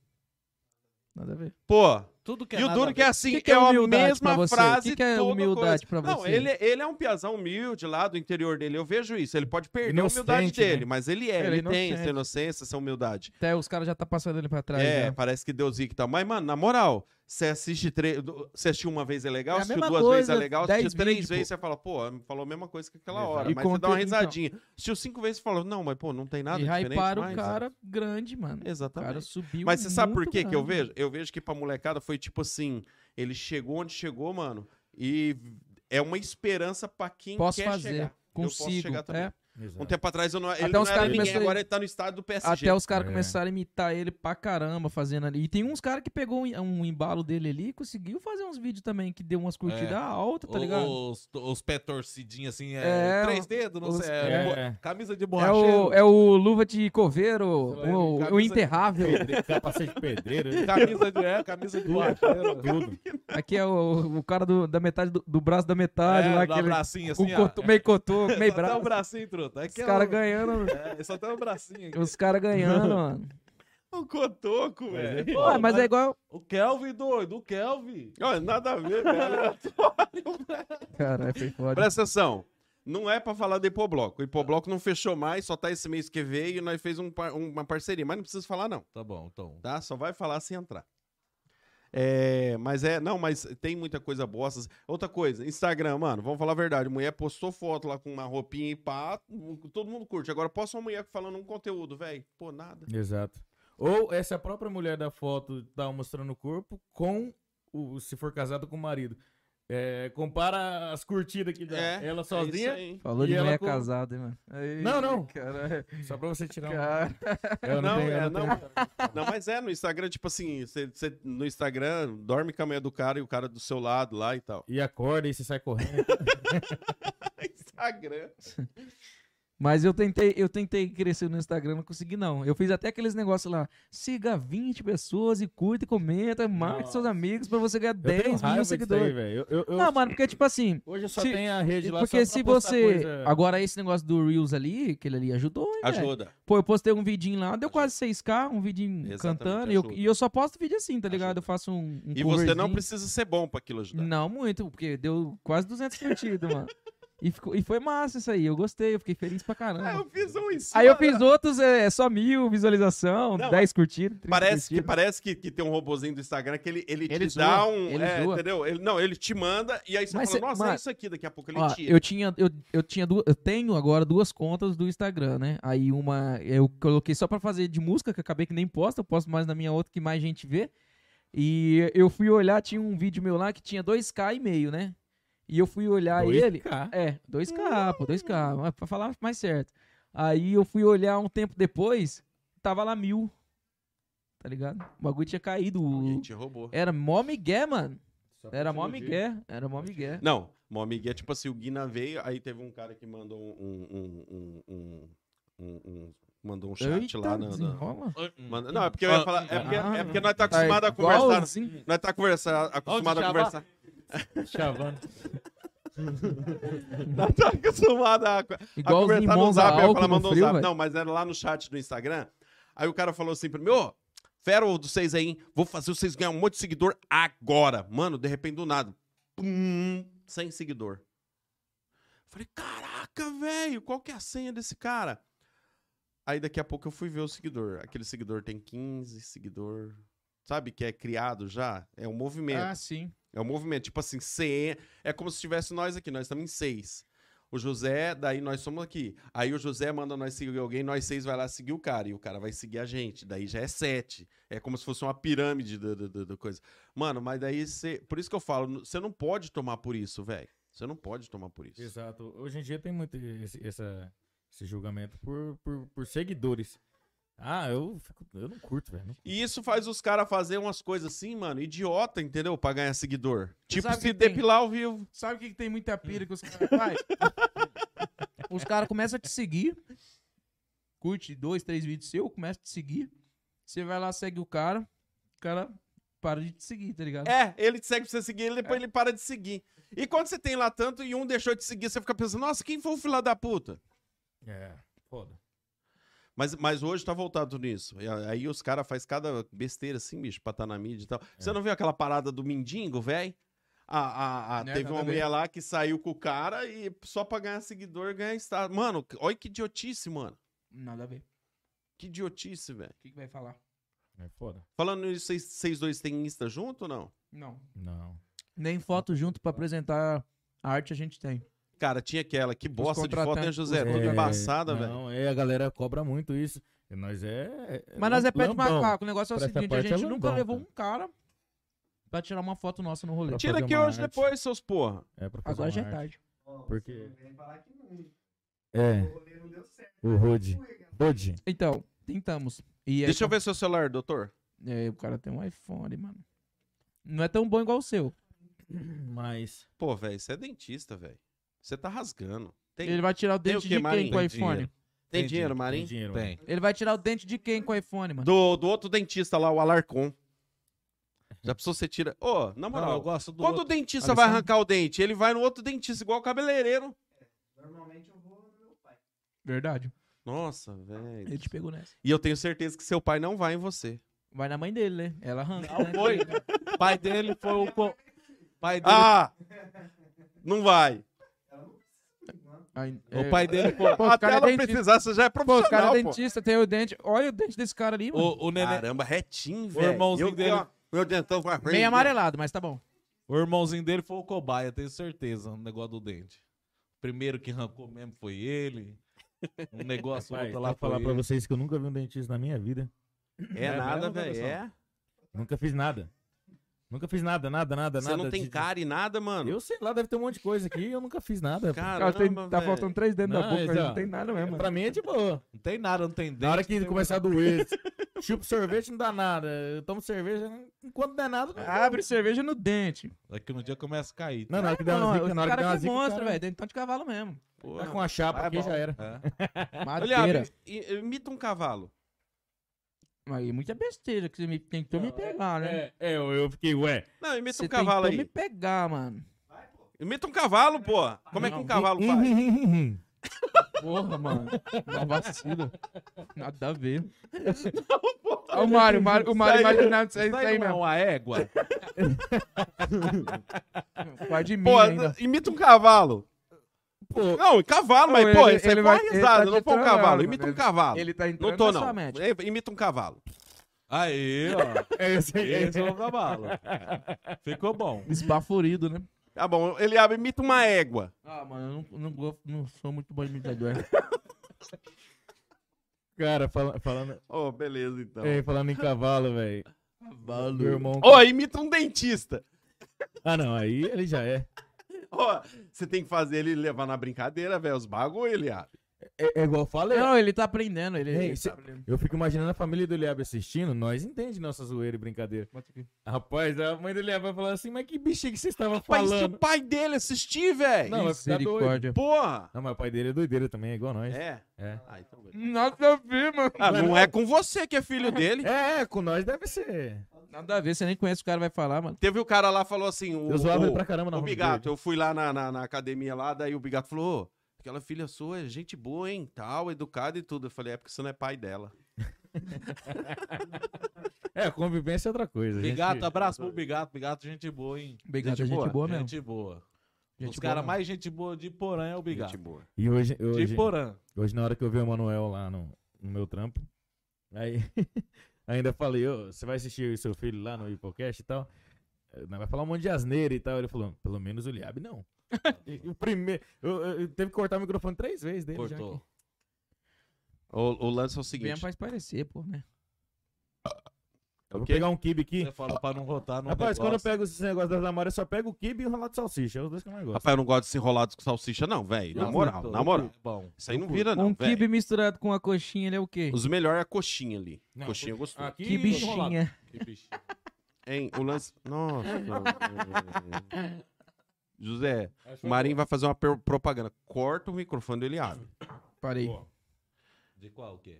A: Nada a ver.
B: Pô,
D: Tudo que
B: e o duro que é assim,
A: Que que é
B: é a
A: humildade
B: mesma
A: pra você?
B: frase
A: Que que é
B: toda
A: humildade
B: coisa.
A: pra
B: Não,
A: você?
B: ele, ele é um piazão humilde lá do interior dele, eu vejo isso, ele pode perder a
C: Inocente,
B: humildade
C: né?
B: dele, mas ele é,
A: Ele é
B: ele tem essa
A: inocente.
B: inocência, essa humildade.
A: Até os caras já tá passando ele pra trás.
B: É,
A: já.
B: parece que Deus que tá. Mas, mano, na moral, você assiste tre... do- você assistiu uma vez é legal,
A: É a
B: assistiu
A: mesma
B: duas vezes é
A: coisa,
B: legal,
A: dez
B: assistiu três
A: vídeos,
B: vezes,
A: pô.
B: você fala, pô, falou a mesma coisa que aquela
C: Exato.
B: hora.
A: E
B: mas você dá uma
A: conteúdo, então.
B: risadinha. Assistiu cinco vezes e falou, não, mas pô, não tem nada
A: e
B: diferente
A: hyparam
B: mais. né?
A: o cara grande, mano. O
B: Exatamente.
A: cara subiu
B: mas você sabe por
A: muito
B: quê que eu
A: grande. né?
B: vejo? Eu vejo que pra molecada foi tipo assim, ele chegou onde chegou, mano, e é uma esperança pra quem
A: Posso
B: quer
A: fazer.
B: chegar.
A: Consigo.
B: Eu posso chegar também.
A: é.
C: Exato.
B: Um tempo atrás eu não, ele
A: Até
B: não
A: os
B: era
A: caras
B: ninguém,
A: começaram-
B: agora ele tá no estado do PSG.
A: Até os caras
C: É.
A: começaram a imitar ele pra caramba fazendo ali. E tem uns caras que pegou um, um embalo dele ali e conseguiu fazer uns vídeos também que deu umas curtidas altas, tá ligado?
D: Os, os pé torcidinhos assim, é,
A: É,
D: três dedos, não
A: os-
D: sei.
C: É,
D: é,
C: é.
D: Camisa de
A: É
D: borracha.
A: o, é o Luva de Coveiro,
D: Sei lá,
A: o, o
D: camisa-
B: um
A: Enterrável.
C: Pedreiro, capacete de pedreiro, né?
D: Camisa de, é, camisa de borracheiro.
C: tudo.
A: Aqui é o, o cara do, da metade do, do braço da metade,
D: é,
B: um
A: lá
D: dá
A: aquele,
D: bracinho
A: com
D: assim, ó.
A: cotu- meio cotoco, meio
D: Só tem um
A: braço.
D: bracinho, truta.
A: Os
D: Aqui é
A: caras
D: o-
A: ganhando,
D: é, só tem um bracinho aqui.
A: os caras ganhando, mano.
B: O cotoco, velho.
D: Pô,
A: Ué, mas é igual.
D: O Kelvin, doido, o Kelvin.
B: Olha, nada a ver, velho.
A: Caralho, foi foda.
B: Presta atenção. Não é pra falar do Hipobloco. O Hipobloco não fechou mais, só tá esse mês que veio e nós fez um par- uma parceria. Mas não precisa falar, não,
D: Tá bom, então.
B: tá? Só vai falar se entrar. É, mas é, não, mas tem muita coisa bosta. Outra coisa, Instagram, mano, vamos falar a verdade. Mulher postou foto lá com uma roupinha e pá, todo mundo curte. Agora posta uma mulher falando um conteúdo, velho. Pô, nada.
C: Exato. Ou essa própria mulher da foto tá mostrando o corpo com o, se for casado com o marido. É, compara as curtidas que dá.
B: É,
C: ela
B: É isso
C: sozinha.
B: aí.
A: Falou
C: E
A: de
C: ela
A: mulher
C: com-
A: casada, hein, mano. Aí,
C: Não, não.
A: Cara,
C: só pra você tirar um.
A: cara.
C: Eu
B: Não,
C: tenho- eu
B: é,
C: tenho-
B: não. Não, mas é, no Instagram, tipo assim, você, você- no Instagram, dorme com a mulher do cara e o cara do seu lado lá e tal.
C: E acorda e você sai correndo.
B: Instagram.
A: Mas eu tentei, eu tentei crescer no Instagram, não consegui não. Eu fiz até aqueles negócios lá, siga 20 pessoas e curta e comenta, marque seus amigos pra você ganhar
C: Eu tenho
A: 10 mil
C: raiva disso aí,
A: seguidores.
C: velho. Eu- eu- eu-
A: Não, mano, porque tipo assim,
C: Hoje eu só
A: se-
C: tenho a rede lá só
A: porque
C: pra
A: se
C: postar
A: você...
C: coisa-
A: Agora esse negócio do Reels ali, aquele ali ajudou, hein, velho?
B: Ajuda.
A: Pô, eu postei um vidinho lá, deu quase 6k, um vidinho
B: Exatamente,
A: cantando, e eu,
B: ajuda.
A: e eu só posto vídeo assim, tá ligado?
B: Ajuda.
A: Eu faço um, um
B: E você não
A: coverzinho.
B: precisa ser bom pra aquilo ajudar.
A: Não muito, porque deu quase 200 curtidas, mano. E, ficou, e foi massa isso aí, eu gostei, eu fiquei feliz pra caramba.
B: Ah, eu fiz um em cima.
A: Aí eu fiz outros, é só mil visualização,
B: Não,
A: 10 curtidas, 30
B: Parece que,
A: curtidas.
B: parece que, que tem um robozinho do Instagram que ele, ele,
A: Ele
B: te dá
A: zoa,
B: um.
A: ele
B: é,
A: zoa.
B: entendeu? Ele, não, ele te manda e aí você
A: Mas
B: fala,
A: cê-
B: nossa, é
A: mas-
B: isso aqui, daqui a pouco ele
A: Ó,
B: tira.
A: eu tinha, eu, eu tinha duas, eu tenho agora duas contas do Instagram, né? Aí uma eu coloquei só pra fazer de música, que eu acabei que nem posto, eu posto mais na minha outra que mais gente vê. E eu fui olhar, tinha um vídeo meu lá que tinha 2k e meio, né? E eu fui olhar ele,
C: 2K.
A: é, 2K, pô,
C: Hum.
A: 2K, mas pra falar mais certo. Aí eu fui olhar um tempo depois, tava lá mil. Tá ligado? O bagulho tinha caído. o-
B: Alguém te roubou.
A: Era mó migué, mano.
C: Só pra
A: Era
C: se
A: mó
C: iludir.
A: migué. Era mó migué.
B: Não, meu amigo é tipo assim, o Guina veio, aí teve um cara que mandou um. um- um- um- um- um- mandou um chat
A: Eita,
B: lá na. na-
A: desenrola.
D: Hum.
B: manda- Não, é porque eu ia falar. É porque, é porque nós tá
A: Tá
B: acostumado a conversar.
A: igualzinho.
B: Nós tá conversa- acostumado a
D: Onde,
B: conversar.
C: Chavando.
B: Não tá acostumado a, a
A: Igualzinho
B: conversar no
A: Monza
B: zap, eu ia
A: álcool
B: falar,
A: no
B: mandou um
A: frio,
B: zap.
A: velho.
B: Não, mas era lá no chat do Instagram. Aí o cara falou assim pra mim, ô, fera o do vocês aí, hein? vou fazer vocês ganhar um monte de seguidor agora. Mano, de repente do nada. Pum, sem seguidor. Falei, caraca, velho, qual que é a senha desse cara? Aí daqui a pouco eu fui ver o seguidor. Aquele seguidor tem 15 seguidor. Sabe que é criado já? É um movimento.
A: Ah, sim.
B: É um movimento, tipo assim, cem- é como se tivesse nós aqui, nós estamos em seis. O José, daí nós somos aqui. Aí o José manda nós seguir alguém, nós seis vai lá seguir o cara, e o cara vai seguir a gente. Daí já é sete. É como se fosse uma pirâmide da, da- da- da coisa. Mano, mas daí você. Por isso que eu falo, você não pode tomar por isso, velho. Você não pode tomar por isso.
C: Exato. Hoje em dia tem muito esse, essa- esse julgamento por, por, por seguidores. Ah, eu, fico- eu não curto, velho. não curto.
B: E isso faz os caras fazer umas coisas assim, mano, idiota, entendeu? Pra ganhar seguidor. Tipo
A: sabe
B: se
A: que tem-
B: depilar ao vivo.
A: Sabe o que, que tem muita
B: Hum.
A: pira que os caras fazem? os caras começam a te seguir. Curte dois, três vídeos seu, começa a te seguir. Você vai lá, segue o cara. O cara para de te seguir, tá ligado?
B: É, ele te segue pra você seguir, ele
A: É.
B: depois ele para de seguir. E quando você tem lá tanto e um deixou de seguir, você fica pensando, nossa, quem foi o filho da puta?
C: É, foda.
B: Mas, mas hoje tá voltado nisso. E a- Aí os caras fazem cada besteira assim, bicho, pra tá na mídia e tal.
A: É.
B: Você não viu aquela parada do Mindingo, velho? A, a- a-
A: Não é
B: teve
A: nada
B: uma
A: a ver.
B: mulher lá que saiu com o cara e só pra ganhar seguidor ganhar estado. Mano, que- olha que idiotice, mano.
A: Nada a ver. O
B: Que idiotice, velho.
A: que, que vai falar?
C: É foda.
B: Falando nisso, vocês- vocês dois têm Insta junto ou não?
A: Não.
C: Não.
A: Nem foto junto pra apresentar a arte a gente tem.
B: Cara, tinha aquela. Que bosta de foto, né,
A: contratantes-
B: José?
A: os-
B: Toda
A: é,
B: embaçada, velho.
C: Não, é, a galera cobra muito isso. E Nós é.
A: Mas nós é pé de
C: lambão.
A: macaco. O negócio é o
C: Pra essa
A: seguinte: a
C: parte é
A: gente nunca
C: lambão,
A: levou
C: cara.
A: um cara pra tirar uma foto nossa no rolê.
C: Pra
B: Tira
C: fazer
B: aqui
C: uma
B: hoje né?
C: arte.
B: depois, seus porra.
C: É pra fazer
A: Agora já
C: uma
A: é
C: arte.
A: tarde.
F: Ó,
C: Por
F: você
C: quê?
F: não vem falar que não.
C: É,
F: O rolê não deu certo.
C: o Rode.
F: Fui, galera.
C: Rode.
A: Então, tentamos. E aí-
B: Deixa eu ver seu celular, doutor.
A: É, o cara tem um iPhone, mano. Não é tão bom igual o seu.
C: Mas.
B: Pô, velho, você é dentista, velho. Você tá rasgando. Tem,
A: Ele vai tirar o
B: tem
A: dente
B: o
A: de
B: que, Marinho?
A: quem com o
B: Tem
A: iPhone?
D: dinheiro.
B: tem
D: Tem
B: dinheiro,
D: dinheiro,
B: Marinho?
C: dinheiro,
D: Tem.
A: Ele vai tirar o dente de quem com o iPhone, mano?
B: Do, do outro dentista lá, o Alarcon. Já precisou você tira. Ô, na
D: Não, eu
B: moral,
D: gosto do
B: quando
D: outro.
B: o dentista vai arrancar o dente, ele vai no outro dentista, igual o cabeleireiro.
F: Normalmente eu vou no meu pai.
A: Verdade.
B: Nossa,
A: Ele tipo
B: velho.
A: te pegou nessa.
B: E eu tenho certeza que seu pai não vai em você.
A: Vai na mãe dele, né? Ela arranca. né?
D: Foi. Pai dele foi o. co- Pai dele,
B: Ah! Não vai.
F: Ela não precisa de mano.
A: Aí-
D: o
A: é,
D: pai dele foi.
A: Pô, o
B: Até
A: cara é
B: ela
A: dentista.
B: precisar, você já é
A: Pô, o cara
B: profissional,
A: é
B: pô.
A: dentista, tem o dente. Olha o dente desse cara ali, mano.
D: O, o neném-
B: Caramba, retinho,
D: O
B: velho.
D: irmãozinho
B: Eu-
D: dele.
B: eu- Meu dentão vai
A: Meio amarelado, mas tá bom.
D: O irmãozinho dele foi o cobaia, tenho certeza, no negócio do dente. O primeiro que arrancou mesmo foi ele. Um negócio
C: Pai,
D: outro
C: lá
D: lá foi
C: então falar pra
D: ele.
C: vocês que eu nunca vi um dentista na minha vida.
B: É
D: É
B: nada,
D: mesmo,
B: velho.
D: Anderson?
B: É.
C: Nunca fiz nada. Nunca fiz nada, nada, nada,
B: Você
C: nada.
B: não tem
C: de-
B: cara e nada, mano?
C: Eu sei lá, deve ter um monte de coisa aqui eu nunca fiz nada. pô.
A: Cara,
B: Caramba,
A: tem- tá
B: velho.
A: faltando três dentro da
C: Não,
A: boca, mas
C: então,
A: não tem nada mesmo.
C: pra mim é de boa.
D: Não tem nada, não tem dente.
C: Na hora que
D: não tem
C: começar a doer, chupo sorvete não dá nada. Eu tomo cerveja, enquanto não é nada,
B: Ah,
C: não dá.
A: Abre cerveja no dente.
D: Daqui um dia começa a cair.
C: Não, na hora que der
A: Não,
C: uma zica,
A: os
C: na hora que der uma
A: caras que
C: zica, o
A: monstro,
C: cara
A: velho. Dentão de cavalo mesmo.
B: Porra.
C: Tá com a chapa
B: é
D: Ah,
C: aqui,
D: bom.
C: já era.
B: Olha,
A: Madeira.
B: i- imita um cavalo.
A: Mas é muita besteira que você me, tentou me pegar, né?
C: É, é, eu eu fiquei, ué.
B: Não, imita
A: Você
B: um cavalo
A: tentou
B: aí.
A: me pegar, mano.
B: Imita um cavalo, porra. Como é que um
A: Não,
B: cavalo faz?
A: Porra, mano. Uma vacila. Nada a ver. Olha o Mário, o Mário, o Mário
B: Isso aí-
A: imaginando isso aí,
D: Isso
A: isso aí
D: aí não é
A: mesmo.
D: uma égua.
A: Pai de mim
B: Pô,
A: ainda.
B: imita um cavalo.
C: Pô,
B: Não, cavalo, mas,
A: Não,
B: pô,
A: ele-
B: você
A: ele
B: foi uma
A: vai- ele tá
B: risada, não foi um
A: tentando,
B: cavalo.
A: mano,
B: Imita um
A: ele-
B: cavalo.
A: Ele tá entrando
B: Não tô,
A: na
B: não.
A: sua mente.
B: É, Imita um cavalo.
D: Aí, ó.
C: é esse aí.
D: Esse é o cavalo. Ficou bom.
A: Esbaforido, né?
B: Tá bom, ele abre, imita uma égua.
A: Ah, mano, eu não, não, gosto- não sou muito bom imitador.
C: Cara, fala- falando,
B: Ô, beleza, então.
C: é, falando em cavalo, velho. Cavalo. irmão.
B: Ó, imita um dentista.
C: Ah, não, aí ele já é.
B: Ó, você tem que fazer ele levar na brincadeira, velho, os bagulho, ele abre.
C: É, é igual eu falei.
A: Não, ele tá aprendendo. Ele,
C: Ei,
A: ele
C: cê-
A: tá aprendendo.
C: Eu fico imaginando a família do Eliabe assistindo, nós entende nossa zoeira e brincadeira. Rapaz, a mãe do Eliabe vai falar assim, mas que bichinho que vocês estavam
B: Mas se
C: falando?
B: o pai dele assistir, velho.
C: Não, vai ficar doido.
A: Misericórdia.
B: Porra.
C: Não, mas o pai dele é doideira também, é igual nós. É,
B: É.
C: É.
B: Ah, então beleza.
A: Hum, Nada a ver, mano.
B: Ah, não é com você que é filho dele.
C: é, com nós deve ser.
A: Nada a ver, você nem conhece o cara, vai falar, mano.
B: Teve o cara lá falou assim, o,
C: Eu zoava ele
B: o-
C: pra caramba na
B: o
C: home
B: Bigato,
C: dele.
B: eu fui lá na, na, na academia lá, daí o Bigato falou, "Ô, aquela filha sua é gente boa, hein, tal, educada e tudo. Eu falei, é porque você não é pai dela.
C: É, convivência é outra coisa. gente.
D: Bigato, abraço pro Bigato. Bigato, gente boa, hein?
A: Obrigado,
B: Gente
A: gente,
B: boa,
A: boa, mesmo.
D: Gente boa.
A: Gente
D: Os caras
A: boa
D: mais gente boa de Porã é o Bigato.
B: Gente boa.
C: E hoje, hoje,
D: De
B: Tipo
D: Porã.
C: hoje, na hora que eu vi o Manuel lá no, no meu trampo, aí ainda falei, ô, você vai assistir o seu filho lá no Hipocast e tal? Eh, Vai falar um monte de asneira e tal. Ele falou, pelo menos o Eliabe não. E o primeiro, eu, eu- eu teve que cortar o microfone três vezes dele já
D: Cortou.
C: aqui.
B: O, o lance é o
A: mesmo. Bem
B: seguinte.
A: faz parecer, pô, né?
C: Eu vou
B: Ok.
C: pegar um kibe aqui.
D: Você falou pra não rotar no
C: Rapaz, quando eu
D: negócio.
C: pego esses negócios das namoras, eu só pego o kibe e o enrolado de salsicha. É os dois que eu mais gosto.
B: Rapaz, eu não gosto de ser enrolado com salsicha, não, velho. Na
D: Eu
B: moral,
D: curto,
B: na moral.
D: é Bom.
B: Isso aí não vira, não,
A: um
B: velho.
A: kibe misturado com uma coxinha, ele é o quê?
B: Os melhores é a ah. coxinha ali.
C: Não,
B: coxinha gostosa.
C: aqui-
A: Que bichinha.
D: Que bicho.
B: Hein, o lance... Nossa. velho. José, o Marinho vai fazer uma per- propaganda. Corta o microfone dele e abre.
A: Parei.
C: Boa.
D: De qual o quê?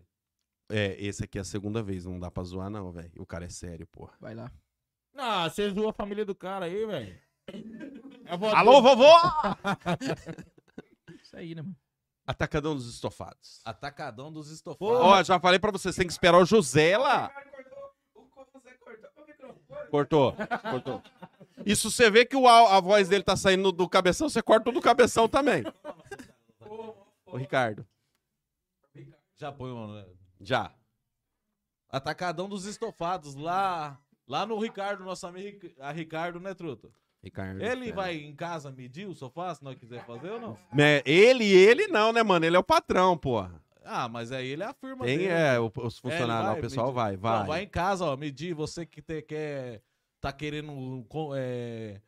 B: É, esse aqui é a segunda vez, não dá pra zoar, não, velho. O cara é sério, porra.
A: Vai lá.
C: Ah, você zoou a família do cara aí, velho. A vó
B: Alô, vovó!
A: Isso aí, né, mano?
B: Atacadão um dos estofados.
D: Atacadão dos estofados.
B: Ó, já falei pra vocês, tem que esperar o José lá. Cortou, cortou. Isso você vê que o, au- a voz dele tá saindo do cabeção, você corta o do cabeção também. Ô, Ricardo,
D: Já põe um...
B: já.
D: Atacadão dos estofados lá... Lá no Ricardo, nosso amigo Ric- a Ricardo, né, Truta?
B: Ricardo.
D: Ele
B: cara.
D: vai em casa medir o sofá se nós quiser fazer ou não?
B: Né, Ele, ele não, né, mano? Ele é o patrão, porra.
D: Ah, mas aí ele afirma.
B: Tem,
D: dele.
B: é, o- os
D: É, ele
B: funcionários lá,
D: vai
B: o pessoal
D: medir.
B: vai, vai.
D: Não, vai em casa, ó, medir. Você que te- quer. Tá querendo co- é,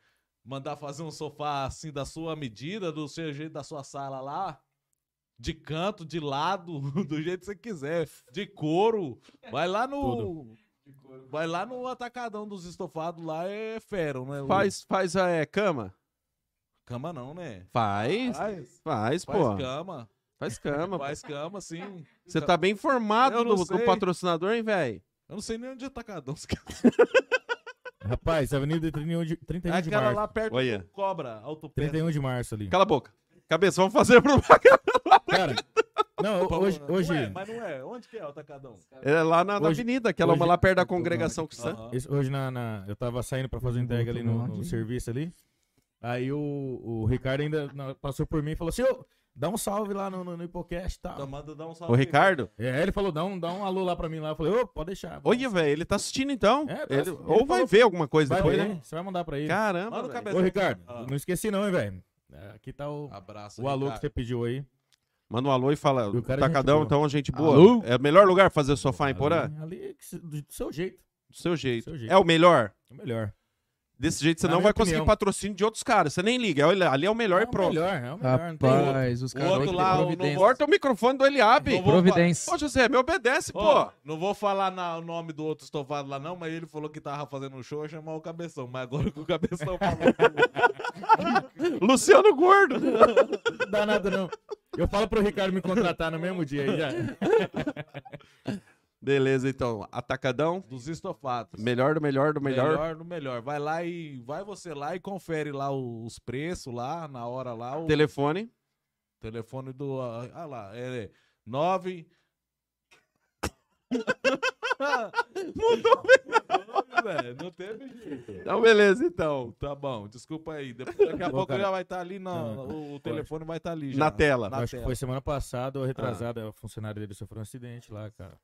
D: mandar fazer um sofá assim da sua medida, do seu jeito da sua sala lá. De canto, de lado, do jeito que você quiser. De couro. Vai lá no. Vai lá no atacadão dos estofados lá, é fero, né? O-
B: Faz, faz a é, cama?
D: Cama não, né?
B: Faz,
D: Faz,
B: faz,
D: faz
B: porra.
D: cama.
B: Faz cama, pô.
D: Faz cama, sim.
B: Você tá bem informado
D: Eu não
B: do, do
D: sei.
B: patrocinador, hein, velho?
D: Eu não sei nem onde é atacadão. os
C: Rapaz, Avenida 31 de, 31
D: É
C: de
D: aquela
C: março.
D: lá perto
B: Olha.
D: do Cobra, autopeça.
C: 31 de março ali.
B: Cala a boca. Cabeça, vamos fazer propaganda.
C: Cara, não, hoje, hoje,
D: Ué, mas não é. Onde que é o atacadão?
B: É lá na, na
C: Hoje-
B: avenida, aquela
C: hoje-
B: uma lá perto da congregação cristã.
D: Aham.
C: esse- hoje na, na- eu tava saindo pra fazer entrega ali no, no serviço ali. Aí o, o Ricardo ainda na- passou por mim e falou assim, ô, dá um salve lá no, no, no Hipocast e
D: Então
C: tal.
D: manda dar um salve.
B: Ô, Ricardo.
C: É, ele falou, dá um, dá um alô lá pra mim lá. Eu falei, ô, pode deixar.
B: Olha, velho, ele tá assistindo então.
C: É, tá
B: Ele-
C: assistindo.
B: Ou
C: Ele
B: vai
C: falou-
B: ver alguma coisa
C: Vai
B: depois,
C: ver,
B: né?
C: você vai mandar pra ele.
B: Caramba.
D: Manda o
B: velho.
D: cabeça.
C: Ô, Ricardo,
B: tá-
D: Ah.
C: não esqueci não, hein, velho. Aqui tá o,
D: Abraço.
C: o alô que
D: Ricardo.
C: você pediu aí.
B: Manda um alô e fala.
C: E o cara é
B: Tacadão,
C: gente boa.
B: então, gente boa.
C: Alô?
B: É o melhor lugar pra fazer sofá em Porã?
C: Ali, ali é que se- do, do seu jeito.
B: Do seu jeito.
C: Seu jeito.
B: É o melhor?
C: É o melhor.
B: Desse jeito você
C: Na
B: não
C: minha
B: vai conseguir
C: opinião.
B: patrocínio de outros caras. Você nem liga. Olha, ali é o melhor
C: É
B: e
C: o
B: pronto.
C: melhor, é o melhor. não tem outro.
A: Rapaz, os
D: O
A: caras
D: outro
A: hoje
D: lá, o
A: providência.
D: novo-
B: Corta o microfone do Eliab.
D: Não vou-
A: Providência.
B: Ô, José, me é obedece,
D: Ó,
B: pô.
D: não vou falar na- o nome do outro estofado lá, não, mas ele falou que tava fazendo um show e chamar o cabeção. Mas agora que o cabeção falou.
B: Luciano Gordo.
C: Não dá nada, não. Eu falo pro Ricardo me contratar no mesmo dia aí já.
B: Beleza, então. Atacadão.
D: dos estofados.
B: Melhor do melhor do melhor.
D: do melhor. Vai lá e vai você lá e confere lá o- os preços lá na hora lá o
B: Telefone.
D: telefone do ah ah lá, é 9 Mudou, velho. Não teve jeito.
B: Então, beleza, então.
D: Tá bom, desculpa aí. Depois, daqui a
C: Ô,
D: pouco
C: cara.
D: já vai estar ali, na,
C: Não,
D: o telefone vai estar ali já.
B: Na tela.
D: Na
C: Eu acho que
D: tela.
C: foi semana passada ou retrasada, a funcionária dele sofreu um acidente lá, cara.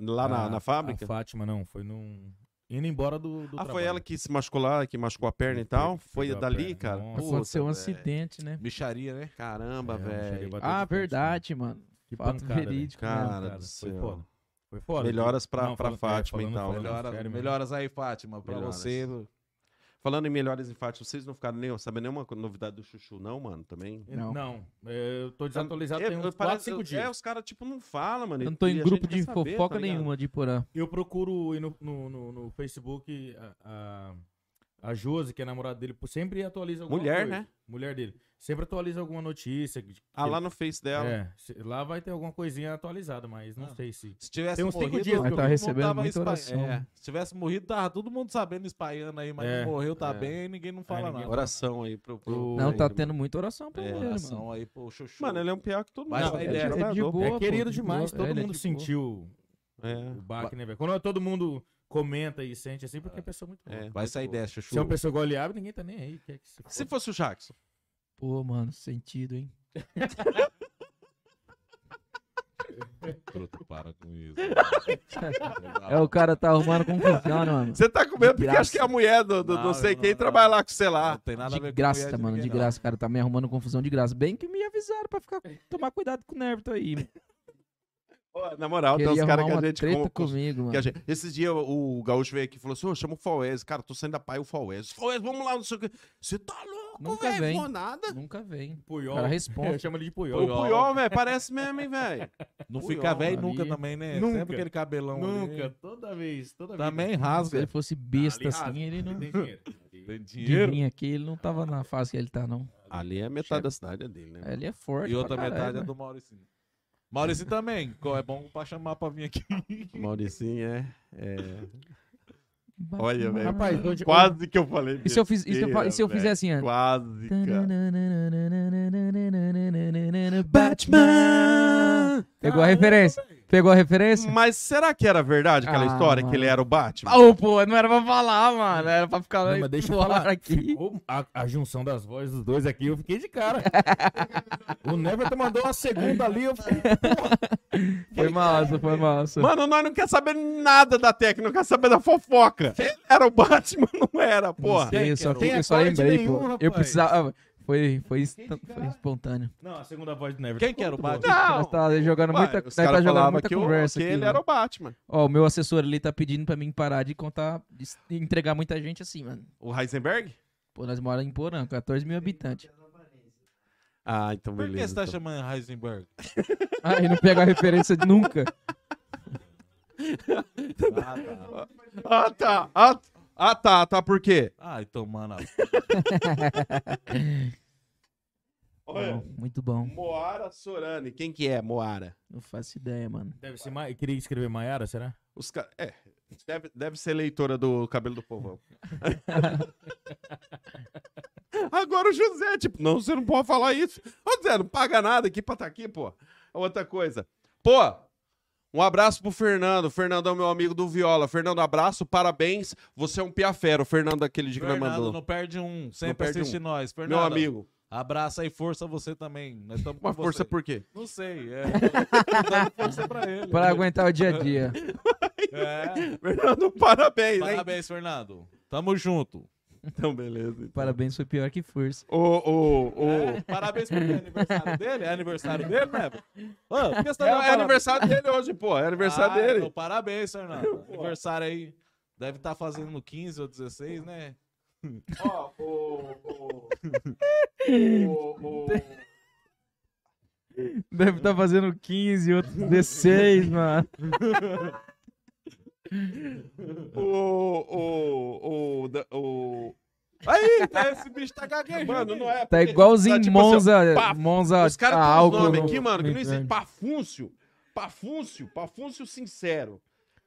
B: Lá na,
C: A-
B: na fábrica.
C: Ah, A Fátima, não. Foi num... Indo embora do, do
B: Ah,
C: trabalho.
B: foi ela que se machucou lá, que machucou a perna e tal. Foi
C: Pegou a
B: dali,
C: perna.
B: cara.
C: Nossa,
A: Aconteceu um
B: Puta,
A: acidente, né?
D: Micharia, né?
B: velho. Caramba,
C: é, cheguei a
B: velho.
C: bater de
A: Ah,
C: frente, né?
A: verdade, mano.
C: Que
A: Fato
C: pancada, né?
A: verídico.
B: Cara,
A: né?
B: do
C: Foi
B: céu.
C: foda. Foi foda.
B: Melhoras pra,
C: Não,
B: pra
C: falando- é,
B: Fátima,
C: falando-
B: então.
C: falando-
B: né?
D: Melhoras,
C: sério mesmo.
D: melhoras aí, Fátima, pra
B: Melhoras.
D: você.
A: né?
B: Falando em melhores em Fátima, vocês não ficaram nem, sabendo nenhuma novidade do Chuchu, não, mano? Também.
A: Não.
C: Não. é, eu tô desatualizado
B: É,
C: tem uns 4,
B: parece-
C: 5
B: É,
C: dias.
B: os caras, tipo, não falam, mano.
A: Eu
B: e-
A: não tô
B: e
A: em
B: a
A: grupo
B: gente quer
A: de
B: saber,
A: fofoca
B: tá ligado?
A: nenhuma de Porã.
C: Eu procuro ir no, no, no- no Facebook a, a, a Josi, que é a namorada dele, pô, sempre atualiza alguma
B: Mulher,
C: coisa.
B: né?
C: Mulher dele. Sempre atualiza alguma notícia. que-
B: Ah,
C: que-
B: lá no Face dela.
C: É, se- lá vai ter alguma coisinha atualizada, mas não
D: Ah.
C: sei se...
D: Se tivesse
C: Tem uns cinco
D: morrido,
C: dias
D: todo
C: que
A: Mas
C: eu
A: tá
D: mundo
A: recebendo
D: tava
A: muita
D: espa-
A: oração.
D: é, se tivesse morrido, tava todo mundo sabendo, espaiando aí, mas
C: É.
D: não morreu, tá
B: É.
D: bem, ninguém não
C: Aí
D: fala
C: ninguém
D: nada.
B: Oração aí pro. pro-
A: Não, tá
B: aí,
A: tendo muita oração pra
B: É,
A: ele,
D: Uma
A: mano.
D: Oração aí, pô, chuchu.
B: Mano, ele é um pior que todo mundo.
D: Mas
B: Não,
D: vai
B: ele é
D: dela. É de
B: jogador, pô.
A: boa.
C: é querido
A: pô, de
C: demais,
A: boa.
C: todo
A: É, ele é
C: mundo
A: de boa.
C: sentiu
B: É,
C: o baque, né, velho? Quando todo mundo comenta e sente assim, porque a pessoa é muito boa.
B: é,
D: Vai
B: muito
D: sair
B: bom.
D: dessa, chuchu.
C: Se é uma pessoa goleada, ninguém tá nem aí. Quer que se
B: Se
C: foda.
B: fosse o Jackson.
A: Pô, mano, sentido, hein?
D: Bruto, para com isso.
A: É, o cara tá arrumando confusão, né, mano.
B: Você tá com medo porque
A: graça.
B: acho que a mulher do, do-
D: Não,
B: não sei
D: não,
B: quem
D: não.
B: trabalha lá com sei lá.
D: Não tem nada a ver
A: De
D: com
A: graça,
D: mulher de
A: mano, de
D: ninguém,
A: graça, cara. Tá me arrumando confusão de graça. Bem que me avisaram pra ficar, tomar cuidado com o Nervito aí. mano.
B: Pô, Na moral, tem
A: Queria
B: uns caras
A: arrumar
B: que
A: uma
B: a gente.
A: treta
B: com- com-
A: comigo, mano.
B: que a gente- Esses dias o, o Gaúcho veio aqui e falou assim: Ô, chama o Faués. Cara, tô saindo da pai o Faués. Faués, vamos lá, não sei o quê. Você tá louco,
A: Nunca
B: velho?
A: vem.
B: Vou nada.
A: Nunca vem. O
C: Puyol.
A: cara
C: Eu
A: responde.
C: chamo ele de Puyol.
B: O Puyol, velho, parece mesmo, hein, velho.
D: Não
B: Puyol,
D: fica velho
A: mano.
D: nunca
A: Ali-
D: também, né?
C: Nunca.
D: Sempre aquele cabelão
C: Nunca,
D: ali.
C: toda vez, toda vez.
D: Também né?
B: Tá
A: Se ele
D: rasga.
A: fosse
C: Ali
A: besta
C: rasga,
A: assim, ele não.
C: Tem dinheiro. tá
D: Tem
A: De
D: é
A: é
D: dinheiro.
A: mim aqui, ele não tava na fase que ele tá, não.
B: Ali é metade da cidade é dele, né?
A: Ele é forte.
D: E outra
A: pra caralho, né?
D: metade é
A: mano.
D: do Mauricinho. Maurício também. co- É bom pra chamar pra vir aqui.
B: Mauricinho é. é...
A: Bate
B: Olha,
A: uma-
B: velho.
C: Rapaz, hoje,
B: Quase que eu falei.
A: E se eu, fiz, e se eu, fa-
B: besteira,
A: e se eu assim,
B: velho.
A: fizesse antes?
B: Quase, cara.
A: Batman! Pegou a referência? Pegou a referência?
B: Mas será que era verdade aquela
A: Ah,
B: história que
A: mano.
B: ele era o Batman?
A: Ô, pô, não era pra falar, mano. Era pra ficar
C: Não, mas deixa eu
A: falar
C: falar.
A: aqui.
C: Ô, a, a junção das vozes dos dois aqui, eu fiquei de cara. o Neverton mandou uma segunda ali, eu fiquei...
A: Foi massa, foi massa.
B: Mano, nós não quer saber nada da técnica, não quer saber da fofoca. Era o Batman, não era, porra.
A: Não sei, eu só,
C: tem
A: eu só
C: acorde
A: lembrei,
C: nenhum,
A: pô. Eu
C: rapaz.
A: precisava. Foi, foi, instan- foi espontâneo.
C: Não, a segunda voz do Neverton.
D: Quem que era o Batman?
A: Nós tá jogando
B: Ué,
A: muita, nós
B: os
A: tá
B: caras
A: jogando
B: falavam
A: muita
B: que o-
A: conversa
B: que
A: aqui. né?
B: ele
A: mano.
B: era o Batman.
A: Ó, o meu assessor ali tá pedindo pra mim parar de contar, de s- entregar muita gente assim, mano.
B: O Heisenberg?
A: Pô, nós moramos em Porã, 14 mil habitantes.
B: Ah, então
D: Por que você tá
B: então.
D: chamando Heisenberg?
A: Ah, e não pega a referência de nunca.
B: Ah, tá. Ah, t- ah, tá, tá, por quê?
D: Ai, tomando a
A: Bom, muito bom.
B: Moara Sorani. Quem que é Moara?
A: Não faço ideia, mano.
C: Deve ser Ma... Queria escrever Maiara, será?
B: Os ca... É, deve, deve ser leitora do Cabelo do Povão. Agora o José, tipo, não, você não pode falar isso. Ô, Zé, não paga nada aqui pra estar aqui, pô. Outra coisa. Pô, um abraço pro Fernando. O Fernando é o meu amigo do Viola. Fernando, abraço, parabéns. Você é um piafero. O Fernando, aquele de que nós
D: Fernando,
B: mandou.
D: não perde um. Sempre
B: perde
D: assiste
B: um.
D: nós.
B: Meu
D: Fernando,
B: amigo.
D: Abraça e força você também. Nós estamos com
B: Uma força
D: você.
B: por quê?
D: Não sei. É. Dando força pra ele.
A: Pra aguentar o dia a dia.
D: É.
B: Fernando, parabéns, hein?
D: Parabéns, Fernando. Tamo junto.
B: Então, beleza.
A: Parabéns, foi pior que força.
B: Ô, ô, ô.
D: É, parabéns porque é aniversário dele. É aniversário dele, né? Ô, por que você tá
B: É, é
D: dando parabéns?
B: aniversário dele hoje, pô. É aniversário
D: Ah,
B: dele.
D: tá então parabéns, Fernando. Aniversário aí. Deve estar fazendo no 15 ou 16, né?
B: Ó, o. O. o, o...
A: Deve estar fazendo 15, outro 16, mano.
B: O. O. O. da- o...
D: Aí, esse bicho tá gaguejando.
B: Mano, não é.
A: Tá
B: porque-
A: igualzinho
B: tá, tipo assim, ó,
A: Monza.
B: pá,
A: Monza. tá
B: Os caras têm uns
A: álcool né?
B: nomes
A: no-
B: aqui, mano, que não existe.
A: entrante.
B: Pafúncio. Pafúncio. Pafúncio Sincero.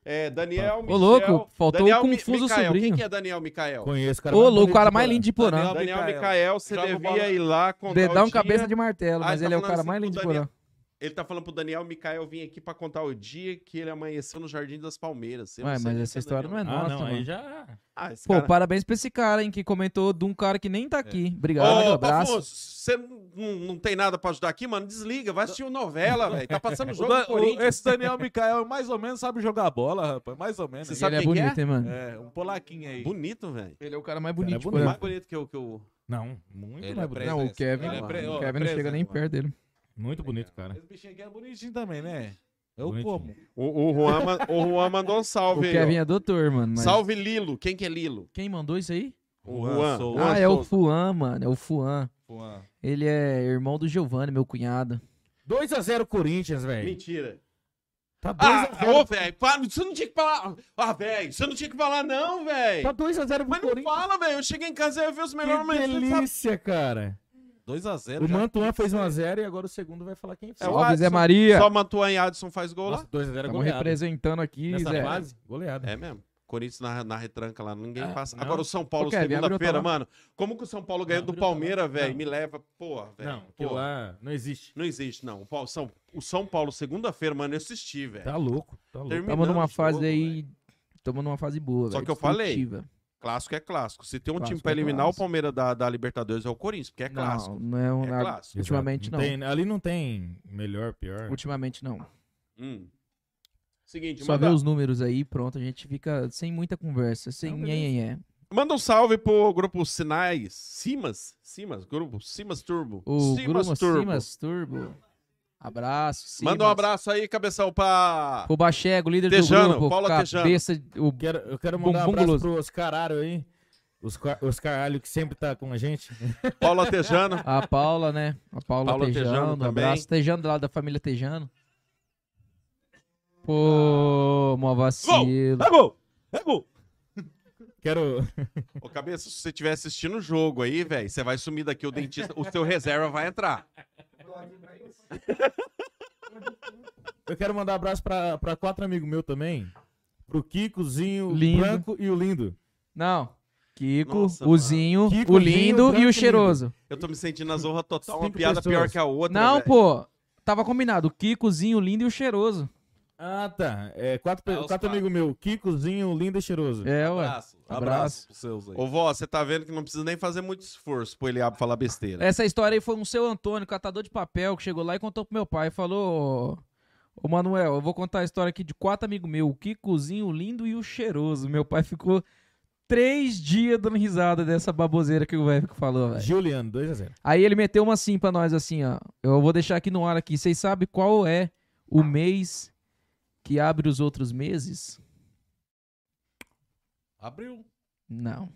B: É, Daniel Michel.
A: Ô, louco, faltou
B: Daniel
A: o
B: Mi-
A: Confuso
B: Micael.
A: Sobrinho.
B: Quem que é Daniel Micael?
C: Conheço o cara.
A: Ô, louco, o cara mais lindo de Porã.
D: Daniel
B: Daniel
D: Micael.
B: Micael, você
D: Joga
B: devia
D: bola.
B: ir lá contar
A: Dedão
B: o dia.
A: cabeça de martelo,
B: Ah,
A: mas
B: tá
A: ele é o
B: falando
A: cara
B: assim
A: mais
B: pro
A: lindo de
B: Daniel.
A: Porã.
B: Ele tá falando pro Daniel Micael vir aqui pra contar o dia que ele amanheceu no Jardim das Palmeiras. Eu não
A: Ué,
B: sei
A: mas
B: quem
A: essa
B: é
A: história
B: Daniel
A: não é
C: Ah,
A: nossa,
C: não, aí
A: mano.
C: já.
B: Ah, esse
A: Pô,
B: cara... É.
A: parabéns pra esse cara, hein, que comentou de um cara que nem tá aqui. Obrigado,
B: Ô,
A: abraço.
B: Afonso, você não, não tem nada pra ajudar aqui, mano? Desliga, vai assistir novela, velho. Tá passando
D: O
B: jogo
D: Dan-
B: do Corinthians.
D: o- esse Daniel Micael mais ou menos sabe jogar bola, rapaz. Mais ou menos.
B: Você
A: E
B: sabe
A: ele é
B: quem que é?
A: bonito, hein, mano.
D: É, um polaquinho aí.
B: Bonito, velho.
A: Ele é o cara mais
C: Cara,
A: bonito
C: é
A: de
C: bonito.
A: Porã.
B: Mais bonito que eu... Que eu...
C: Não, muito
D: Ele é
C: mais bonito.
D: preso. né,
A: Não, o
D: Presença.
A: Kevin,
B: Ele é pre-
A: o
D: ó,
A: Kevin não chega
D: presença,
A: nem
D: mano.
A: perto dele.
C: Muito bonito, cara.
D: Esse bichinho aqui é bonitinho também, né? Eu
C: Bonitinho.
D: como.
B: O, o, Juan, ma- o Juan mandou um
A: O
B: salve aí, ó.
A: Kevin é doutor, mano. mas-
B: Salve Lilo. Quem que é Lilo?
A: Quem mandou isso aí?
B: O
D: Juan
B: Juan.
D: Souza.
B: Juan
A: Ah, é o
B: Souza.
A: Fuan, mano. É o Fuan.
D: Juan.
A: Ele é irmão do Giovanni, meu cunhado.
C: 2x0 Corinthians, velho.
B: Mentira.
C: Tá 2x0.
B: Ah, ô, velho, para, você não tinha que falar. Ah, velho, você não tinha que falar, não,
C: Tá
B: velho.
C: 2x0 pro
B: Mas não
C: Corinthians.
B: fala, velho. Eu cheguei em casa e eu vi os melhores
C: Que
B: momentos. Ele sabe-
C: delícia, cara.
D: 2x0.
C: O Mantuan fez 1x0 e agora o segundo vai falar quem fez.
B: É o
A: Salve, Zé
B: Adson.
A: Maria.
B: Só Mantuan e Adson faz gol lá.
C: Nossa, 2x0 é
A: Estamos
C: goleada.
A: representando aqui,
C: Nessa
A: Zé.
C: fase, goleada.
B: É mesmo. Corinthians na, na retranca lá, ninguém
C: Ah,
B: passa.
C: não.
B: Agora o São Paulo,
A: Ô, Kevin, abre o
B: segunda-feira,
A: teu
B: mano. Como que o São Paulo ganhou
C: Não,
B: do
C: abre o teu
B: Palmeiras, velho?
C: Não.
B: Me leva. Porra, velho.
C: Não,
B: pô,
C: aquilo lá não existe.
B: Não existe, não. O Paulo- São, o São Paulo, segunda-feira, mano, eu assisti, velho.
C: Tá louco, tá louco.
B: Terminando
A: Tamo numa
B: o
A: fase
B: jogo,
A: aí. Tamo numa fase boa,
B: Só
A: velho,
B: que eu falei,
A: destrutiva.
B: Clássico é clássico. Se tem um
A: Clássico
B: time pra
A: é
B: eliminar
A: clássico.
B: o Palmeiras da, da Libertadores, é o Corinthians, porque é clássico.
A: Não, não é um.
B: É clássico.
A: Ultimamente não.
C: tem- ali não tem melhor, pior. né?
A: Ultimamente não.
B: Hum. Seguinte,
A: Só
B: manda,
A: ver os números aí, pronto, a gente fica sem muita conversa, sem
C: Não,
A: nhenhenhé.
B: manda um salve pro grupo Sinais. Simas? Simas, grupo Simas Turbo.
A: O
B: Simas
A: Grumo Simas Turbo. Abraço, Simas.
B: Manda um abraço aí, cabeção, pra.
A: O Bachego, líder
B: Tejano,
A: do grupo.
B: Paula
A: cabeça, o
C: Quero, eu quero mandar
A: Bumbum
C: um abraço
A: guloso.
C: pro Oscararo aí. Oscar, Oscaralho que sempre tá com a gente.
B: Paula Tejano.
A: A Paula, né? A Paula,
B: Paula
A: Tejano,
B: Tejano
A: um
B: também.
A: abraço. Tejano, lá da família Tejano. Pô, mó vacilo.
D: É gol! É gol!
C: Quero.
B: Ô, cabeça, se você estiver assistindo o jogo aí, velho, você vai sumir daqui, o dentista, o seu reserva vai entrar.
C: Eu quero mandar um abraço pra, pra quatro amigos meus também. Pro Kikozinho,
A: Lindo.
C: Branco e o Lindo.
A: Não. Kiko,
B: Nossa,
A: o Zinho,
C: Kiko,
A: o
C: Zinho,
A: lindo
C: Branco
A: e
C: e
A: o
C: Lindo.
A: cheiroso.
B: Eu tô me sentindo na zorra total, uma
C: Cinco
B: piada
C: pessoas.
B: pior que a outra.
A: Não,
B: velho.
A: pô. Tava combinado. O Kiko, o Zinho, o lindo e o cheiroso.
C: Ah, tá. É, quatro pe-
D: Ah, os
C: quatro Um
D: quatro.
C: amigos meus. Kikozinho, Lindo e Cheiroso.
A: É, ué.
D: Abraço.
A: Abraço.
D: Abraço pros seus aí.
B: Ô, vó, você tá vendo que não precisa nem fazer muito esforço pro ele falar besteira.
A: Essa história aí foi um seu Antônio, catador de papel, que chegou lá e contou pro meu pai. Falou: "Ô, Ô, Manuel, eu vou contar a história aqui de quatro amigos meus: o Kikozinho, o lindo e o cheiroso. Meu pai ficou três dias dando risada dessa baboseira que o velho falou, velho.
C: Juliano, 2x0.
A: Aí ele meteu uma assim pra nós, assim, ó. Eu vou deixar aqui no ar aqui. Vocês sabem qual é o mês que abre os outros meses?
D: Abriu.
A: Não,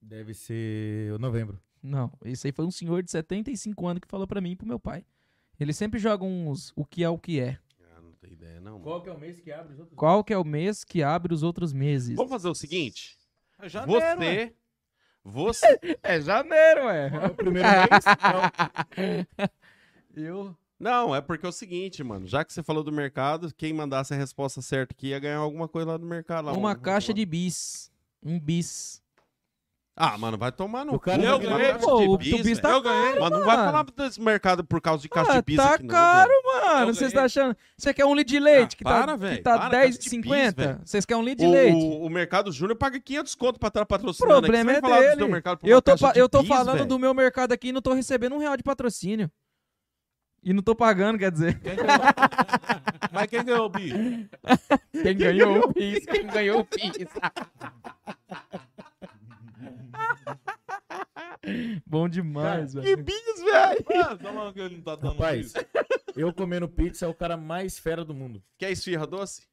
C: Deve ser o novembro.
A: não. Isso aí foi um senhor de 75 anos que falou pra mim e pro meu pai. Ele sempre joga uns o que é o que é.
B: Ah, não tem ideia, não. mano.
C: Qual que é o mês que abre os outros?
A: Qual que é o mês que abre os outros meses?
B: Vamos fazer o seguinte.
D: É janeiro, ué.
B: Você. Você.
A: É janeiro, ué.
C: O primeiro mês? é
A: Eu?
B: Não, é porque é o seguinte, mano. Já que você falou do mercado, quem mandasse a resposta certa aqui ia ganhar alguma coisa lá do mercado. Lá,
A: Uma
B: um-
A: caixa de bis. Um bis.
B: Ah, mano, vai tomar no
C: O cara
B: Eu
C: não ganhou.
B: ganhei
A: Pô, o
B: de bis,
A: bis tá
B: velho. Eu ganhei. Mas não vai
A: mano.
B: falar desse mercado por causa de caixa
A: Ah,
B: de bis
A: tá
B: aqui, não,
A: caro,
B: velho.
A: Mano,
D: Eu
A: vocês
D: ganhei.
A: estão achando. Você quer um litro de leite
B: Ah,
A: que
B: para,
A: tá,
B: velho,
A: que tá
B: para, caixa de
A: R$10,50?
B: bis,
A: Vocês querem um litro de leite?
B: O, o Mercado Júnior paga 500 conto pra estar patrocinando. aqui. Você
A: Problema
B: vai
A: é
B: falar do seu
A: dele.
B: mercado por uma
A: Eu tô,
B: caixa
A: fa-
B: de
A: eu tô
B: bis,
A: falando
B: velho?
A: do meu mercado aqui e não tô recebendo um real de patrocínio. E não tô pagando, quer dizer.
D: Quem ganhou? Mas quem ganhou, Bi?
A: Quem ganhou o PIS, quem ganhou o PIS. Bom demais,
B: Que
A: velho.
B: bis, velho.
D: Ah, tá maluco que ele não tá dando
C: Rapaz,
D: isso.
C: eu comendo pizza é o cara mais fera do mundo.
B: Quer esfirra doce?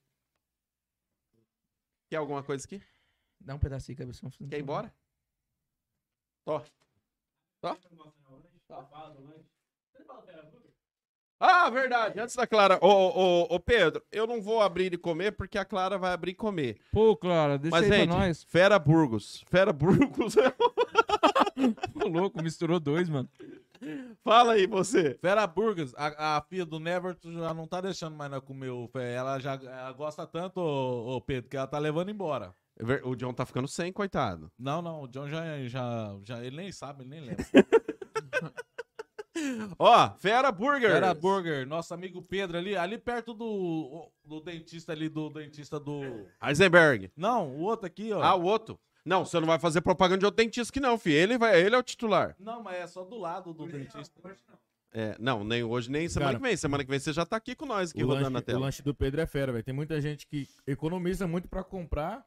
B: Quer alguma coisa aqui?
A: Dá um pedacinho, cabeção.
B: Quer ir embora? Tó. Tó. Ah, verdade. Antes da Clara. Ô, ô, ô, ô, Pedro, eu não vou abrir e comer porque a Clara vai abrir e comer.
A: Pô, Clara, deixa
B: Mas,
A: aí
B: gente,
A: pra nós.
B: Fera Burgos. Fera Burgos.
A: Ô, louco, misturou dois, mano.
B: Fala aí você.
D: Vera Burgers, a, a filha do Never já não tá deixando mais nós comer o pé. Ela já ela gosta tanto, ô, ô, Pedro, que ela tá levando embora.
B: É ver- O John tá ficando sem, coitado.
D: Não, não, o John já, já, já ele nem sabe, ele nem lembra.
B: Ó, Fera Burgers.
D: Vera Burger, nosso amigo Pedro ali, ali perto do, do dentista ali, do dentista do...
B: Heisenberg.
D: Não, o outro aqui, ó.
B: Ah, o outro. Não, você não vai fazer propaganda de outro dentista que não, filho. Ele, vai, ele é o titular.
D: Não, mas é só do lado do dentista.
B: É, não, nem hoje, nem semana
C: Cara,
B: que vem. Semana que vem você já tá aqui com nós, aqui
C: o,
B: rodando
C: lanche,
B: na
C: o
B: tela.
C: lanche do Pedro é fera, velho. Tem muita gente que economiza muito pra comprar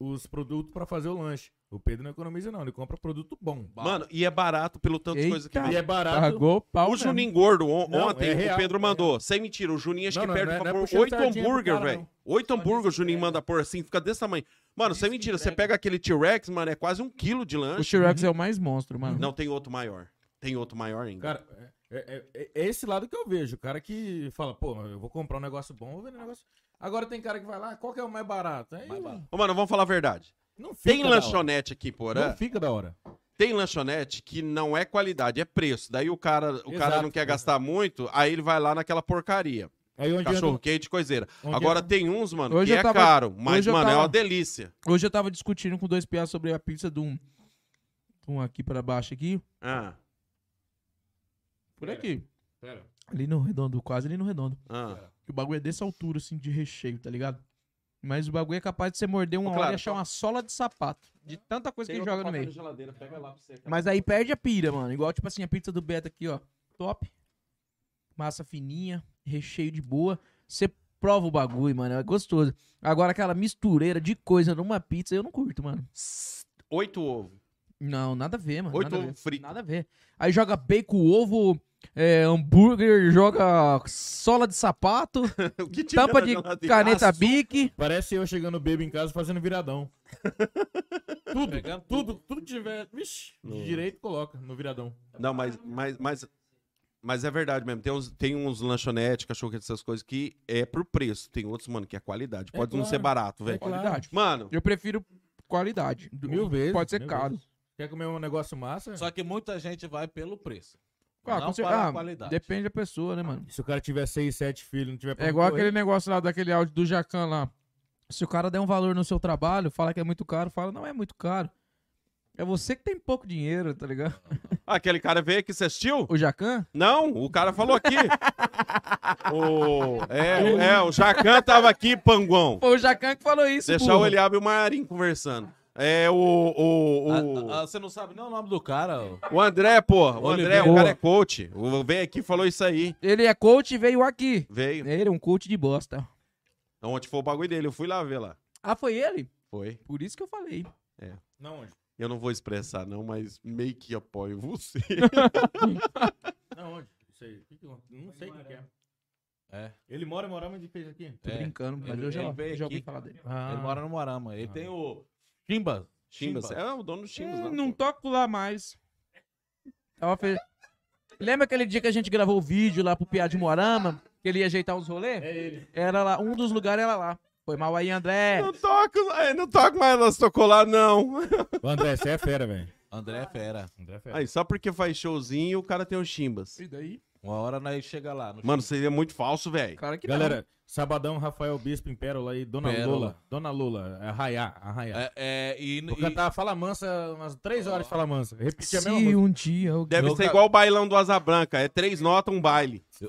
C: os produtos pra fazer o lanche. O Pedro não economiza, não. Ele compra produto bom.
B: Mano, e é barato pelo tanto de coisa que
A: Eita.
C: E é barato.
A: Pagou pau.
B: O
A: mesmo.
B: Juninho Gordo, on-
C: Não,
B: ontem,
C: é
B: o
C: real,
B: Pedro
C: é
B: mandou. Sem mentira, o Juninho acho
C: Não,
B: que
C: não,
B: perde
C: não é-
B: pra
C: não é
B: pôr
C: puxando
B: oito
C: sardinha pro
B: hambúrguer,
C: cara,
B: velho.
C: não.
B: Oito
C: Só
B: hambúrguer o
C: diz que
B: Juninho
C: entrega.
B: manda pôr assim, fica desse tamanho. Mano,
C: Diz
B: sem
C: que
B: mentira, você
C: entrega.
B: pega aquele T-Rex, mano, é quase um quilo de
A: O
B: lanche.
A: T-Rex é o mais monstro, mano.
B: Não, tem outro maior. Tem outro maior ainda.
C: Cara, é, é- é- é esse lado que eu vejo. O cara que fala, pô, eu vou comprar um negócio bom, vou vender um negócio. Agora tem cara que vai lá, qual que é o mais barato? Aí,
B: Ô, mano, vamos falar a verdade.
C: Não fica
B: Tem né?
C: da hora.
B: lanchonete aqui, porã.
C: Não fica da hora.
B: Tem lanchonete que não é qualidade, é preço. Daí o cara, o cara
C: Exato, é.
B: não quer
C: exato.
B: gastar muito, aí ele vai lá naquela porcaria.
C: Aí onde
B: Cachorro quente, coiseira.
C: Onde
B: Agora
C: entra-
B: tem uns, mano,
A: Hoje
B: que
A: eu
B: é
A: tava-
B: caro. Mas,
A: hoje eu
B: mano, é uma
A: tava-
B: delícia.
A: Hoje eu tava discutindo com dois piás sobre a pizza de um. de um aqui pra baixo aqui.
B: Ah,
A: Por
C: Pera,
A: aqui.
C: pera.
A: Ali no redondo, quase ali no redondo.
B: ah.
A: Que o bagulho é dessa altura, assim, de recheio, tá ligado? Mas o bagulho é capaz de você morder uma
B: Ô,
A: hora
B: Clara,
A: e achar
B: qual-
A: uma sola de sapato. De tanta coisa que joga no meio.
B: geladeira, pega lá pra você.
A: Mas aí perde a pira, mano. Igual, tipo assim, a pizza do Beto aqui, ó. Top. Massa fininha, recheio de boa. Você prova o bagulho, mano. É gostoso. Agora, aquela mistureira de coisa numa pizza, eu não curto, mano.
B: Oito ovos.
A: Não, nada a ver, mano.
B: Oito
A: nada a ver.
B: ovos fritos.
A: Nada a ver. Aí joga bacon, ovo, é, hambúrguer, joga sola de sapato,
B: O que tiver
A: tampa
B: na
A: de
B: geladeira.
A: caneta
B: Açúcar.
A: bique.
C: Parece eu chegando bebo em casa fazendo viradão. tudo, tudo, tudo que tiver. Vixe, de direito coloca no viradão.
B: Não, mas, mas, mas, mas é verdade mesmo. Tem uns, tem uns lanchonetes, cachorro quente, essas coisas que é pro preço. Tem outros, mano, que é qualidade.
C: É
B: Pode não
C: claro.
B: ser barato, velho.
C: É claro.
A: Qualidade.
B: Mano,
A: Eu prefiro qualidade.
C: Mil vezes.
A: Pode ser
C: mil
A: caro.
C: vezes. Quer comer um negócio massa?
D: Só que muita gente vai pelo preço.
A: Ah,
D: não
A: com cer-
D: pela
A: ah,
D: qualidade.
A: Depende da pessoa, né, mano?
C: Se o cara tiver seis, sete filhos, não tiver
A: É igual aquele negócio lá daquele áudio do Jacan lá. Se o cara der um valor no seu trabalho, fala que é muito caro, fala, não é muito caro. É você que tem pouco dinheiro, tá ligado?
B: aquele cara veio aqui, você assistiu?
A: O Jacan?
B: Não, o cara falou aqui. o, é, é, o Jacan tava aqui, panguão.
A: Foi o Jacan que falou isso,
B: Deixar o Eliabe e o Marinho conversando. É o. O, o,
D: Ah, ah, você não sabe nem o nome do cara, ó.
B: o André, pô. O André,
D: Oliveira.
B: o cara é coach. O, veio aqui e falou isso aí.
A: Ele é coach e veio aqui.
B: Veio.
A: Ele é um coach de bosta.
B: Onde Então, tipo, foi o bagulho dele? Eu fui lá ver lá.
A: Ah, foi ele?
B: Foi.
A: Por isso que eu falei.
C: Não, onde?
B: Eu não vou expressar, não, mas meio que apoio você.
C: Não, onde? Isso aí. Que que eu- Não sei o que que é.
D: É.
C: Ele mora em Morama de Peixe aqui?
A: Tô
D: É,
A: brincando, mas
D: ele-
A: eu já,
D: ele veio
A: já ouvi
D: aqui.
A: falar dele.
D: Ele mora no Morama. Ele
C: Ah.
D: tem o Chimba.
B: Chimbas. É o dono do Chimbas,
A: Hum,
B: lá,
A: não
B: pô.
A: toco lá mais. Tava fe- Lembra aquele dia que a gente gravou o vídeo lá pro Piá de Morama? Que ele ia ajeitar os rolês?
C: É ele.
A: Era lá, um dos lugares era lá. Foi mal aí, André.
B: Não toco, é, não toco mais nas tocolar, não.
C: O André, você é fera, velho.
D: André é Fera.
C: André é fera.
B: Aí, só porque faz showzinho, o cara tem o Chimbas.
A: E daí?
D: Uma hora nós chega lá. no
B: Mano, seria muito falso, velho.
A: Cara que
C: Galera, sabadão, Rafael Bispo, Impérola e Dona
D: Pérola.
C: Lola. Dona Lola, arraiá, arraiá.
D: É, é, e,
C: Vou
D: e-
C: cantar Fala Mansa umas três horas de Fala Mansa. Repetir a
A: Se
C: mesma música.
A: um dia eu...
B: é Deve
D: Meu
B: ser
D: ca-
B: igual o bailão do Asa Branca. É três notas, um baile. né?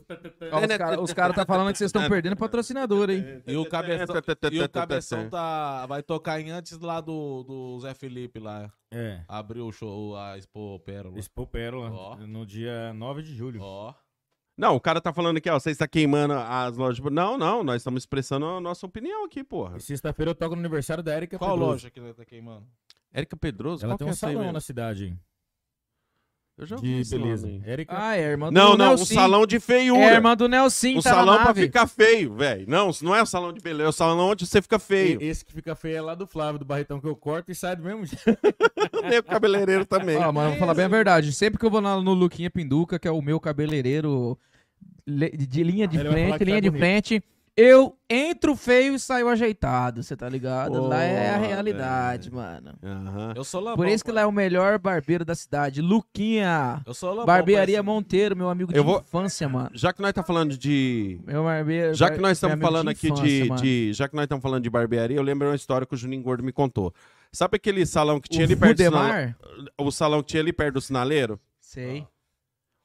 A: Ó, os caras os cara tá falando que vocês
B: É.
A: estão perdendo patrocinador, hein?
D: e o cabeção, e o cabeção tá, vai tocar em antes lá do, do Zé Felipe lá.
C: É.
D: Abriu o show, a Expo Pérola.
C: Expo Pérola,
D: Ó.
C: no dia 9 de julho.
D: Ó.
B: Não, o cara tá falando aqui, ó, você está queimando as lojas. Não, não, nós estamos expressando a nossa opinião aqui, porra.
C: E sexta-feira eu toco no aniversário da Erika
D: Qual
C: Pedroso.
D: loja que tá queimando?
B: Érica Pedroso,
C: Ela
B: qual
C: tem
B: que
C: um
B: é essa aí
C: salão
B: mesmo?
C: na cidade. hein?
B: Eu já ouvi
C: De
B: esse
C: beleza.
B: nome.
C: Érica.
A: Ah, é a irmã do
B: Não, não, um
A: Nelsinho.
B: salão de feiura.
A: É a irmã do Nelson,
B: um
A: tá na
B: salão pra
A: nave.
B: ficar feio, velho. Não, não é o salão de beleza, é o salão onde você fica feio.
C: E- Esse que fica feio é lá do Flávio, do barretão que eu corto e sai do mesmo jeito.
B: Eu tenho cabeleireiro também.
A: Ó, mano, vou Ah, falar bem a verdade. Sempre que eu vou na- no Luquinha Pinduca, que é o meu cabeleireiro le- de, de linha de
C: Ele vai
A: frente,
C: falar que
A: linha
C: tá
A: de
C: bonito.
A: frente, eu entro feio e saio ajeitado, você tá ligado? lá é a
B: Porra,
A: realidade, mano.
B: Aham.
D: Eu sou
C: Tá
D: lá
A: Por isso que lá é o melhor barbeiro da cidade,
C: Tá
A: Luquinha.
D: Eu sou lá
A: Barbearia Monteiro, meu amigo de
B: Eu vou-
A: infância, mano.
B: Já que nós tá falando de.
A: Meu barbeiro.
B: Já que
A: bar-
B: nós estamos
A: meu amigo
B: falando aqui
A: infância,
B: de,
A: mano.
B: de- Já que nós estamos falando de barbearia, eu lembro uma história que o Juninho Gordo me contou. Sabe aquele salão que tinha ali
A: o
B: perto do sinaleiro?
A: Vudemar?
B: O salão que tinha ali perto do sinaleiro?
A: Sei.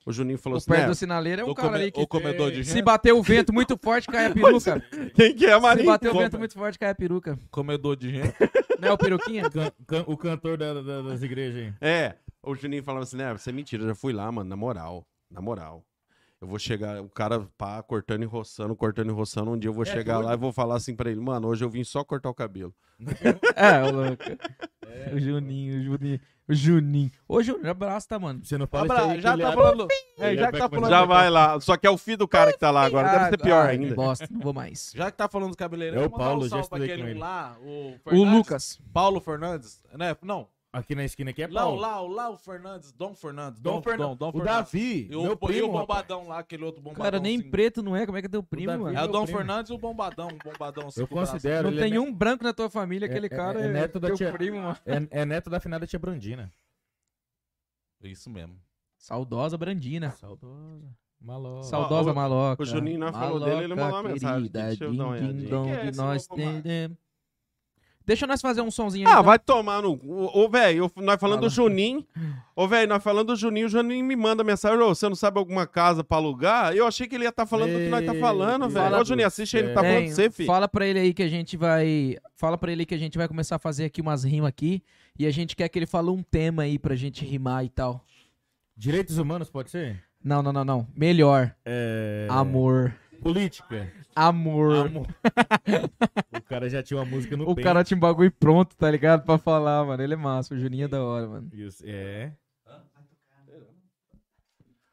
B: O Juninho falou
A: O
B: assim: né,
A: pé do sinaleiro é um
D: o,
A: cara
D: come-
A: ali que.
D: o comedor de
A: Se
D: gente,
A: bater o vento muito forte, cai a peruca.
B: Quem que é,
A: Se
B: Marinho?
A: bater o
D: Como-
A: vento muito forte, cai a peruca.
D: comedor de gente.
A: Não é o peruquinha?
C: Can- can- o cantor da- da- das igrejas aí.
B: É. O Juninho falava assim: né, você é mentira, eu já fui lá, mano, na moral. Na moral. Eu vou chegar, o cara pá, cortando e roçando, cortando e roçando. Um dia eu
D: É
B: vou chegar lá e vou falar assim pra ele: mano, hoje eu vim só cortar o cabelo.
A: É, o louco.
C: É.
A: o Juninho, o Juninho. O Juninho. Ô, Juninho, abraço, tá, mano?
C: Você não fala isso aí
D: Abra,
C: que
D: já
C: ele
D: tá
C: abre-
D: falando. É,
C: Ele
D: já
C: vai
D: que tá
C: começar.
D: falando.
B: Já vai lá. Só que é o filho do cara que tá lá agora, deve ser pior
A: Ah,
B: ainda.
A: Bosta, não vou mais.
D: Já que tá falando dos cabeleireiros,
C: É o
D: mandar
C: Paulo,
D: um
C: já
D: salve pra
C: estudei com
D: aquele
C: ele.
D: lá, o
A: O
D: Fernandes.
A: Lucas.
D: Paulo Fernandes, né? Não,
C: Aqui na esquina aqui é
D: lá, o-
C: Paulo.
D: lá, o- lá o Fernandes, Dom Fernandes,
C: Dom
D: Dom,
C: Fernan-
D: Fernandes, Dom, Dom
C: o
D: Fernandes.
C: Davi,
D: E o,
C: meu
D: e o
C: primo, rapaz.
D: bombadão lá, aquele outro bombadão.
A: Cara, nem
D: assim.
A: preto não é. Como é que é teu primo,
C: Um Davi
A: mano?
D: É o
C: Meu
D: Dom
C: primo.
D: Fernandes e o bombadão, o bombadão. assim,
C: Eu
D: com o braço.
C: considero.
A: Não
C: ele é
A: tem
C: ne-
A: um branco na tua família, aquele
C: É- é-
A: cara
C: é
A: é,
C: neto da
A: teu
C: tia-
A: primo, mano.
C: É, é neto da finada tia Brandina.
D: Isso mesmo.
A: Saudosa Brandina.
C: Saudosa. Maloca.
A: Saudosa
B: o-
A: maloca.
B: o Juninho, nós falou dele, ele mandou uma mensagem aqui,
A: Querida,
B: deixa eu dar uma
A: din,
B: olhadinha.
A: din,
B: O que
A: dom,
B: que é
A: que
B: esse
A: nós
B: novo formato?
A: temos. Deixa nós fazer um sonzinho
B: Ah,
A: então.
B: vai tomar no. cu. Ô, ô, velho, eu- nós falando do
A: Fala.
B: Juninho. Ô, velho, nós falando do Juninho, o Juninho me manda mensagem. Ô, você não sabe alguma casa pra alugar? Eu achei que ele ia estar falando do que nós tá falando,
C: Ei,
B: velho.
C: fala
B: Ô, Juninho, assiste aí, ele tá
A: Tem,
B: falando de você, filho.
A: Fala pra ele aí que a gente vai. Fala pra ele que a gente vai começar a fazer aqui umas rimas aqui. E a gente quer que ele fale um tema aí pra gente rimar e tal.
C: Direitos humanos, pode ser?
A: Não, não, não, não. Melhor.
C: É.
D: Ah.
A: Amor.
C: Política.
A: Amor.
C: Amor. o cara já tinha uma música no
A: O
C: peito.
A: cara tinha um bagulho pronto, tá ligado? Pra falar, mano. Ele é massa. O Juninho é da hora, mano.
C: Isso, é.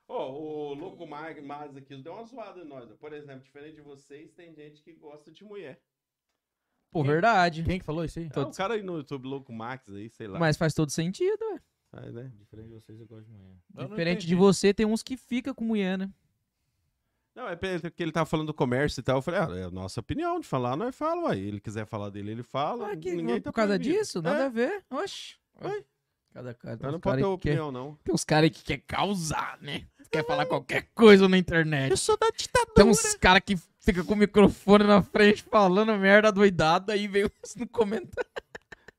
B: Ô, o louco Mag- Mas aqui deu uma zoada em nós. ó. Por exemplo, diferente de vocês, tem gente que gosta de mulher.
A: Pô, verdade.
C: Quem que falou isso aí?
B: Ah, o cara aí no YouTube, Louco Max aí, sei lá.
A: Então, Mas faz todo sentido, ué.
B: Aí, né?
C: Diferente de vocês, eu gosto de manhã.
D: Eu não
A: Diferente
D: entendi.
A: de você, tem uns que fica com mulher, né?
B: Não, é porque ele tava falando do comércio e tal. Eu falei, ah, é a nossa opinião de falar, nós falamos. Aí ele quiser falar dele, ele fala.
A: Ah, que,
B: ninguém tá
A: por causa
B: proibido.
A: disso? Nada
B: É,
A: a ver. Oxi.
B: Ué.
A: Cada cara. Tem
B: nós
A: uns
B: não pode ter
A: cara que quer-
B: opinião, não.
A: tem uns caras que quer causar, né? Quer falar qualquer coisa na internet.
B: sou da ditadura.
A: Tem uns caras que fica com o microfone na frente falando merda doidada aí veio no comentário.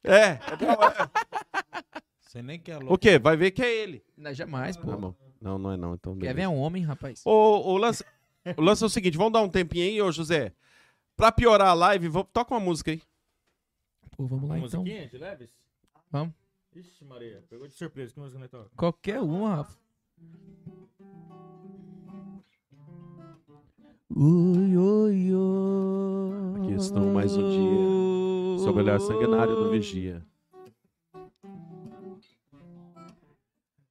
B: É, é da hora.
D: Você nem quer
B: O
D: louco.
B: quê? Vai ver que é ele.
A: Não, jamais, pô.
B: Tá bom. Não, não é não. Então
A: Quer ver é
B: beleza.
A: um homem, rapaz.
B: Ô, ô, lance... o lance é o seguinte, vamos dar um tempinho aí, ô José. Pra piorar a live, vamos... toca uma música aí.
A: Pô, vamos
C: Ah,
A: lá então.
C: Musiquinha de leves?
A: Vamos.
C: Ixi, Maria, pegou de surpresa. Que música nós toca?
A: Qualquer um, uma, Rafa. Ui, oi, oi.
B: Aqui estão mais um dia Sobre o olhar sanguinário do Vigia.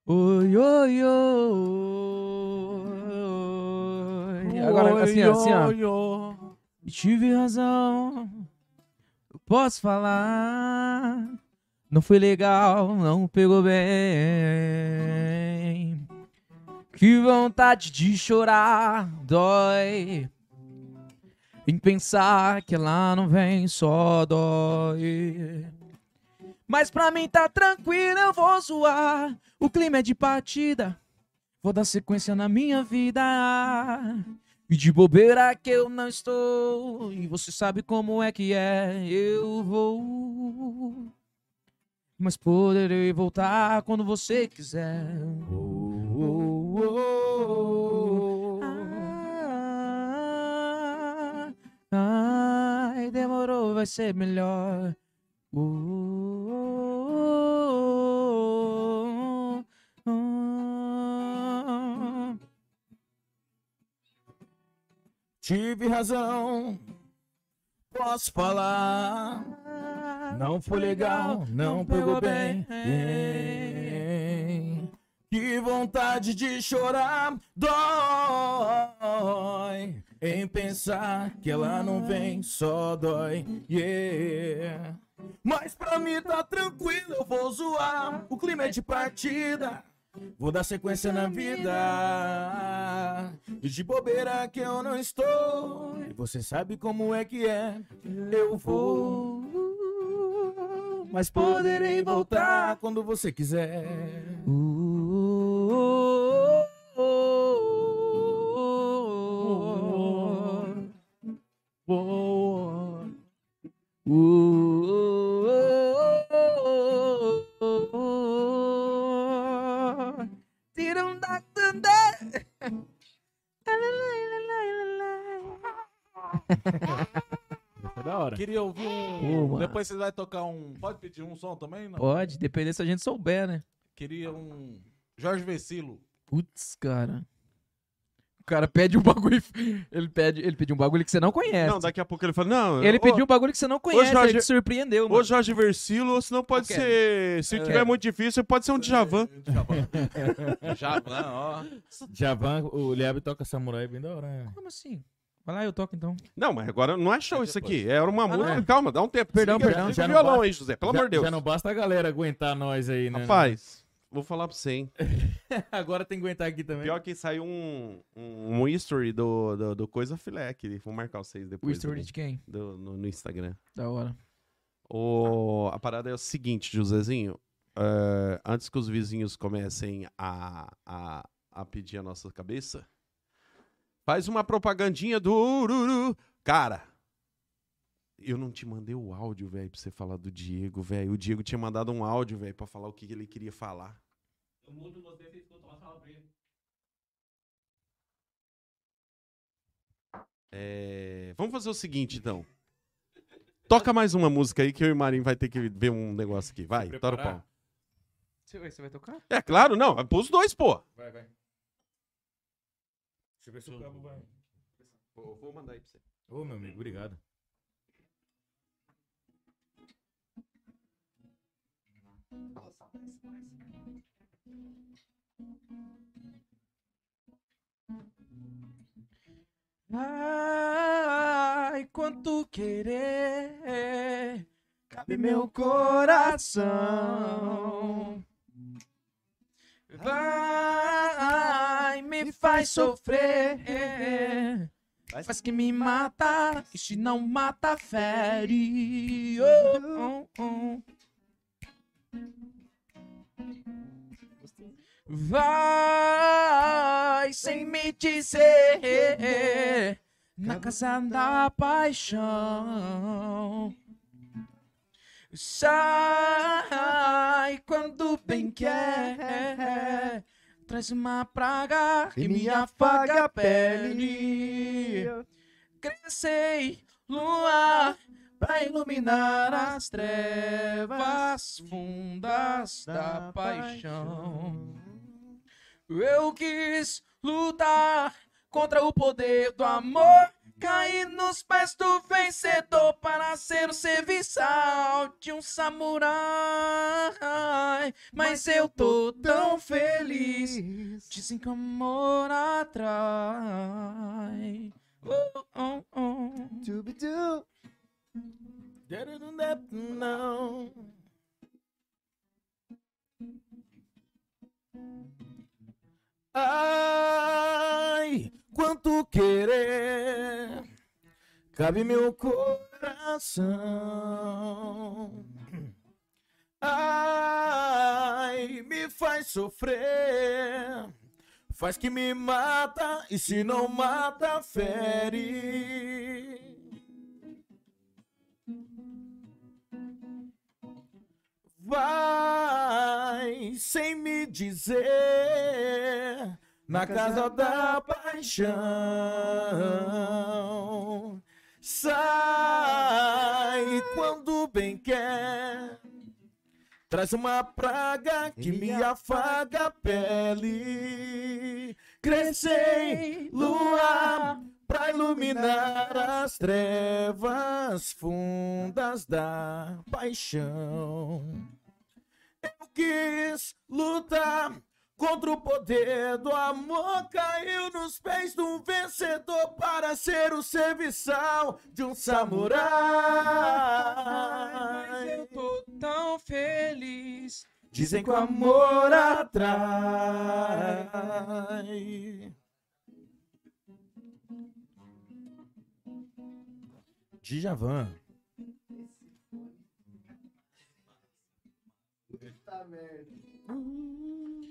A: Oi, oi, oi. Agora assim, ó, assim, ó. Tive razão, eu posso falar. Não foi legal, não pegou bem. Que vontade de chorar, dói. Em pensar que ela não vem, só dói. Mas pra mim tá tranquilo, eu vou zoar. O clima é de partida, vou dar sequência na minha vida. E de bobeira que eu não estou. E você sabe como é que é. Eu vou. Mas poderei voltar quando você quiser. Ah, ai, demorou, vai ser melhor. Oh, oh, oh.
C: Tive razão, posso falar. Não foi legal, não pegou bem. Que vontade de chorar dói em pensar que ela não vem, só dói. Yeah. Mas pra mim tá tranquilo, eu vou zoar. O clima é de partida. Vou dar sequência na vida. E de bobeira que eu não estou. E você sabe como é que é. Eu vou. Mas poderei voltar quando você quiser.
A: Tiram da
C: Foi da hora.
D: Queria ouvir
A: Pô,
D: um.
A: mano.
D: Depois vocês vão tocar um. Pode pedir um som também? Não?
A: Pode, depender se a gente souber, né?
D: Queria um. Jorge Vecilo.
A: Putz, cara. O cara pede um bagulho. Ele pede, ele pediu um bagulho que você não conhece.
B: Não, daqui a pouco ele fala, não...
A: ele
B: ô,
A: pediu um bagulho que você não conhece,
B: Jorge-
A: ele te surpreendeu,
B: Ou
A: mano.
B: Jorge Versilo, ou se não pode
A: Ok.
B: ser...
C: É.
B: Se tiver muito difícil, pode ser um Djavan.
D: Javan. Javan, ó.
C: Javan, o Liab toca samurai bem da hora, né?
A: Como assim? Vai lá, eu toco então.
B: Não, mas agora não é show isso
D: depois.
B: aqui. Era uma
A: não.
B: música... Calma, dá um tempo.
A: Perdão,
B: Desliga-
C: perdão,
B: desliga o
C: já não
B: violão
C: basta.
B: aí, José. Pelo
C: Já-
B: amor de Deus.
C: Já não basta a galera aguentar nós aí, né?
B: Rapaz, vou falar pra você, hein.
C: Agora tem que aguentar aqui também.
B: Pior que saiu um, um, um history do, do, do Coisa Filé aqui. Vou marcar vocês
A: O
B: depois.
A: story
B: ali,
A: de quem?
B: do- no, no Instagram.
A: Da hora.
B: O, a parada é o seguinte, Josézinho. é, antes que os vizinhos comecem a, a, a pedir a nossa cabeça, faz uma propagandinha do Ururu. Cara, eu não te mandei o áudio, velho, pra você falar do Diego, velho. O Diego tinha mandado um áudio, velho, pra falar o que ele queria falar.
G: Eu mudo você, você escuta uma sala pra ele.
B: É, vamos fazer o seguinte, então. Toca mais uma música aí que eu e o Marinho vai ter que ver um negócio aqui. Vai,
C: Se
B: tora o
C: preparar?
B: pau.
A: Você, vai tocar?
B: É claro, não. É pros dois, pô.
C: Vai, vai. Deixa eu ver se o cabo vai.
B: Vou mandar aí pra você.
C: Ô, meu amigo, obrigado.
A: Ai, quanto querer cabe meu coração. Vai, me faz sofrer. Faz que me mata, e se não mata, fere. Oh, oh, oh. Vai sem me dizer na casa da paixão. Sai quando bem quer, traz uma praga que me afaga a pele. Crescei lua pra iluminar as trevas fundas da paixão. Eu quis lutar contra o poder do amor. Caí nos pés do vencedor para ser o serviçal de um samurai. Mas eu tô tão feliz. Dizem que o amor atrai. Oh, oh, oh.
C: Não. Ai, quanto querer cabe meu coração. Ai, me faz sofrer, faz que me mata e se não mata fere. Vai sem me dizer na casa da paixão. Sai quando bem quer. Traz uma praga que me afaga a pele. Crescei, lua, pra iluminar as trevas fundas da paixão. Eu quis lutar Contra o poder do amor caiu nos pés de um vencedor para ser o serviçal de um samurai.
A: tô tão feliz.
C: Dizem que o amor atrai. Djavan.
E: Puta merda.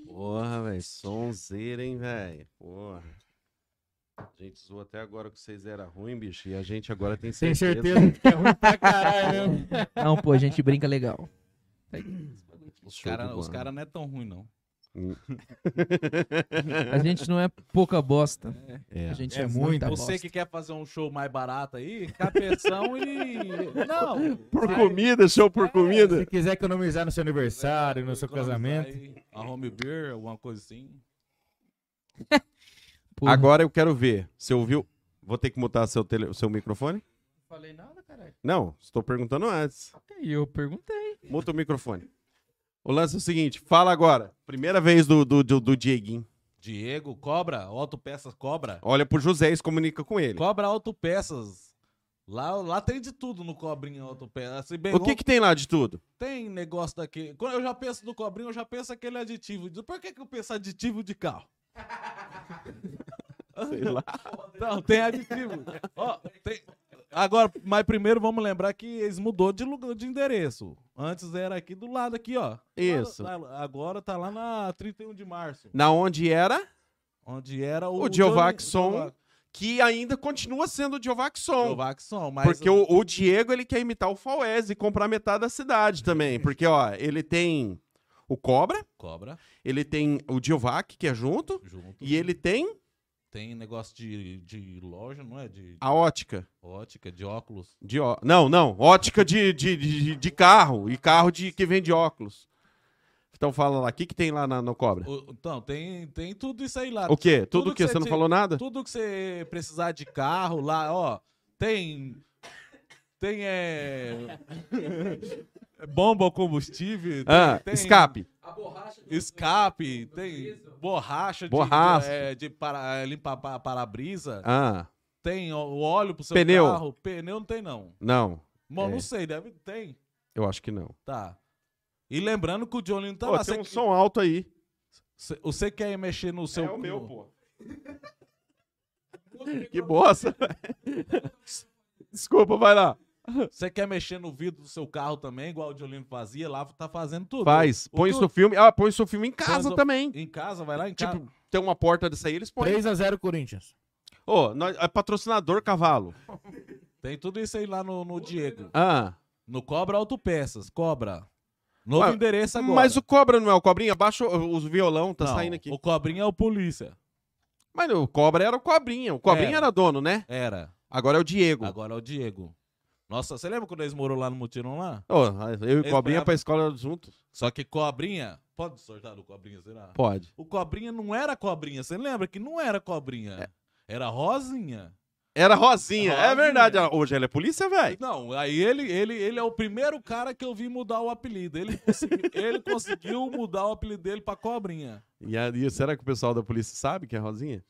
B: Porra, velho. Sonzeira, hein, velho? Porra. A gente zoou até agora que vocês eram ruim, bicho. E a gente agora tem
C: Tem
B: certeza.
C: certeza que é ruim pra caralho. né?
A: Não, pô, a gente brinca legal.
D: Os
B: Show
D: caras
B: do
D: os
B: Guano.
D: cara não é tão ruim, não.
A: A gente não é pouca bosta.
B: É.
A: A gente
C: É
A: é,
C: muito.
A: muita bosta.
D: Você que quer fazer um show mais barato aí, cabeção e. Não!
B: Por comida, show por comida.
C: Se quiser economizar no seu aniversário, no seu casamento.
D: A home beer, alguma coisa assim.
A: Porra.
B: Agora eu quero ver. Você ouviu? Vou ter que mutar seu, tele... seu microfone?
A: Não falei nada, caralho.
B: Não, estou perguntando antes.
A: E eu perguntei.
B: Muta o microfone. O lance é o seguinte, fala agora. Primeira vez do, do, do, do Dieguinho.
D: Diego, cobra, autopeças cobra.
B: Olha pro José e se comunica com ele.
D: Cobra autopeças. Lá, lá tem de tudo no cobrinho autopeças. Se bem
B: O que que tem lá de tudo?
D: tem negócio daquele. Quando eu já penso no cobrinho, eu já penso aquele aditivo. Por que, que eu penso aditivo de carro?
B: Sei lá.
D: Não, tem aditivo. Ó, tem- Agora, mas primeiro vamos lembrar que eles mudou de lugar de endereço. Antes era aqui do lado, aqui, ó.
B: Isso.
D: Lá- lá- agora tá lá na 31 de março.
B: Na onde era,
D: Onde era o.
B: O Giovaxson. que ainda continua sendo o Giovaxon.
D: Giovaxson, mas.
B: Porque o, o Diego, ele quer imitar o Fauese e comprar metade da cidade também. Porque, ó, ele tem o Cobra,
D: Cobra,
B: ele tem o Giovac, que é junto,
D: junto.
B: e ele tem
D: Tem negócio de, de loja, não é? De
B: a Ótica.
D: ótica, de óculos.
B: De ó... Não, não. Ótica de, de, de, de carro. E carro de que vende óculos. Então fala lá. O que, que tem lá na, no Cobra?
D: O- Então, tem, tem tudo isso aí lá.
B: O quê? Tudo,
D: tudo
B: o quê?
D: que
B: Você
D: você
B: não
D: te-
B: falou nada?
D: Tudo que você precisar de carro lá, ó, tem. Tem é. Bomba ao combustível. Tem,
B: Ah,
D: tem
B: escape.
G: A borracha do-
D: Escape,
G: do- do
D: tem
G: friso.
D: borracha de,
B: Borracha.
D: é, de para, limpar pa- para-brisa.
B: Ah,
D: Tem ó, o óleo pro seu
B: Pneu.
D: carro. Pneu não tem, não.
B: não.
D: Bom,
B: É.
D: não sei, deve tem.
B: Eu acho que não.
D: Tá. E lembrando que o Jolino tá
B: Pô,
D: lá.
B: tem um
D: cê-
B: som alto aí.
D: cê- Você quer mexer no seu. no-
B: Então, É pô. que bosta. velho. Desculpa, vai lá.
D: Você quer mexer no vidro do seu carro também, igual o Jolino fazia, lá tá fazendo tudo.
B: Faz.
D: O
B: Põe
D: Du-
B: seu filme. Ah, põe seu filme em casa
D: Quando-
B: também.
D: Em casa, vai lá em casa.
B: Tipo, tem uma porta dessa aí, eles põem.
C: 3x0 Corinthians.
B: Ô, nós- é patrocinador cavalo.
D: Tem tudo isso aí lá no, no Diego.
B: Ah.
D: No Cobra Autopeças, Cobra. Novo
B: Mas-
D: endereço agora.
B: Mas o cobra não é o cobrinha? Baixa o, o violão, tá
D: Não,
B: saindo aqui.
D: O Cobrinha é o polícia.
B: Mas o cobra era o cobrinha. O cobrinha
D: Era.
B: era, dono, né?
D: Era.
B: Agora é o Diego.
D: Agora é o Diego. Nossa, você lembra quando eles morou lá no Mutirão lá?
B: Ô, eu e
D: Esse
B: o cobrinha
D: brabo.
B: pra escola juntos?
D: Só que Cobrinha. Pode sortar do Cobrinha, será?
B: Pode.
D: O Cobrinha não era Cobrinha. Você lembra que não era Cobrinha?
B: É.
D: Era Rosinha.
B: Era Rosinha. É
D: Rosinha.
B: verdade. ela- Hoje ela é polícia, velho.
D: Não, aí ele, ele, ele é o primeiro cara que eu vi mudar o apelido. Ele, consegui- ele conseguiu mudar o apelido dele pra Cobrinha.
B: E, a- e será que o pessoal da polícia sabe que é Rosinha?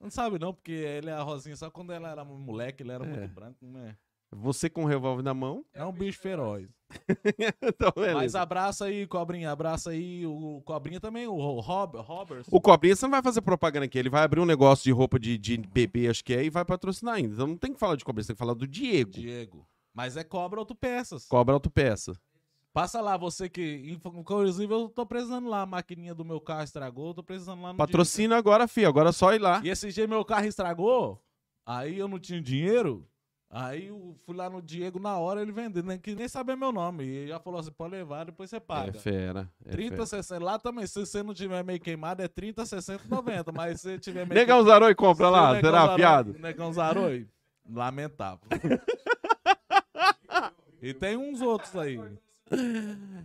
D: Não sabe não, porque ele é a Rosinha só quando ela era moleque, ele era
B: É.
D: muito branco, né?
B: Você com um revólver na mão.
D: É um bicho feroz.
B: então,
D: Mas
B: beleza.
D: abraça aí, Cobrinha, abraça aí o Cobrinha também, o Rob, Roberts.
B: O cobrinha, você não vai fazer propaganda aqui. Ele vai abrir um negócio de roupa de, de bebê, acho que é, e vai patrocinar ainda. Então não tem que falar de cobrinha, você tem que falar do Diego.
D: Diego. Mas é Cobra Autopeças.
B: Cobra autopeça.
D: Passa lá, você que... Inclusive, eu tô precisando lá, a maquininha do meu carro estragou, eu tô precisando lá no Diego.
B: Patrocina agora, fi. Agora é só ir lá.
D: E esse dia meu carro estragou, aí eu não tinha dinheiro, aí eu fui lá no Diego na hora, ele vendeu, nem, que nem sabia meu nome. E ele já falou assim, pode levar, depois você
B: É
D: paga.
B: fera. É
D: 30,
B: fera.
D: 60, lá também, se você não tiver meio queimado, é 30, 60, 90, mas se tiver meio
B: Negão Zaroi compra
D: se o
B: lá,
D: Negão
B: será
D: Zaroi-
B: fiado?
D: Negão Zaroi, lamentável. e tem uns outros aí.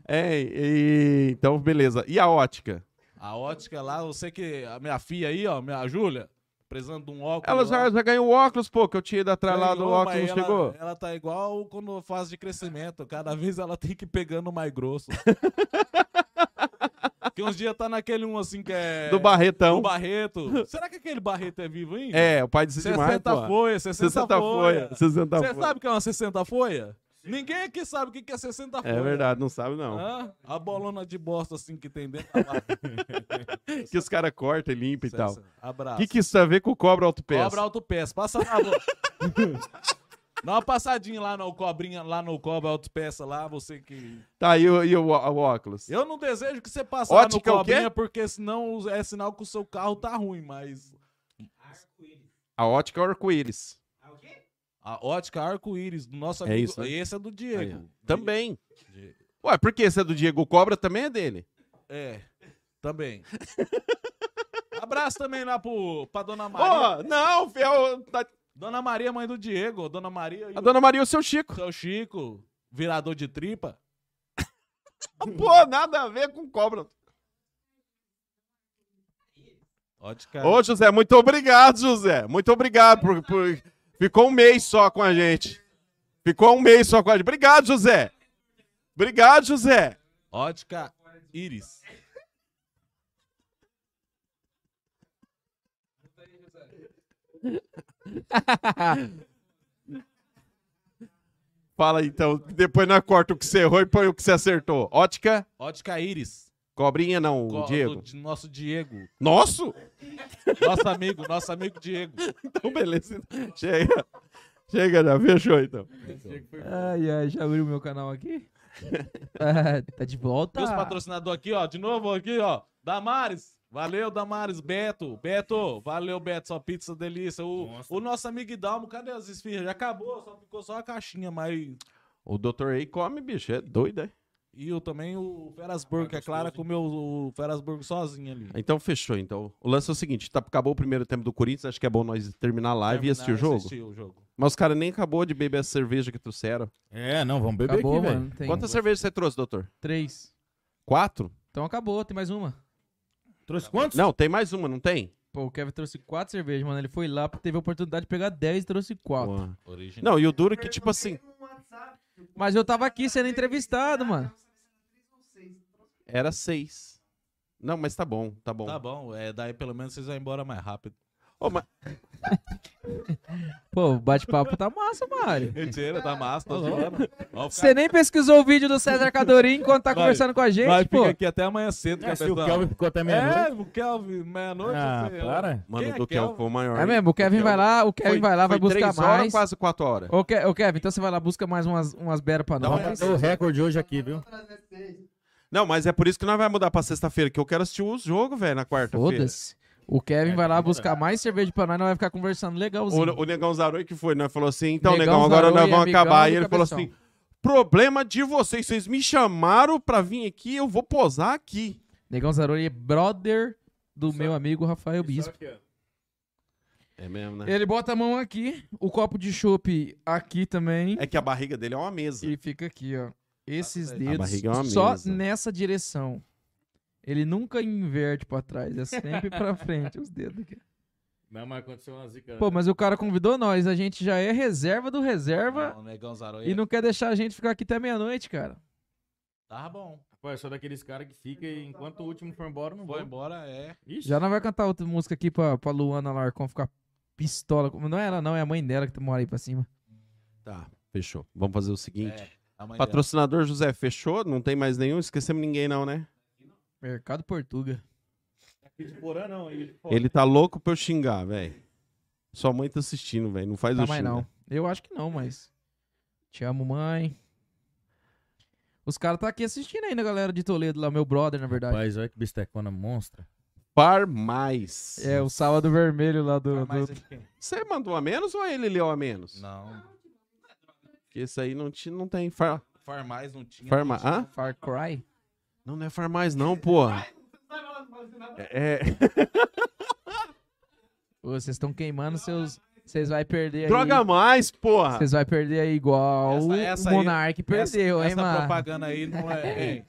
B: É, e- então beleza. E a ótica?
D: A ótica lá, eu sei que a minha filha aí, ó, minha Júlia, precisando de um óculos.
B: Ela
D: lá.
B: já, já ganhou o óculos, pô, que eu tirei da trás lá do
D: Ganhou,
B: óculos,
D: mas
B: não
D: ela,
B: chegou?
D: Ela tá igual quando faz de crescimento. Cada vez ela tem que ir pegando mais grosso. Que uns dias tá naquele um assim que é.
B: Do Barretão.
D: do Barreto. Será que aquele Barreto é vivo ainda?
B: Então, É, o pai disse demais,
D: 60
B: pô.
D: folha, 60,
B: 60
D: folha.
B: folha. 60
D: Você
B: folha.
D: sabe o que é uma 60 folha? Ninguém aqui sabe o que que é 60 folha. Ah.
B: É verdade, não sabe não.
D: Hã? A bolona de bosta assim que tem dentro da barra.
B: Que os caras cortam e limpam e tal. O
D: Abraço.
B: que, que isso tem a ver com o cobra autopeça?
D: Cobra autopeça. Passa na mão. Dá uma passadinha lá no cobrinha, lá no cobra autopeça lá, você que.
B: Tá, e o, e o, ó- o óculos?
D: Eu não desejo que você passe lá no
B: Ótica é o quê?
D: cobrinha, porque senão é sinal que o seu carro tá ruim, mas.
G: Arco-íris.
B: A ótica é o arco-íris.
G: Ah, o quê?
D: A ótica arco-íris do nosso
B: É
D: amigo.
B: isso, né?
D: Esse é do Diego.
B: Aí, ó. Também. Ué, por que esse é do Diego? O cobra também é dele.
D: É. Também. Abraço também lá pro, pra Dona Maria.
B: Ó, não, fiel. tá-
D: Dona Maria, mãe do Diego. Dona Maria e
B: A
D: o
B: dona Maria e o seu Chico.
D: seu Chico, virador de tripa.
B: Ah, Pô, nada a ver com cobra.
D: Ótica.
B: Ô, José, muito obrigado, José. Muito obrigado. Por, por- Ficou um mês só com a gente. Ficou um mês só com a gente. Obrigado, José. Obrigado, José.
D: Ótica Iris.
B: Fala então, depois nós corta o que você errou e põe o que você acertou. Ótica,
D: Ótica Iris.
B: cobrinha não,
D: Co-
B: Diego.
D: do- de nosso Diego.
B: Nosso?
D: Nosso amigo, nosso amigo Diego.
B: Então, beleza. Chega. Chega já, fechou então.
A: Ai, ai, já abriu meu canal aqui? Ah, tá de volta?
D: Meus patrocinadores aqui, ó. De novo aqui, ó. Damares. Valeu, Damares. Beto. Beto. Valeu, Beto. Sua pizza delícia. O,
C: Nossa.
D: o nosso amigo Dalmo, cadê as esfirras? Já acabou, só ficou só a caixinha, mas.
B: O Dr. A come, bicho, é doido, é?
D: E eu também, o Ferasburgo, que a Clara comeu o Ferasburgo sozinha ali.
B: Então, fechou então. O lance é o seguinte, tá, acabou o primeiro tempo do Corinthians, acho que é bom nós terminar a live e assistir o jogo.
D: Assistiu o jogo.
B: Mas os caras nem acabou de beber a cerveja que trouxeram.
C: É, não, vamos beber
A: Acabou,
C: aqui, velho.
A: mano. Tem
B: Quantas cervejas você trouxe, doutor?
A: três.
B: Quatro?
A: Então acabou, tem mais uma.
C: Trouxe quantos?
B: Não, tem mais uma, não tem?
A: Pô, o Kevin trouxe quatro cervejas, mano. Ele foi lá, teve a oportunidade de pegar dez e trouxe quatro.
B: Uma.
D: Original.
B: Não, e o duro que, tipo assim,
A: Mas eu tava aqui sendo entrevistado, mano.
B: era seis. Não, mas tá bom, tá bom.
D: Tá bom, é, daí pelo menos vocês vão embora mais rápido.
B: Ô, mas-
A: Pô, o bate-papo tá massa, Mário.
D: Mentira, tá massa, tá zoando. Ó, o
A: Você nem pesquisou o vídeo do César Cadorim enquanto tá
D: Vai,
A: conversando com a gente,
D: Mas
A: pô.
D: fica aqui até amanhã cedo,
C: Ah, se o
D: capitão.
C: Kelvin ficou até meia-noite.
D: É, o Kelvin, meia-noite.
C: Ah,
D: você-
C: para.
B: Mano,
D: Quem é
B: do que eu
D: Kelvin?
B: for maior.
A: É mesmo, o Kevin vai lá, o Kevin
B: Foi-
A: vai lá, vai
B: foi
A: buscar
B: três horas,
A: mais.
B: quase quatro horas.
A: Ô, Ke- ô, Kevin, então você vai lá, busca mais umas, umas beras pra
B: Dá uma
A: nós.
C: Bateu o recorde hoje Tá aqui, viu?
B: Não, mas é por isso que nós vai mudar pra sexta-feira, que eu quero assistir o jogo, velho, na quarta-feira.
A: Foda-se. O Kevin
C: É,
A: vai lá
C: demorou.
A: buscar mais cerveja pra nós, nós vai ficar conversando legalzinho.
B: O, o Negão Zaroi que foi, né? Falou assim, então,
A: Negão
B: Negão, agora
A: Zaroi,
B: nós vamos
A: amigão
B: acabar. E
A: do
B: ele falou
A: Cabeção.
B: assim, problema de vocês, vocês me chamaram pra vir aqui, eu vou posar aqui.
A: Negão Zaroli é brother do meu amigo Rafael Bispo.
B: É mesmo, né?
A: Ele bota a mão aqui, o copo de chope aqui também
B: É Tá que a barriga dele é uma mesa.
A: e fica aqui, ó. Esses
D: A
A: dedos
B: barriga é uma
A: só
B: mesa.
A: nessa direção. Ele nunca inverte pra trás, é sempre pra frente os dedos aqui.
C: Não, mas aconteceu uma zica.
A: Pô, mas o cara convidou nós, a gente já é reserva do reserva
D: Não, o Negão Zaroia.
B: é.
A: e não quer deixar a gente ficar aqui até meia-noite, cara.
D: Tá bom.
C: Pô, é só daqueles caras que fica e enquanto o último for embora, não
D: Foi
C: vai.
D: embora, é.
C: Ixi,
A: Já não vai cantar outra música aqui pra, pra Luana Larcon ficar pistola. com- Não é ela, não, é a mãe dela que mora aí pra cima.
B: Tá, fechou. Vamos fazer o seguinte.
D: é amanhã.
B: Patrocinador José, fechou? Não tem mais nenhum? Esquecemos ninguém não, né?
A: Mercado Portuga.
C: aqui de porã não. Ele... Pô,
B: Ele tá louco pra eu xingar, velho. Sua mãe tá assistindo, velho. Não faz
A: Tá
B: o
A: mais
B: xinga.
A: não. Eu acho que não, mas. Te amo, mãe. Os caras tá aqui assistindo ainda, galera de Toledo lá, meu brother, na verdade.
C: Rapaz, olha que bistecona monstra.
B: Par mais.
A: É, o sábado vermelho lá do.
D: Mas
A: do-
D: é de quem?
B: Você mandou a menos ou ele leu a menos?
D: Não.
B: Porque esse aí não, ti- não tem. Far,
D: Farmais não tinha.
B: farma, hã?
A: Far Cry?
B: Não, não é far mais, não, porra.
A: tá
B: É,
A: Ô, Vocês estão queimando seus. Vocês vai perder
B: é,
A: aí.
B: droga mais, porra.
A: Vocês vai perder aí igual
D: Essa-
A: o-
D: essa
A: o
D: aí-
A: Monark
D: Essa-
A: perdeu,
D: essa,
A: hein, mano?
D: propaganda aí não é. hein?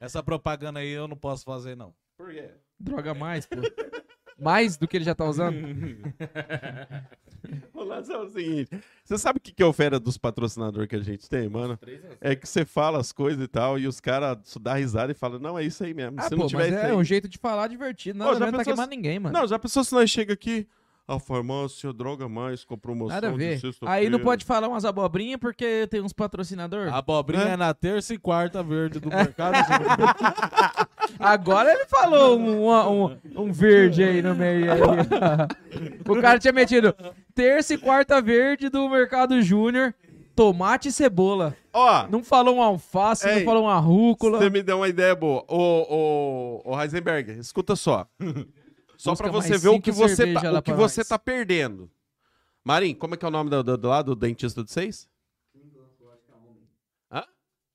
D: Essa propaganda aí eu não posso fazer, não.
A: Droga mais, pô. Mais do que ele já tá usando?
B: Ô, Mas é o seguinte, você sabe o que que é o fera dos patrocinadores que a gente tem, mano? É que você fala as coisas e tal, e os caras só dá risada e falam, não, é isso aí mesmo.
A: Ah,
B: se
A: pô,
B: não
A: mas
B: tiver isso
A: é
B: aí...
A: um jeito de falar divertido.
B: Ô,
A: Nada
B: já
A: mesmo tá
B: pensou
A: queimando ninguém, mano.
B: Não, já pensou se nós chega aqui, a farmácia droga mais com promoção
A: Nada a
B: de
A: ver.
B: sexta-feira.
A: Aí não pode falar umas abobrinhas porque tem uns patrocinadores.
D: A abobrinha
B: Né?
D: é na terça e quarta verde do mercado. Júnior.
A: Agora ele falou um, um, um verde aí no meio. aí. o cara tinha metido terça e quarta verde do Mercado Júnior, tomate e cebola.
B: Ó,
A: Não falou um alface,
B: Ei,
A: não falou uma rúcula.
B: você me deu uma ideia boa. Ô, ô, ô Heisenberg, escuta só. Só
A: Busca
B: pra você
A: mais
B: ver o
A: cinco
B: que você,
A: cerveja
B: tá,
A: lá
B: o que
A: pra
B: você
A: nós.
B: tá perdendo. Marim, como é que é o nome do, do, do lá do dentista de vocês?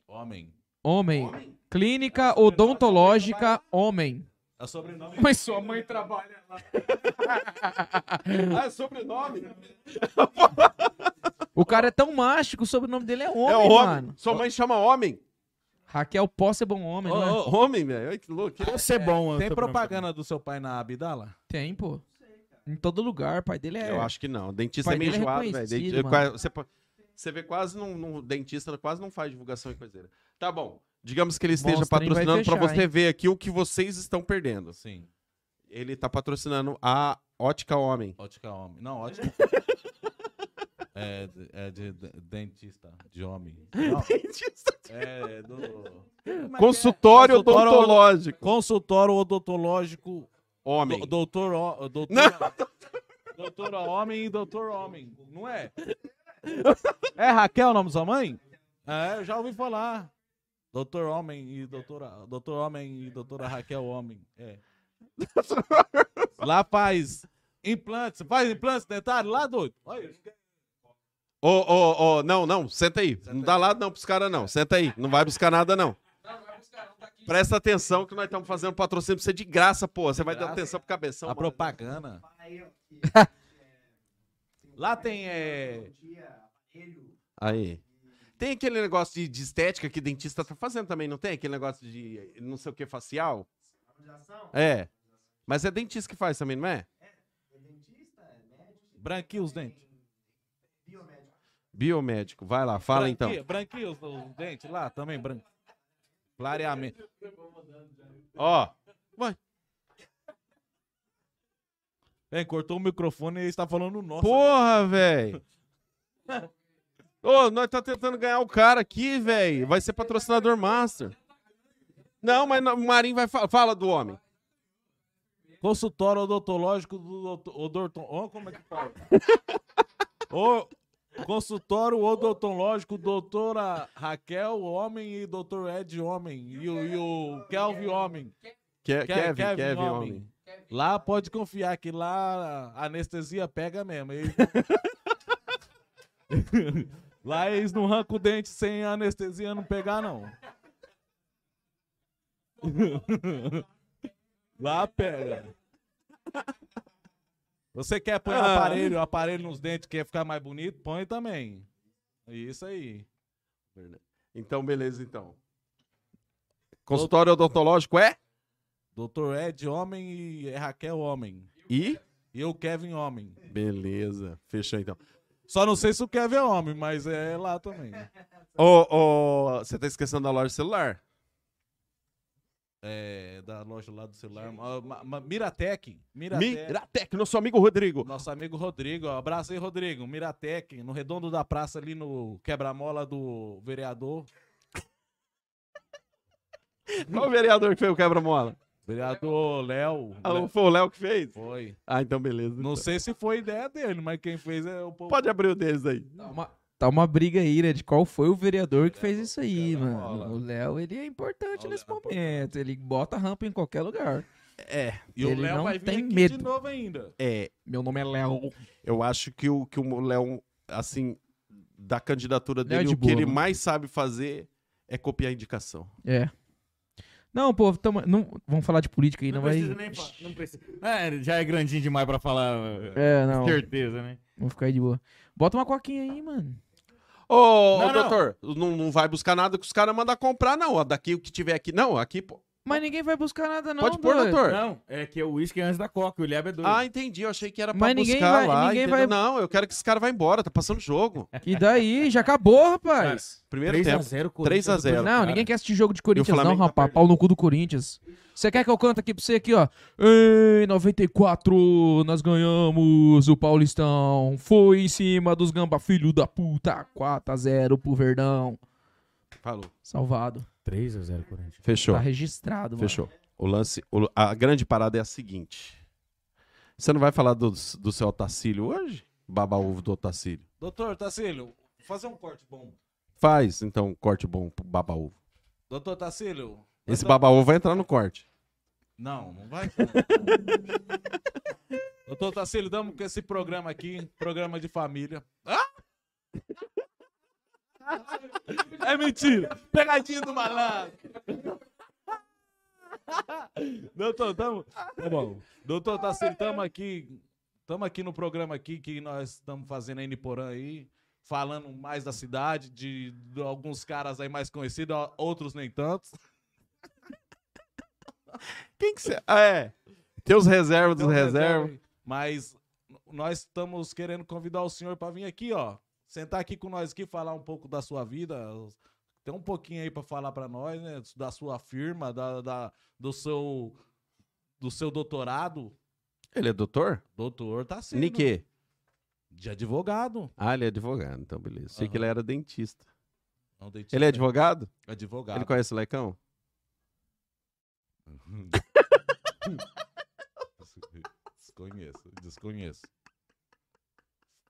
D: Homem.
A: Homem. Clínica odontológica homem.
D: É sobrenome.
A: Mas sua mãe trabalha.
B: Ah, é sobrenome?
A: O cara é tão macho que o sobrenome dele é homem,
B: é o homem.
A: mano.
B: Sua mãe chama homem.
A: Raquel Posse é bom homem, não é?
B: Ô, ô, homem, velho. Olha que louco.
C: Você é bom,
D: Tem propaganda do seu pai na Abdala?
A: Tem, pô. Em todo lugar, o pai dele é.
B: Eu acho que não. Dentista
A: Pai
B: é meio
A: dele é
B: enjoado, velho.
A: reconhecido,
B: Denti-
A: mano.
B: qua- Você, po- você vê quase não, não- Dentista quase não faz divulgação e coiseira. Tá bom. Digamos que ele esteja
A: Mostra, hein, vai
B: patrocinando pra
A: fechar,
B: você ver aqui o que vocês estão perdendo.
D: Sim.
B: Ele tá patrocinando a Ótica Homem.
D: Ótica homem. Não, ótica. é, de- é de, de- dentista. De homem. Não, é do.
B: Consultório
D: é? Consultório
B: odontológico.
D: Consultório odontológico.
B: Homem.
D: Do, doutor. O- doutor Doutora homem e doutor homem. Não é? É Raquel o nome da sua mãe? É, eu já ouvi falar. Doutor homem e doutora. Doutor homem e doutora Raquel homem. É. Lá faz implantes. Faz implantes dentários lá, doido? Olha isso.
B: Ô, ô, ô, não, não, senta aí. não dá lado não pros caras, não. Senta aí. Não vai buscar nada, não. tá Presta atenção que nós estamos fazendo patrocínio pra você de graça, pô. Você vai dar
D: graça.
B: atenção pro cabeção.
D: A
B: mano.
D: propaganda. Lá tem. É...
B: Aí. Tem aquele negócio de, de estética que dentista tá fazendo também, não tem? Aquele negócio de não sei o que facial? É. Mas é dentista que faz também, não é?
D: Branquinho os dentes.
B: Biomédico. Vai lá, fala então.
D: Branquinho- Branquinho os, os dentes lá também, branco. Clareamento.
B: tá Ó.
D: É, cortou o microfone e está falando nossa.
B: Porra, velho. Ô, nós tá tentando ganhar o cara aqui, velho. Vai ser patrocinador master. Não, mas não- o Marinho vai falar. Fala do homem.
D: Consultório odontológico do doutor. odorton- Ó, como é que fala? Ô, consultório odontológico, doutora Raquel Homem e doutor Ed Homem. E o, e o Kelvin Homem.
B: Ke-
D: Ke-
B: é, Kevin, Kevin, homem.
D: Lá pode confiar que lá a anestesia pega mesmo. E- lá eles não arrancam o dente sem a anestesia não pegar, não. lá pega. Você quer pôr o
B: Ah.
D: aparelho, o aparelho nos dentes, quer ficar mais bonito? Põe também. Isso aí.
B: Então, beleza, então. Consultório odontológico é?
D: Doutor Ed, homem, e é Raquel, homem.
B: E?
D: E eu, Kevin, homem.
B: Beleza. Fechou, então.
D: Só não sei se o Kevin é homem, mas é lá também.
B: Ô, ô, você tá esquecendo da loja de celular?
D: É, da loja lá do celular. Ma- ma- ma- Miratec. Miratec.
B: Miratec, nosso amigo Rodrigo.
D: Nosso amigo Rodrigo. ó, Abraço aí, Rodrigo. Miratec, no redondo da praça, ali no quebra-mola do vereador.
B: Qual o vereador que fez o quebra-mola?
D: Vereador Léo.
B: Ah,
D: Léo-
B: foi o Léo que fez?
D: Foi.
B: Ah, então beleza.
D: Não sei se foi ideia dele, mas quem fez é o povo.
B: Pode abrir o deles aí.
A: Tá uma, tá uma briga aí, né? De qual foi o vereador
B: É,
A: que fez isso aí,
D: cara,
A: mano.
D: rola.
A: O Léo, ele é importante
D: O
A: nesse
D: Léo é
A: momento. Ele bota rampa em qualquer lugar.
D: E o
A: Ele
D: Léo
A: não
D: vai vir
A: tem
D: aqui de
A: medo.
D: novo ainda.
B: É,
A: Meu nome é Léo.
B: eu acho que o que o Léo, assim, da candidatura dele,
A: é de
B: o
A: boa, né?
B: que ele
A: mano.
B: mais sabe fazer é copiar a indicação.
A: É. Não, pô, tamo- não, vamos falar de política aí, não, vai.
C: precisa nem fa- não precisa. É, já é grandinho demais pra falar. eh,
A: É, não.
C: Certeza, né?
A: Vamos ficar aí de boa. Bota uma coquinha aí, mano.
B: Ô, ô,
C: Não, não.
B: doutor, não, não vai buscar nada que os caras mandam comprar, não. Ó, daqui o que tiver aqui. Não, aqui, pô,
A: Mas ninguém vai buscar nada, não.
B: Pode pôr,
A: doido.
B: doutor.
C: Não, é que o uísque é antes da coca, o Ilhab é doido.
B: Ah, entendi. Eu achei que era pra
A: Mas
B: buscar
A: ninguém vai-
B: lá.
A: ninguém
B: entendeu?
A: vai-
B: Não, eu quero que esse cara vá embora. Tá passando jogo.
A: E daí? Já acabou, rapaz.
B: Primeiro
C: 3 a
B: tempo.
C: 0
B: 3 a 0.
A: não,
B: cara.
A: ninguém quer assistir jogo de Corinthians, não,
B: Flamengo tá
A: rapaz. Pau no cu do Corinthians. Você quer que eu cante aqui pra você aqui, ó? Em 94, nós ganhamos o Paulistão. Foi em cima dos gamba, filho da puta. 4x0 pro Verdão.
B: Falou.
A: Salvado.
C: 3 a 0 Corinthians.
B: Fechou.
A: Tá registrado, mano.
B: Fechou. O lance, o- a grande parada é a seguinte. Você não vai falar do, do seu Otacílio hoje? Baba ovo do Otacílio.
D: Doutor Tacílio, fazer um corte bom.
B: Faz, então, um corte bom pro baba ovo.
D: Doutor Tacílio.
B: Esse
D: doutor-
B: baba ovo vai entrar no corte.
D: Não, não vai. Doutor Tacílio, damos com esse programa aqui, programa de família. Ah! É mentira! Pegadinha do malandro! Doutor, tamo. Tá bom. Doutor Tacílio, tamo aqui. Tamo aqui no programa aqui que nós estamos fazendo aí em Niporã aí. Falando mais da cidade, de, de alguns caras aí mais conhecidos, outros nem tantos.
B: Quem que você... Ah, é. Teus reservas dos
D: Então,
B: reservas.
D: reserva. Mas nós estamos querendo convidar o senhor para vir aqui, ó. Sentar aqui com nós aqui, falar um pouco da sua vida. Tem um pouquinho aí para falar para nós, né? Da sua firma, da, da- do seu do seu doutorado.
B: Ele é doutor?
D: Doutor tá sendo.
B: Niquê.
D: De advogado.
B: Ah, ele é advogado, então beleza. Sei que ele
D: Aham.
B: era dentista.
D: Não, dentista.
B: Ele é advogado?
D: Advogado.
B: Ele conhece o Lecão?
D: Desconheço, desconheço.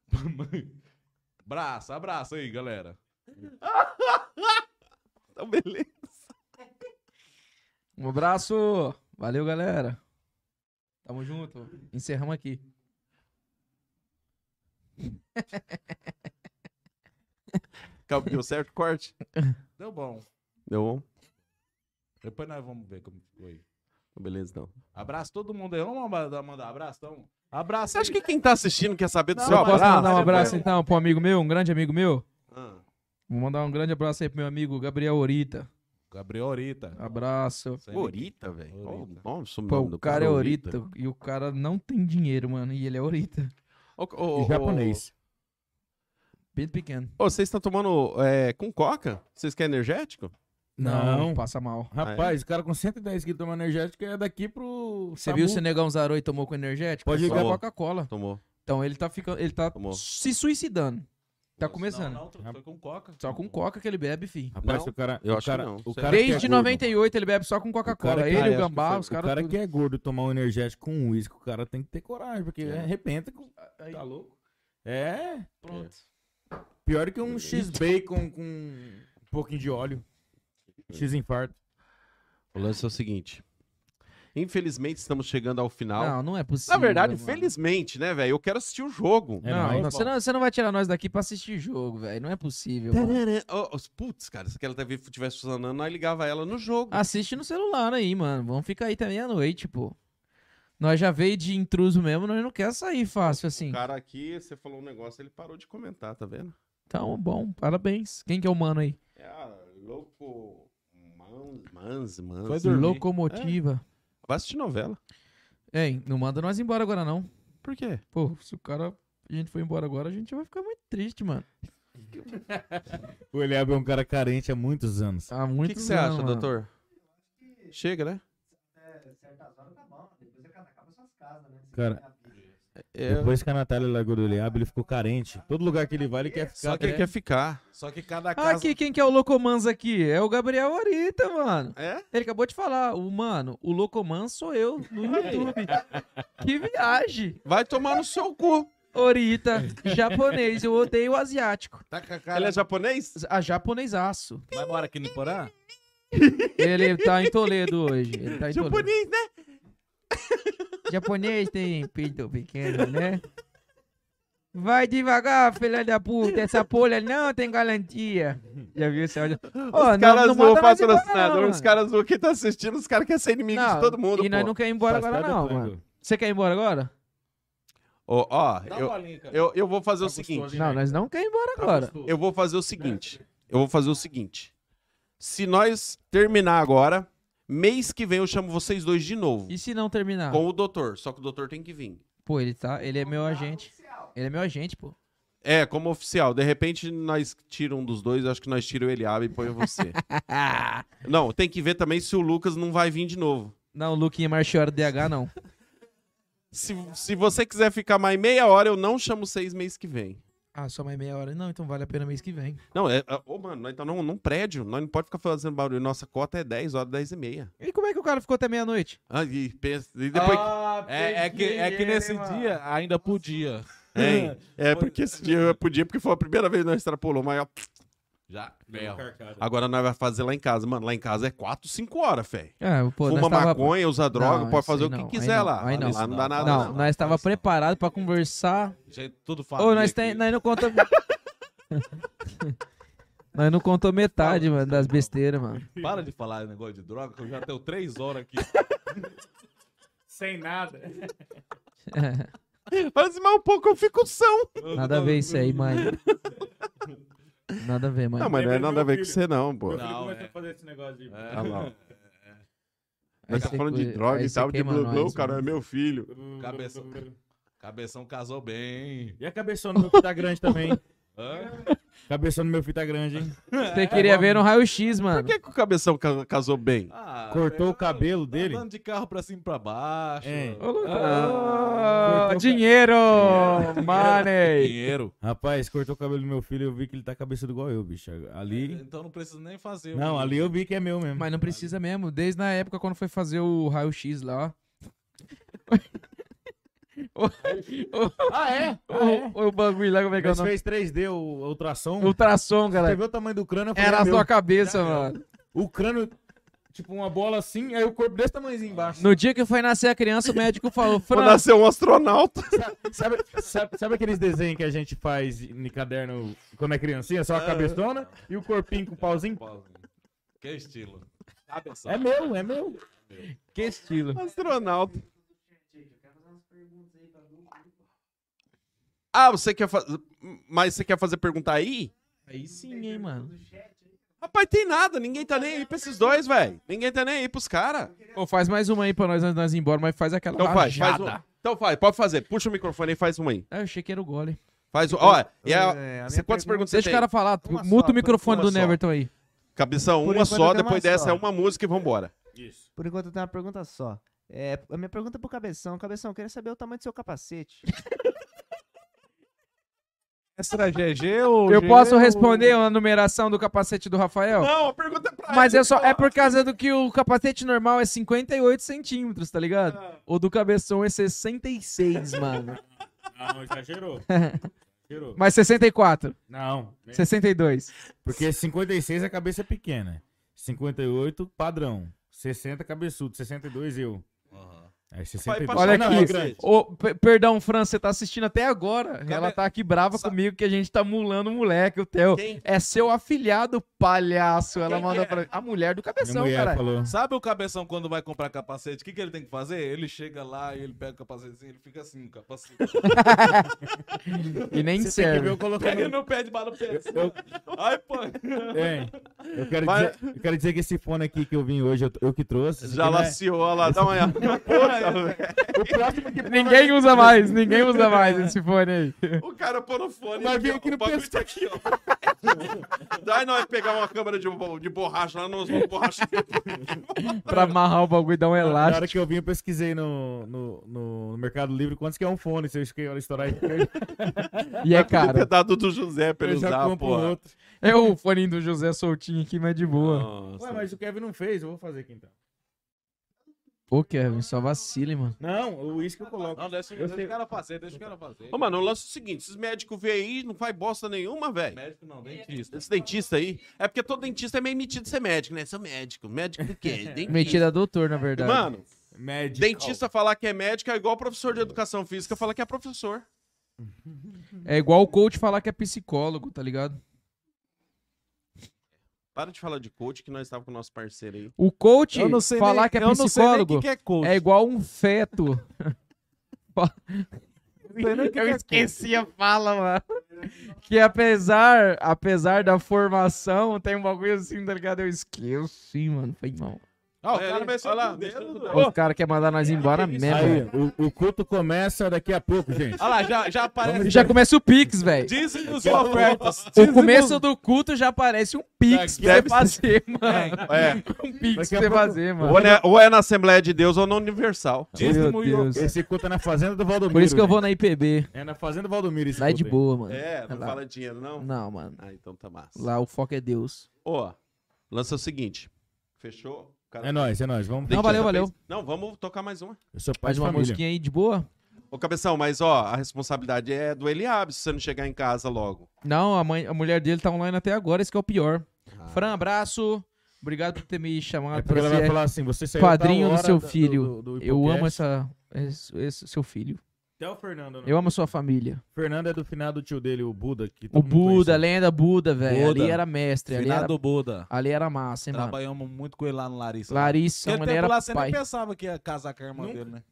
D: Abraço, abraço aí, galera.
B: Então beleza.
A: Um abraço. Valeu, galera. Tamo junto. Encerramos aqui.
B: Acabou, deu certo o corte?
D: Deu bom.
B: Deu bom?
D: Depois nós vamos ver como ficou aí.
B: Então beleza, então.
D: Abraço todo mundo aí. Vamos mandar, mandar abraço, então? Abraço.
B: Você acha que quem tá assistindo quer saber do
D: Não,
B: seu
A: Eu
D: mas-
A: posso
B: abraço?
A: mandar um
D: Abraço.
A: abraço então pro amigo meu, um grande amigo meu?
B: Ah.
A: Vou mandar um grande abraço aí pro meu amigo Gabriel Orita.
D: Gabriel Orita.
A: Abraço.
D: Sem
B: Orita, velho. Ó,
D: Orita.
B: ó, o
A: Pô,
B: sobrenome
A: o
B: do
A: cara é
B: Orita.
A: Orita e o cara não tem dinheiro, mano, e ele é Orita.
B: Ô, ô, ô,
C: E japonês.
A: Bem pequeno.
B: ô, Vocês estão tomando é, com coca? Vocês querem energético?
C: Não.
A: Passa mal.
B: É.
C: Rapaz, o cara com 110 quilos tomando energético é daqui pro.
A: Você
C: Samu.
A: viu se o Negão Zarou e tomou com energético? É
C: Pode
A: Só
B: ligar.
A: Coca-Cola.
B: Tomou.
A: Então ele tá ficando, ele tá
B: Tomou.
A: se suicidando. Tá começando.
B: né?
D: Não, não, foi com coca.
A: Só com Coca que ele bebe, fi.
C: Rapaz,
B: Não,
C: se o cara.
B: eu
C: o
B: acho que
C: cara,
B: não.
C: O cara que
A: Desde
C: é gordo,
A: 98 ele bebe só com Coca-Cola.
C: que-
A: Ele, o
B: Ah, eu acho que
A: Gambá,
B: foi-
A: os
C: O
A: caras
C: cara
A: tudo.
C: que é gordo tomar um energético com um uísque, o cara tem que ter coragem, porque de repente. É. Tá louco? É.
A: Pronto.
C: Pior que um X-Bacon com um pouquinho de óleo. X-infarto.
B: O lance é o seguinte. Infelizmente, estamos chegando ao final.
A: Não, não é possível.
B: Na verdade,
A: mano.
B: felizmente, né, velho? Eu quero assistir o jogo.
C: É
A: não,
C: nóis.
A: não, você não, você não vai tirar nós daqui pra assistir jogo, velho. Não é possível. mano.
B: Tarará. Ô, ô, putz, cara, se aquela TV estivesse funcionando, nós ligava ela no jogo.
A: Assiste no celular aí, mano. Vamos ficar aí até meia-noite, pô. Nós já veio de intruso mesmo, nós não quer sair fácil assim.
B: O cara aqui, você falou um negócio, ele parou de comentar, tá vendo?
A: Então, bom, parabéns. Quem que é o mano aí?
B: É a
D: ah,
B: louco... Mans, mans,
D: Foi
B: mans.
D: dormir.
A: Locomotiva.
B: Vai assistir novela.
A: Ei, não manda nós embora agora, não.
B: é, Por quê?
A: Pô, se o cara. A gente for embora agora, a gente vai ficar muito triste, mano.
C: O Eliab é um cara carente há muitos anos.
A: Tá
B: O
A: muito
B: que que você acha, doutor? Chega, né?
E: Até certas horas tá bom. Depois acaba acaba suas casas, né? Você
C: Cara,
E: tem a vida.
B: É,
C: Depois que a Natália largou do Eliab, ele ficou carente. Todo lugar que ele vai, ele quer
B: só
D: Tá
C: ficar.
B: que ele quer ficar.
D: Só que cada casa.
A: Aqui, quem que é o Locomans aqui? É o Gabriel Orita, mano.
B: É?
A: Ele acabou de falar, o mano, o Locomans sou eu no YouTube. que viagem!
B: Vai tomar no seu cu.
A: Orita, japonês, eu odeio asiático.
D: Tá com a cara.
B: Ele é japonês?
A: A japonesaço.
D: Vai embora aqui no Porã?
A: Ele tá em Toledo hoje. Ele tá em Toledo.
B: Japonês, né?
A: Japonês tem pinto pequeno, né? Vai devagar, filha da puta. Essa polha não tem garantia. Já viu esse áudio? Ô,
B: os caras
A: Ah, não
B: zoam o
A: manda nós embora,
B: patrocinador,
A: não,
B: os
A: mano.
B: caras zoam quem tá assistindo, os caras querem ser inimigo de todo mundo,
A: E nós não
B: pô.
A: quer ir embora agora, não, mano. Você quer ir embora agora?
B: Ó, ó,
D: Dá
B: eu,
D: uma bolinha, cara.
B: eu, eu vou fazer o
D: Tá
B: seguinte.
D: gostoso,
A: É Não,
D: né?
A: nós não quer ir embora
D: Tá
A: agora.
D: gostoso.
B: Eu vou fazer o seguinte. Eu vou fazer o seguinte. Se nós terminar agora, Mês que vem eu chamo vocês dois de novo.
A: E se não terminar?
B: Com o doutor. Só que o doutor tem que vir.
A: Pô, ele tá. Ele é meu agente. Ele é meu agente, pô.
B: É, como oficial. De repente nós tiramos um dos dois, acho que nós tiramos ele abre e põe você. não, tem que ver também se o Lucas não vai vir de novo.
A: não, Luquinha Marchiora DH, não.
B: Se, se você quiser ficar mais meia hora, eu não chamo vocês mês que vem.
A: Ah, só mais meia hora. Não, então vale a pena mês que vem.
B: Não, é. é- Ô, mano, nós estamos num, num prédio. Nós não pode ficar fazendo barulho. Nossa cota é 10 horas, 10 e meia.
A: E como é que o cara ficou até meia-noite?
B: Ah, e, pensa- e depois.
D: É, é que, é que nesse dia ainda podia.
B: Hein? É, porque esse dia eu podia, porque foi a primeira vez que nós extrapolou, mas ó,
D: Já.
B: agora nós vai fazer lá em casa. Mano, lá em casa é 4, 5 horas, fé.
A: Ah, pô,
B: Fuma
A: nós tava...
B: maconha, né? usa droga,
A: Não,
B: pode
A: isso
B: fazer
A: aí
B: o que
A: não, aí
B: quiser
A: não,
B: lá.
A: aí não.
B: lá não dá nada.
A: Não, nós tava preparado pra conversar.
D: Gente, tudo
A: Ô,
D: fácil.
A: nós, tem... nós não conta. nós não contou metade, mano, das besteiras, mano.
D: Para de falar negócio de droga, que eu já tenho três horas aqui.
G: Sem nada.
B: Mas mais um pouco eu fico são.
A: Nada a ver isso aí, mano. Nada a ver, mano.
B: Não, mas não é
C: Lembrei do
B: nada a ver
C: meu
B: com
C: filho.
B: você, não, pô.
C: Meu
B: Nós
C: filho
D: Não,
C: começou
D: é.
C: a fazer esse negócio de...
D: É.
B: Ah, lá.
A: Aí
B: tá
A: você
B: falando de
A: coi-
B: droga
A: aí
B: e
A: você
B: tal, de
A: queima
B: blá
A: nós, né?
B: blá, o cara é
A: mano.
B: meu filho.
D: Cabeção. Cabeção casou bem.
C: E a cabeçona do meu filho tá grande também.
D: Hã?
C: Cabeção do meu filho tá grande, hein?
A: Você queria ver no raio-x, mano.
B: É, Por que, que o cabeção ca- casou bem?
D: Ah,
C: Cortou o cabelo
D: tá
C: dele.
D: Andando de carro pra cima e pra baixo.
C: É.
A: Ô, Lucas.
C: Ah,
A: dinheiro! Money!
D: Dinheiro.
C: Rapaz, cortou o cabelo do meu filho e eu vi que ele tá cabeçudo igual eu, bicho. Ali.
D: Então não precisa nem fazer. um
C: Não, ali eu vi que é meu mesmo.
A: Mas não precisa mesmo. Desde na época quando foi fazer o raio-x lá, ó.
C: Ah, é?
A: o, o, o bagulho lá, como é que é o
C: Mas
A: nome?
C: fez 3D, o o
B: um
C: ultrassom.
A: Ultrassom,
C: Você
A: galera.
C: viu o tamanho do crânio? eu falei,
A: Era
C: é
A: a
C: meu.
A: sua cabeça, mano.
C: O crânio, tipo uma bola assim, aí o corpo desse tamanhozinho embaixo.
A: No dia que foi nascer a criança, o médico falou,
B: Vou
A: Fran,
B: nascer um astronauta.
C: Sabe, sabe, sabe aqueles desenhos que a gente faz em caderno quando é criancinha? Só a cabeçona e o corpinho com o pauzinho?
D: Que é estilo. Cabeção.
C: É meu, é meu.
A: que estilo.
B: Astronauta.
E: Eu quero fazer umas perguntas aí pra Lu.
B: Ah, você quer fazer. Mas você quer fazer pergunta aí?
A: Aí sim, hein, mano.
B: Rapaz, tem nada. Ninguém tá nem aí pra esses dois, velho. Ninguém tá nem aí pros caras.
A: Pô, faz mais uma aí pra nós antes de nós ir embora, mas faz aquela
B: Então faz, faz
A: rajada.
B: uma. Então faz, pode fazer. Puxa o microfone e faz uma aí.
A: Ah, eu achei que era o gole.
B: Faz uma. Olha, e a-
F: É, a
B: cê-
F: minha
B: quantas
F: pergunta-
B: perguntas você
A: Deixa
B: tem?
A: o cara falar.
F: Uma
A: Muta
F: só,
A: o microfone
B: uma
A: do
B: só.
A: Neverton aí.
B: Cabeção,
F: Por
B: uma
F: enquanto
B: só,
F: tem uma
B: depois dessa
F: só.
B: é uma música e vambora.
C: Isso.
F: Por enquanto eu tenho uma pergunta só. É, a minha pergunta é pro Cabeção. Cabeção, eu queria saber o tamanho do seu capacete.
D: Essa
B: é
D: era GG ou.
A: Eu posso responder a numeração do capacete do Rafael?
B: Não, a pergunta é pra
A: Mas
B: ele,
A: é só.
B: pô.
A: É por causa do que o capacete normal é 58 centímetros, tá ligado? O do cabeção é 66, mano.
C: Ah, Não, exagerou. Exagerou.
A: Mas 64,
C: Não.
A: 62.
C: Porque 56 a cabeça é pequena. 58, padrão. 60, cabeçudo. 62, eu. É,
D: Aham.
C: Aí
B: Vai
C: 62,
B: passar
A: Olha
B: na
A: aqui.
C: é
B: música.
C: grande.
A: Ô, per- perdão, Fran, você tá assistindo até agora. Ela tá aqui brava
B: Sa-
A: comigo que a gente tá mulando o moleque, o Theo.
B: Quem-
A: É seu afilhado, palhaço. Ela
B: Quem
A: mandou
B: que é?
A: pra mim. A mulher do
C: Minha
A: cabeção,
C: mulher
A: um cara.
C: falou.
D: Sabe o cabeção quando vai comprar capacete? O que, que ele tem que fazer? Ele chega lá e ele pega o capacete ele fica assim, o capacete.
A: E nem
C: Você tem que ver
A: serve.
C: eu colocando
D: Pega no pé de bala no pé. assim. Ai, pô.
C: É, eu quero,
B: Mas-
C: dizer, eu quero dizer que esse fone aqui que eu vim hoje, eu, eu que trouxe. esse é
B: Já
C: aqui não é-
B: laciou, olha lá, dá uma. Puta,
C: O próximo que
A: Ninguém usa mais, ninguém usa mais esse fone aí.
B: velho. o cara pôr no fone.
C: Vai vir
B: ó,
C: aqui
B: o
C: no
B: bagulho tá aqui, ó. Daí nós pegar uma câmera de, bo- de borracha lá, nós vamos borracha.
A: Pra amarrar o bagulho e dar um
C: Na
A: elástico.
C: hora que eu vim, eu pesquisei no, no, no Mercado Livre quantos que é um fone. Se eu esquecer estourar e perder,
A: E é
B: O
A: caro.
B: pedaço do José pra ele
C: eu já
B: usar,
C: compro um
B: porra.
C: outro.
A: É o fone do José soltinho aqui, mas de boa.
B: Nossa.
C: Ué, mas o Kevin não fez, eu vou fazer aqui então.
A: Ô, Kevin, só vacile, mano.
C: Não, o uísque eu coloco.
D: Não, deixa,
C: Eu
D: deixa
C: sei.
D: o cara fazer, deixa o cara fazer.
B: Ô, mano, o lance é o seguinte: esses médicos vêm aí, não faz bosta nenhuma, velho.
D: Médico não, dentista.
B: Esse dentista aí. É porque todo dentista é meio metido ser médico, né? Sou médico. Médico do quê? Dentista.
A: Mentira, doutor, na verdade.
B: Mano,
C: Médico.
B: dentista falar que é médico é igual professor de educação física falar que é professor.
A: É igual o coach falar que é psicólogo, tá ligado?
B: Para de falar de coach, que nós estávamos com o nosso parceiro aí.
A: O coach falar que é psicólogo
D: que é coach.
A: é igual um feto. Eu esqueci a fala, mano. Que apesar, apesar da formação, tem um bagulho assim, tá ligado? Eu esqueci, mano. Foi mal.
D: Ah, o
B: É,
D: cara
B: ele
D: mexeu
B: olha lá,
D: com o dedo,
B: mexeu com o
D: do-
B: dedo.
H: Os caras querem mandar nós embora mesmo.
C: Aí, o, o culto começa daqui a pouco, gente.
D: Olha lá, já, já aparece.
A: Já começa o Pix, velho.
D: Dízimos e ofertas.
A: O começo do culto já aparece um Pix pra você
B: Deve
A: fazer, mano.
B: É,
A: Um Pix
C: Daqui
A: pra
C: a
A: você
C: pouco-
A: fazer, mano.
B: ou, é, ou é na Assembleia de Deus ou na Universal.
C: Tá
D: Dízimo e
A: Meu
D: ofertas.
A: Deus.
C: Esse culto é na Fazenda do Valdomiro.
A: Por isso que eu
C: gente.
A: vou na IPB.
C: É na Fazenda do Valdomiro esse
A: Lá é de
C: culto aí.
A: boa, mano.
B: É, não
A: Lá.
B: fala dinheiro, não?
A: Não, mano.
B: Ah, então tá massa.
A: Lá o foco é Deus.
B: Ó, lança o seguinte. Fechou? Cara,
C: É nóis, é nóis. Vamos.
B: tem
A: Não,
B: que-
A: valeu, valeu.
B: Não, vamos tocar mais um? uma.
C: Eu sou pai
A: Faz
C: de
A: uma
C: família.
A: musiquinha aí de boa.
B: Ô, Cabeção, mas ó, a responsabilidade é do Eliabe se você não chegar em casa logo.
A: Não, a, mãe, a mulher dele tá online até agora, esse que é o pior.
D: Ah.
A: Fran, abraço. Obrigado por ter me chamado.
C: É
A: pra
C: porque ela vai
A: ser
C: falar assim, você saiu
A: padrinho
C: tal
A: do
C: hora
A: seu
C: da-
A: filho.
C: do- do- do
A: Eu amo
C: podcast.
A: essa, esse, esse seu filho.
C: Até o Fernando. né?
A: Eu amo a sua família.
C: Fernando é do final do tio dele, o Buda. Que
A: O
C: todo mundo
A: Buda, a
C: conhece.
A: lenda Buda, velho. Ali
D: Buda.
A: era mestre. Ali era,
D: Finado Buda.
A: ali era massa, hein, mano.
D: Trabalhamos muito com ele lá no Larissa.
A: Larissa,
D: Aquele
A: mano,
D: tempo
A: era
D: lá você
A: pai.
D: nem pensava que ia casar com a irmã
C: Nunca.
D: dele, né?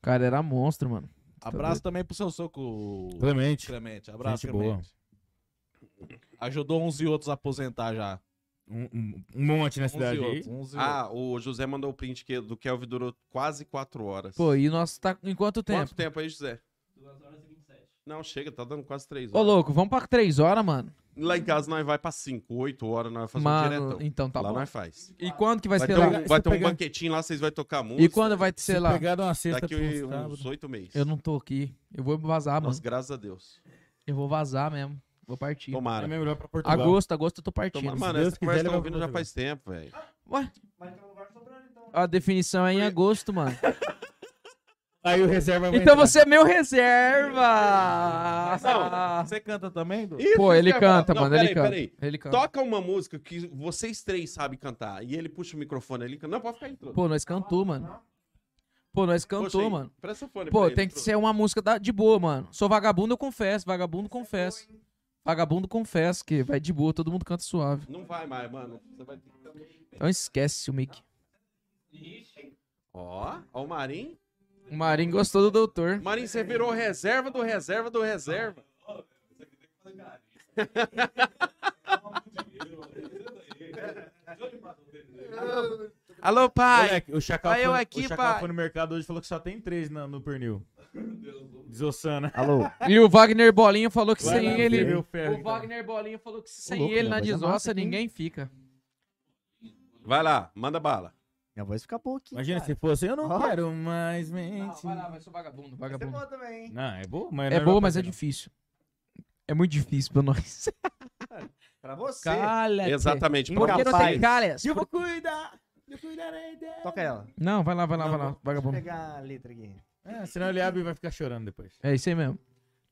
A: Cara, era monstro, mano.
D: Abraço também pro seu soco,
C: Clemente.
D: Clemente. Abraço,
C: Gente boa.
D: Clemente. Ajudou uns e outros a aposentar já.
C: Um, um- um monte na
D: Uns e
C: cidade aí.
D: outros. Uns e outros.
B: Ah, o José mandou o print que, do Kelvin durou quase quatro horas.
A: Pô, e nós tá em quanto tempo?
B: Quanto tempo aí, José? 2 horas e 27. Não, chega, tá dando quase três
A: Ô,
B: horas.
A: louco, vamos pra três horas, mano.
B: Lá em casa nós vai pra cinco, oito horas, nós vai fazer um
A: Mano,
B: diretão.
A: então tá
B: lá
A: bom.
B: nós faz.
A: E quando que vai,
B: Vai
A: ser
B: ter,
A: lá?
B: um,
C: Se
B: vai ter um
C: pegar-
B: banquetinho lá, vocês vão tocar música.
A: E quando vai ser lá?
C: Pegado uma cesta
B: Daqui
C: pra um
B: uns
C: sábado.
B: oito meses.
A: Eu não tô aqui. Eu vou vazar,
B: Nossa,
A: mano.
B: graças a Deus.
A: Eu vou vazar mesmo. Vou partir.
C: É
B: Tomara.
C: melhor pra Portugal.
A: Agosto, agosto eu tô partindo.
B: Tomara.
C: Se
B: Mano,
C: Deus
B: essa
C: quiser,
B: conversa
C: ele
B: tá
C: vai
B: ouvindo já
C: fazer.
B: faz tempo, velho.
A: Ué,
E: Mas então não vai sobrando, então.
A: a definição é em agosto, mano.
B: Tá
C: Aí o reserva vai
A: Então
C: entrar.
A: você é meu reserva! Ah,
D: Você canta também, Du?
B: Isso
A: Pô,
B: que
A: ele
B: eu ia falar.
A: canta,
B: Não,
A: mano. Ele
B: peraí,
A: canta.
B: peraí.
A: Ele canta.
B: Toca uma música que vocês três sabem cantar. E ele puxa o microfone ali. Não, pode ficar aí, Truta.
A: Pô, nós cantou, mano. Pô, nós
B: Puxa aí.
A: cantou, mano.
B: Presta o fone pra
A: Pô,
B: ele,
A: tem que
B: Truta.
A: ser uma música da- de boa, mano. Sou vagabundo, eu confesso. Vagabundo, confesso. Vagabundo, confesso que vai de boa. Todo mundo canta suave.
B: Não vai mais, mano. Você vai ter que...
A: Então esquece o Mick.
B: Ó, ó o Marim.
A: O Marinho gostou do doutor.
B: Marim, você virou reserva do reserva do reserva. Alô, pai.
C: Moleque, o Chacal,
B: Vai eu
C: foi,
B: aqui,
C: o Chacal
B: pai.
C: foi no mercado hoje e falou que só tem três na- no pernil. Desossana.
H: Alô?
A: E o Wagner Bolinha falou que
C: Vai
A: sem
C: lá,
A: ele.
C: ferreu o ferro,
A: O
C: então.
A: Wagner Bolinha falou que sem
H: louco,
A: ele
H: minha
A: na
H: voz é massa
A: desossa
H: aqui, hein?
A: ninguém fica.
B: Vai lá, manda bala.
H: Minha voz fica boa aqui.
C: Imagina se fosse, eu não
H: Ó.
C: quero mais mentir.
A: vai lá, vai ser vagabundo,
F: Você
A: vagabundo.
F: boa também, hein?
C: Não, é boa, mas...
A: É
C: não
A: boa,
C: pra
A: mas é
C: fazer, não.
A: difícil. É muito difícil pra nós.
F: Pra você.
A: Calha.
B: Exatamente. é
A: Por que não tem
H: Incapaz.
A: calhas?
C: Eu vou cuidar, eu cuidarei dela.
F: Toca ela. Deixa
A: Não, vai lá, vai lá,
C: Não,
A: vai lá,
F: eu
A: vagabundo.
F: pegar a letra aqui.
C: É, senão ele abre e vai ficar chorando depois.
A: É isso aí mesmo.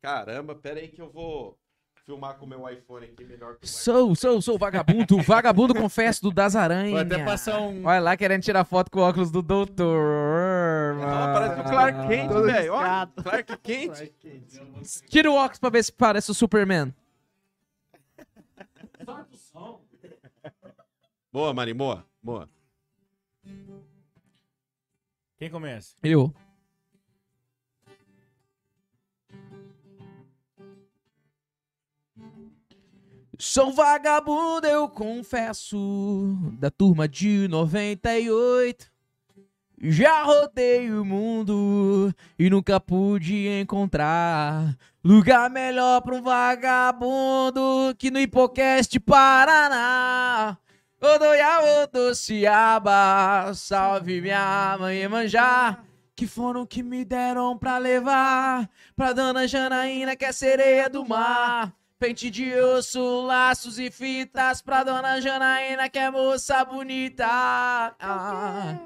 B: Caramba, pera aí que eu vou filmar com o meu iPhone aqui melhor que o
A: Sou, sou, sou vagabundo. Vagabundo, confesso, do Das Aranhas.
C: Vou até passar um...
A: Olha lá, querendo tirar foto com o óculos do doutor.
B: Ah, parece o Clark Kent, velho. Ó, Clark Kent.
A: Tira o óculos pra ver se parece o Superman.
B: Boa, Marim, boa. Boa.
C: Quem começa?
A: Eu. Sou um vagabundo, eu confesso, da turma de 98. Já rodei o mundo e nunca pude encontrar lugar melhor pra um vagabundo que no Hipocast Paraná. Odoiá, Odociaba, salve minha mãe manjar. Que foram que me deram pra levar Pra Dona Janaína, que é sereia do mar Pente de osso, laços e fitas Pra Dona Janaína, que é moça bonita Ah,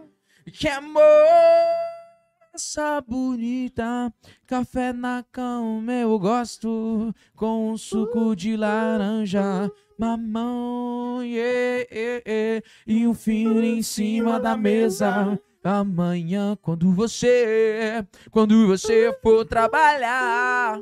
A: Que é moça bonita Café na cama eu gosto Com um suco de laranja Mamão, yeah, yeah, yeah, e um filho em cima da mesa. Amanhã, quando você, quando você for trabalhar,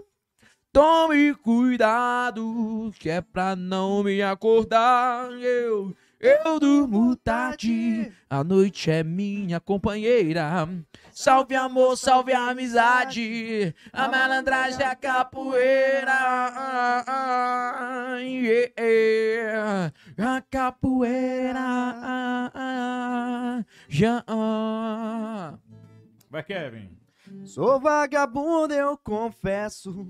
A: tome cuidado, que é pra não me acordar. Eu Eu durmo tarde, a noite é minha companheira. Salve amor, salve amizade, a malandragem é a capoeira. Ah, yeah. é. A capoeira. ah, Já.
C: Vai, Kevin.
F: Sou vagabundo, eu confesso,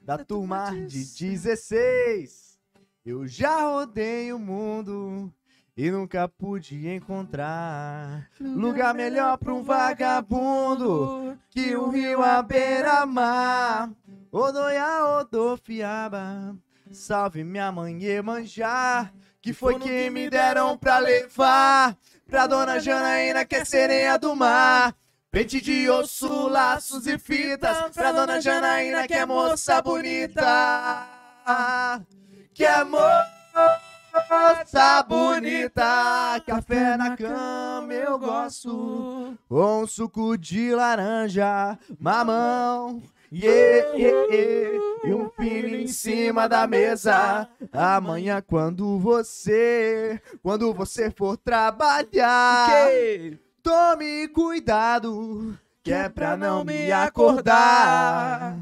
F: da turma de 16. Eu já rodei o mundo e nunca pude encontrar lugar melhor pra um vagabundo que o rio à beira-mar. Odoia, Odofiaba, salve minha mãe Iemanjá, que foi quem me deram pra levar pra dona Janaína, que é sereia do mar. Pente de osso, laços e fitas Pra dona Janaína que é moça bonita Que é moça bonita Café na cama eu gosto Com suco de laranja, mamão Yeah, yeah, yeah. E um filho em cima da mesa Amanhã quando você Quando você for trabalhar Tome cuidado, que é pra não me acordar.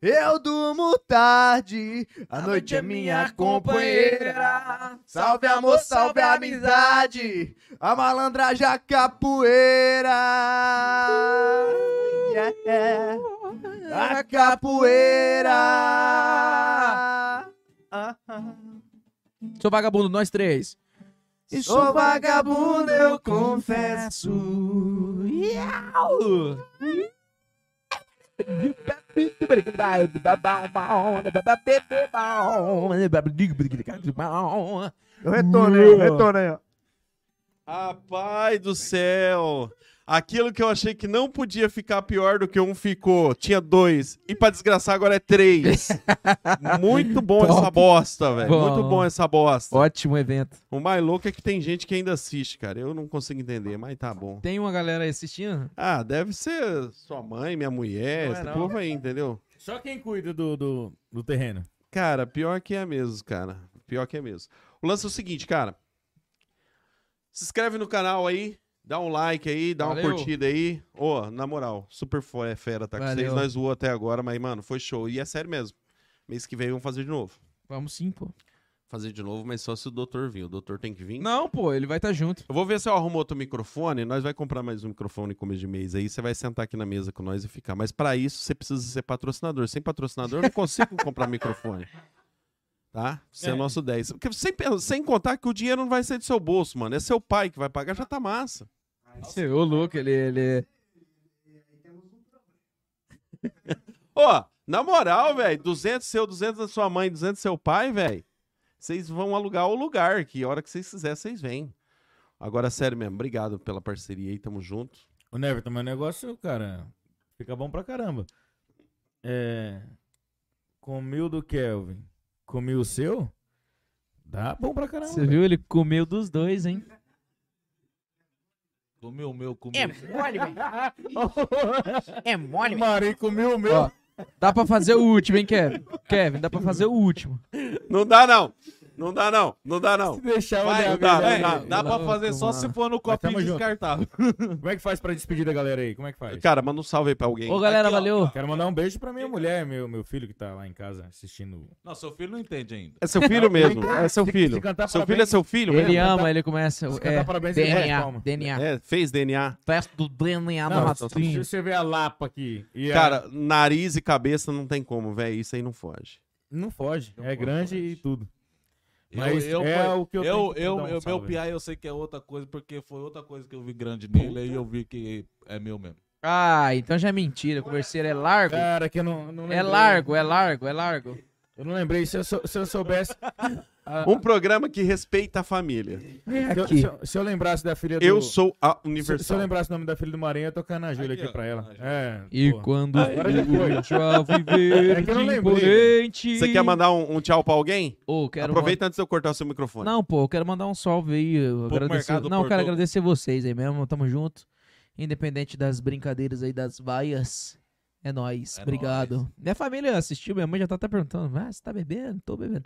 F: Eu durmo tarde, a noite é minha companheira. Salve amor, salve amizade, a malandragem a capoeira. Yeah, yeah. A capoeira. Ah, ah.
A: Sou vagabundo, nós três.
F: Sou vagabundo, eu confesso.
H: Eu retorno aí, eu retorno aí, ó.
B: Ah, pai do céu! Aquilo que eu achei que não podia ficar pior do que um ficou, tinha dois. E pra desgraçar agora é três. Muito bom
A: Top.
B: essa bosta, velho.
A: Bom.
B: Muito bom essa bosta.
A: Ótimo evento.
B: O mais louco é que tem gente que ainda assiste, cara. Eu não consigo entender, mas tá bom.
A: Tem uma galera aí assistindo?
B: Ah, deve ser sua mãe, minha mulher,
A: Não é
B: esse
A: não.
B: povo aí, entendeu?
C: Só quem cuida do, do, do terreno.
B: Cara, pior que é mesmo, cara. Pior que é mesmo. O lance é o seguinte, cara. Se inscreve no canal aí, dá um like aí, dá uma
A: Valeu.
B: curtida aí. Ô, na moral, super fo- é fera tá com
A: Valeu.
B: vocês. Nós zoou até agora, mas, mano, foi show. E é sério mesmo. Mês que vem vamos fazer de novo.
A: Vamos sim, pô.
B: Fazer de novo, mas só se o doutor vir. O doutor tem que vir.
A: Não, pô, ele vai estar junto.
B: Eu vou ver se eu arrumo outro microfone. Nós vai comprar mais um microfone no começo de mês aí. Você vai sentar aqui na mesa com nós e ficar. Mas pra isso você precisa ser patrocinador. Sem patrocinador eu não consigo comprar microfone. Tá? Você é,
C: É.
B: nosso 10. Porque sem, pe- sem contar que o dinheiro não vai sair do seu bolso, mano. É seu pai que vai pagar, já tá massa.
A: Você, ô, louco, ele, ele.
B: Ó, na moral, velho, 200 seu, 200 da sua mãe, 200 do seu pai, velho. Vocês vão alugar o lugar, que a hora que vocês quiserem, vocês vêm. Agora, sério mesmo, obrigado pela parceria aí, tamo junto.
C: O Neverton, mas o um negócio, cara, fica bom pra caramba. É. Comi o do Kelvin, comi o seu, dá bom pra caramba.
A: Você viu? Ele comeu dos dois, hein?
D: Comeu o meu, comeu o seu.
C: É mole, Mari comeu o meu.
A: Ó, Dá pra fazer o último, hein, Kevin? Kevin, dá pra fazer o último.
B: Não dá, não. Não dá, não. Não dá, não.
C: Deixar o
B: Vai,
C: Neverton.
B: dá, vai,
C: aí.
B: dá.
D: Dá pra
A: Louco,
D: fazer só
A: mano.
D: se for no
C: Mas tamo
D: copinho
C: junto.
D: descartável.
C: Como é que faz pra despedir da galera aí? Como é que faz?
B: Cara, manda um salve aí pra alguém.
A: Ô, galera,
D: Aqui, ó.
A: valeu.
C: Quero mandar um beijo pra minha mulher, meu, meu filho que tá lá em casa assistindo.
D: Não, seu filho não entende ainda.
B: É seu filho mesmo. É seu
C: Se-
B: filho.
C: se cantar
B: Seu filho é
C: parabéns-
B: seu filho
A: Ele
B: mesmo?
A: ama, ele começa.
C: Se cantar
A: É,
C: parabéns, ele bate
A: DNA,
C: palma.
A: DNA.
B: É, fez DNA.
A: Festa do DNA no
C: Não, se
A: rastrinho.
C: você ver a Lapa aqui. e a-
B: Cara, nariz e cabeça não tem como, velho. Isso aí não foge.
C: Não foge.
D: Não
C: é
D: foge.
C: grande e tudo.
D: Eu-
C: Mas
D: eu,
C: é
D: foi-
C: o que eu tenho que
D: eu, eu,
C: dar um
D: eu- Meu
C: salve.
D: piá eu sei que é outra coisa, porque foi outra coisa que eu vi grande nele, aí eu vi que é meu mesmo.
A: Ah, então já é mentira. O converseiro é largo.
C: Cara, que eu não, não
A: É
C: lembrei.
A: largo, é largo, é largo.
C: Eu não lembrei. Se eu, sou- se eu soubesse.
B: Um programa que respeita a família.
C: se, eu,
A: aqui.
C: se eu- se eu lembrasse da filha do.
B: Eu sou a
C: se, se eu
B: Universal.
C: lembrasse o nome da filha do Marinho, eu ia tocar na Júlia aqui,
D: ó,
C: pra ela.
D: na Júlia.
C: É.
A: E
C: pô.
A: quando
C: Agora já foi.
A: a viver
C: É que eu não
A: de
C: lembrei.
A: imponente.
B: Você quer mandar um, um tchau pra alguém?
A: Ô, quero
B: Aproveita antes de eu cortar o seu
A: mandar-
B: microfone.
A: Não, pô, eu quero mandar um salve aí. eu
D: Pouco
A: agradecer-
D: mercado,
A: Não, eu quero
D: Porto.
A: agradecer vocês aí mesmo. Tamo junto. Independente das brincadeiras aí, das vaias. É nóis.
D: É
A: Obrigado. Minha família assistiu, minha mãe já tá até perguntando: ah, você tá bebendo? Tô bebendo.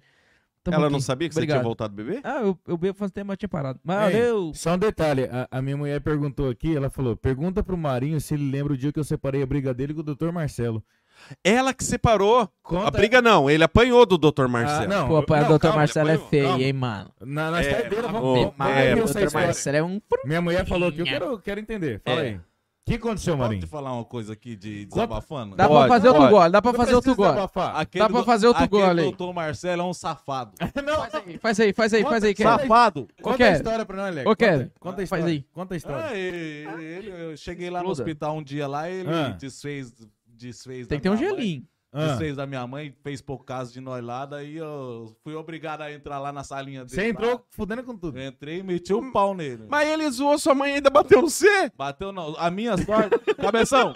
A: Tamo
B: Ela
A: aqui.
B: não sabia que você tinha
A: Obrigado.
B: voltado a beber?
A: Ah, eu, eu bebo faz tempo, mas tinha parado. Mas
C: Ei,
A: valeu!
C: Só um detalhe, a, a minha mulher perguntou aqui, ela falou, pergunta pro Marinho se ele lembra o dia que eu separei a briga dele com o Dr. Marcelo.
B: Ela que separou.
C: Conta
B: A briga não, ele apanhou do Dr.
C: Ah,
B: Marcelo.
C: não,
A: Pô, apanhar
C: não,
A: o Dr.
C: calma,
A: Marcelo é
B: depois eu-
A: feio,
B: calma.
A: hein, mano?
C: Na, na
B: É,
C: saideira,
B: ô,
C: vamos... vamos
B: é,
C: abrir
B: Dr.
C: essa
A: Doutor
C: história.
A: Marcelo é um...
C: Minha mulher falou que eu quero, quero entender. Fala
A: É.
C: aí. O que aconteceu,
D: Pode
C: Marinho?
D: falar uma coisa aqui de desabafando?
A: Dá
B: Pode,
A: pra fazer outro
B: pode.
A: gole, dá pra
C: Não
A: fazer outro
C: precisa
A: gole.
C: abafar.
D: Aquele
A: pra
D: do-
A: fazer outro
D: aquele
A: gole aí.
D: doutor Marcelo é um safado.
C: Não,
A: Faz aí, faz aí, faz aí, faz aí, Kelly.
D: safado.
A: Ô,
C: Conta a
A: Kelly.
C: história pra nós, Alex.
A: Ô,
C: Conta-
A: Kelly.
C: Conta a
A: Faz
C: história.
A: aí. É,
C: Conta a história.
D: Ah, e- ele- eu cheguei lá no
A: Exploda.
D: hospital um dia lá ele
C: Ah.
D: desfez, desfez
A: Tem que ter
D: da
A: um
D: minha mãe.
A: gelinho.
C: Ah,
D: Desfez da minha mãe, fez pouco caso de nós lá, daí eu fui obrigado a É. entrar lá na salinha dele.
C: Você
D: lá.
C: entrou fudendo com tudo.
D: Eu entrei e meti o pau nele.
B: Mas ele zoou, sua mãe ainda bateu no C.
D: Bateu não. A minha sorte. Cabeção!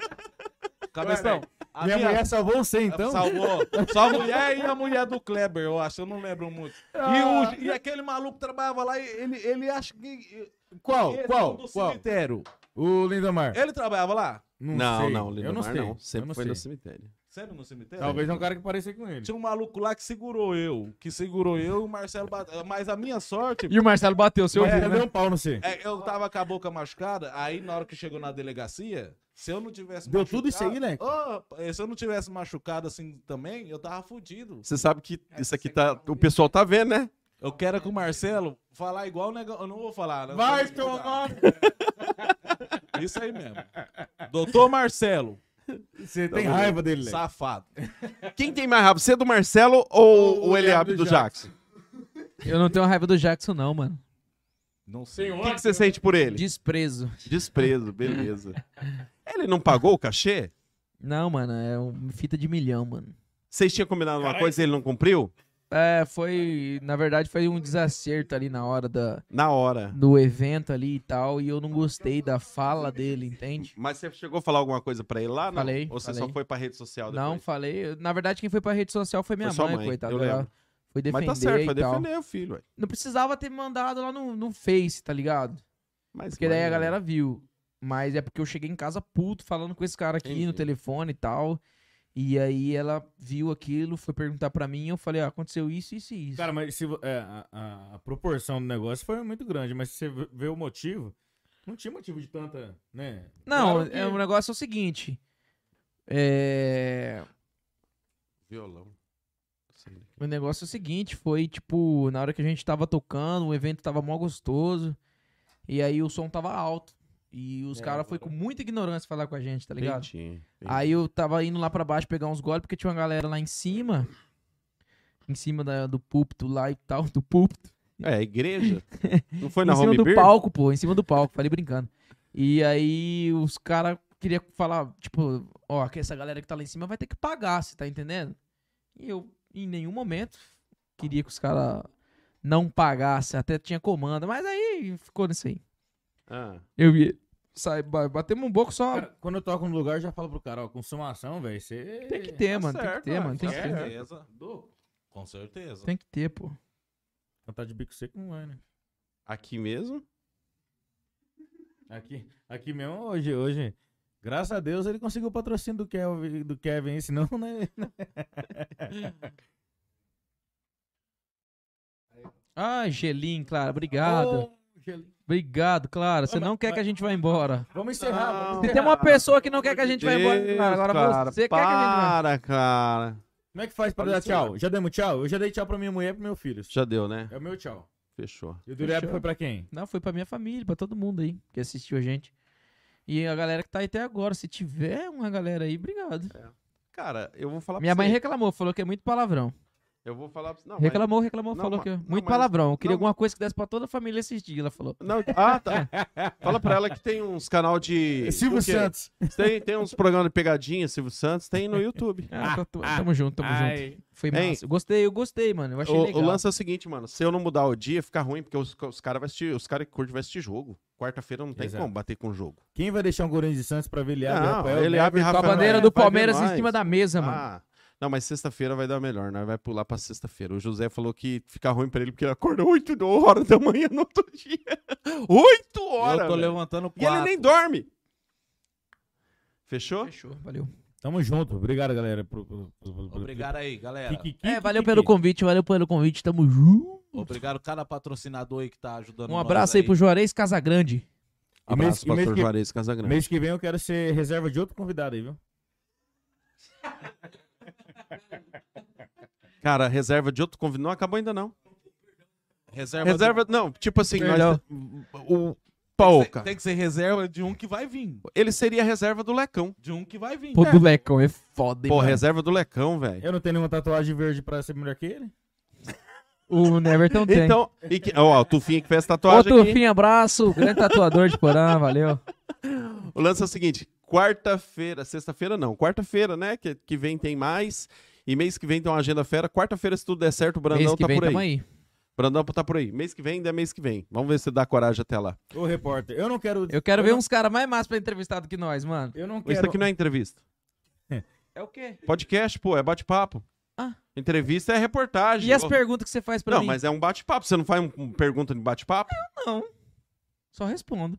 D: Cabeção! A
C: Minha mulher salvou você, então?
D: Salvou. Só a mulher e a mulher do Kleber, eu acho, eu não lembro muito.
C: Ah.
D: E, o- e aquele maluco trabalhava lá, e ele, ele acha que.
C: Qual?
D: ele é
C: Qual?
D: do
C: Qual?
D: cemitério.
C: O Lindomar.
D: Ele trabalhava lá?
B: Não,
C: sei.
B: não,
C: Eu não
B: Lindomar
C: sei.
B: não.
C: Eu
B: Sempre
C: não
B: foi
C: sei.
B: no cemitério.
D: Sempre no cemitério?
C: Talvez é um cara que parecia com ele.
D: Tinha um maluco lá que segurou eu. Que segurou eu e o Marcelo bateu. Mas a minha sorte.
A: E o Marcelo bateu, você
C: Mas
A: ouviu,
C: ele
A: né?
C: deu um pau no C.
D: é, eu tava com a boca machucada, aí na hora que chegou na delegacia, se eu não tivesse
C: Deu tudo isso aí,
D: machucado-
C: né?
D: Ô, eh, se eu não tivesse machucado assim também, eu tava fudido.
B: Você sabe que isso aqui tá. O pessoal tá vendo, né?
D: Eu quero
A: é
D: que o Marcelo falar igual o negócio. Eu não vou falar. né?
C: Vai então.
D: Eu vou
C: tomar-
D: mudar. Isso aí mesmo. Doutor Marcelo,
C: Você tem raiva
D: né?
C: dele, Lex.
D: safado.
B: Quem tem mais rabo, você é do Marcelo ou o Eliabe do Jackson?
A: Eu não tenho raiva do Jackson, não, mano.
D: Não sei.
C: um
B: O que, que você sente por ele?
A: Desprezo.
B: Desprezo, beleza. Ele não pagou o cachê?
A: Não, mano, é uma fita de milhão, mano.
B: Vocês tinham combinado uma coisa e ele não cumpriu?
A: É, foi. Na verdade, foi um desacerto ali na hora da,
B: Na hora.
A: do evento ali e tal. E eu não gostei da fala dele, entende?
B: Mas você chegou a falar alguma coisa pra ele lá? Não?
A: Falei,
B: Ou você
A: falei.
B: só foi pra rede social depois?
A: Não, falei. Na verdade, quem foi pra rede social foi minha
B: Foi sua
A: mãe,
B: mãe,
A: coitada.
B: eu
A: Ela
B: lembro.
A: foi defender
B: Mas tá certo,
A: e
B: vai
A: tal.
B: defender o filho. ué.
A: Não precisava ter mandado lá no, no Face, tá ligado?
B: Mas
A: Porque daí a
B: mano,
A: galera viu. Mas é porque eu cheguei em casa puto falando com esse cara aqui
B: Entendi.
A: no telefone e tal. E aí ela viu aquilo, foi perguntar pra mim, eu falei, ah, aconteceu isso, isso e isso.
C: Cara, mas se, vo- é, a- a, a proporção do negócio foi muito grande, mas se você vê- vê o motivo, não tinha motivo de tanta, né?
A: não,
C: Claro que-
A: é, o negócio é o seguinte. É.
B: Violão.
A: O negócio é o seguinte, foi tipo, na hora que a gente tava tocando, o evento tava mó gostoso, e aí o som tava alto. E
C: É,
A: os caras foi com muita ignorância falar com a gente, tá ligado?
B: Entendi.
A: Aí eu tava indo lá pra baixo pegar uns goles, porque tinha uma galera lá em cima, em cima da- do púlpito lá e tal, do púlpito.
B: É, igreja. Não foi
A: em
B: na
A: cima
B: Home
A: do
B: Beer?
A: palco, pô, em cima do palco, falei brincando. E aí os caras queriam falar, tipo, ó, que essa galera que tá lá em cima vai ter que pagar, você tá entendendo? E eu, em nenhum momento, queria que os caras não pagassem, até tinha comanda, mas aí ficou nisso aí.
B: Ah.
A: Eu vi. Sai, ba- batemos um boco só.
B: É,
C: Cara, quando eu toco no lugar, eu já falo pro cara, ó, consumação, velho, você... é
A: tem que
B: tá
A: ter, mano, tem
B: é,
A: que ter, mano, tem que
D: Com
A: ter.
D: certeza. Com certeza.
A: Tem que ter, pô.
C: Cantar de bico seco não vai, né?
B: Aqui mesmo?
C: Aqui, aqui mesmo, hoje, hoje, graças a Deus, ele conseguiu o patrocínio do Kevin, do Kevin senão, né?
A: Ah, Gelim, Clara, obrigado.
C: Ô, Angelim,
A: Obrigado, Clara. Você
C: mas-
A: não quer que a gente vá embora.
C: Vamos
B: Não.
C: encerrar, vamos
A: Ah. Se
C: encerrar.
A: tem uma pessoa que não quer que a gente vá
B: vai
A: embora, Clara, agora você quer que é a gente vá.
B: Para, cara.
C: Como é que faz pra
B: Pode
C: dar
B: encerrar.
C: tchau? Já demos tchau? Eu já dei tchau pra minha mulher e pro meu filho.
B: Já deu, né?
C: É o meu tchau.
B: Fechou.
C: E o do Rap
A: Fechou.
C: foi pra quem?
A: Não, foi pra minha família, pra todo mundo aí que assistiu a gente. E a galera que tá aí até agora, se tiver uma galera aí, obrigado.
B: É, Cara, eu vou falar
A: Minha
B: pra
A: mãe
B: você.
A: reclamou, falou que é muito palavrão.
B: Eu vou falar pra você. Não, mas-
A: Reclamou, reclamou,
B: Não,
A: falou
B: mas-
A: que é
B: não,
A: muito
B: mas-
A: palavrão. Eu queria
B: não.
A: alguma coisa que desse pra toda a família assistir, ela falou.
B: Não, ah, tá. Fala pra ela que tem uns canal de.
C: É Silvio
B: do quê?
C: Santos.
B: Tem, tem uns programas de pegadinha, Silvio Santos, tem no YouTube.
A: Ah, tá- tamo junto, tamo junto. Foi
B: Ei.
A: massa. Eu Gostei, eu gostei, mano. Eu achei
B: O,
A: legal.
B: o lance é o seguinte, mano. Se eu não mudar o dia, fica ruim, porque os, os caras os cara que curtem vai assistir jogo. Quarta-feira não tem
C: Exato.
B: como bater com o jogo.
C: Quem vai deixar um Corinthians de Santos pra ver ele abre, né?
B: Não,
C: Rafael,
B: ele
C: Neves?
B: abre
A: Com a
B: Rafael
A: bandeira
B: Neves,
A: do
B: vai ver
A: Palmeiras em
B: nós.
A: cima da
D: É,
A: mesa, mano.
B: é Ah, não, mas sexta-feira vai dar melhor, nós vai pular pra sexta-feira. O José falou que fica ruim pra ele porque ele acorda 8 horas da manhã no outro dia. 8 horas!
D: eu tô
B: velho.
D: levantando
B: E ele
D: quatro.
B: nem dorme. Fechou?
A: Fechou, valeu.
C: Tamo junto. Obrigado, galera, por, por- por- por
D: Obrigado aí, galera.
C: Kikiki,
A: É, valeu
C: kikiki.
A: pelo convite, valeu pelo convite, tamo junto.
D: Obrigado cada patrocinador aí que tá ajudando
A: Um
D: nós
A: abraço aí pro Juarez Casagrande.
C: E mês,
B: Abraço,
C: e mês
B: pastor
C: que-
B: Juarez Casagrande.
C: mês que vem eu quero ser reserva de outro convidado aí, viu?
B: Cara, reserva de outro convidado. Não acabou ainda, não.
D: Reserva,
B: Reserva. Não, tipo assim, nós.
A: Perdão.
B: O
D: tem, que
B: Paoca.
D: ser, tem que ser reserva de um que vai vir.
B: Ele seria a reserva do Lecão.
D: De um que vai vir.
A: Pô, do Lecão, é foda, hein,
B: Pô,
A: mano?
B: reserva do Lecão, velho.
C: Eu não tenho nenhuma tatuagem verde pra ser melhor que ele.
A: O Neverton tem.
B: Então, e que- ó, o Tufinha que fez
A: Ô,
B: tatuagem aqui.
A: Tufim, abraço. Grande tatuador de Porã, valeu.
B: O lance é o seguinte: quarta-feira, sexta-feira não, quarta-feira, né? Que, que vem tem mais. E mês que vem tem uma agenda fera. Quarta-feira, se tudo der certo, o Brandão
A: Mês que
B: tá
A: vem
B: por aí.
A: tamo aí.
B: Brandão tá por aí. Mês que vem ainda é mês que vem. Vamos ver se dá coragem até lá.
C: Ô, repórter, eu não quero...
A: Eu quero ver
C: não-
A: uns caras mais massa pra entrevistar do que nós, mano.
C: Eu não
B: Isso
C: quero...
B: aqui não é entrevista.
A: É o quê?
B: Podcast, pô, é bate-papo.
A: Ah.
B: Entrevista é reportagem.
A: E as
B: Ô,
A: perguntas que você faz pra
B: Não,
A: mim?
B: mas é um bate-papo. Você não faz um, um pergunta de bate-papo?
A: Não. Só respondo.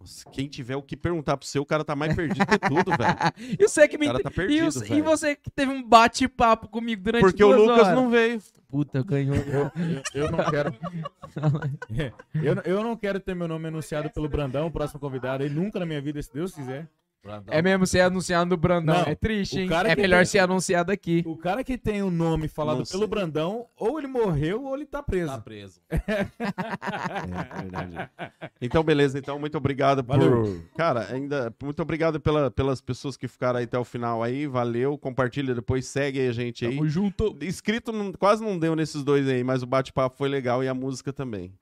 B: Nossa, Quem tiver o que perguntar pro seu, o cara tá mais perdido que tudo, velho.
A: E você que me.
B: O cara tá
A: e,
B: perdido,
A: os- e
B: velho.
A: você que teve um bate-papo comigo durante
B: Porque o
A: duas
B: Lucas
A: horas.
B: não veio.
A: Puta, ganhou.
C: Eu, eu não quero... eu, não- eu não quero ter meu nome anunciado pelo Brandão, o próximo convidado aí, nunca na minha vida, se Deus quiser.
D: Brandão.
A: É mesmo ser anunciado no Brandão.
C: Não,
A: é triste,
C: o
A: hein?
C: cara
A: É
C: que
A: melhor
C: tem-
A: ser anunciado aqui.
C: O cara que tem o nome falado
B: Não
C: pelo
B: sei.
C: Brandão, ou ele morreu ou ele tá preso.
D: Tá preso.
B: É, verdade. Então, beleza. Então, muito obrigado
C: Valeu.
B: por. Cara, ainda. Muito obrigado pela- pelas pessoas que ficaram aí até o final aí. Valeu. Compartilha depois, segue aí a gente aí.
A: Tamo junto.
B: Escrito não- quase não deu nesses dois aí, mas o bate-papo foi legal e a música também.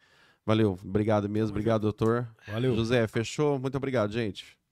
B: Valeu. Obrigado mesmo. Obrigado, doutor.
C: Valeu.
B: José, fechou? Muito obrigado, gente.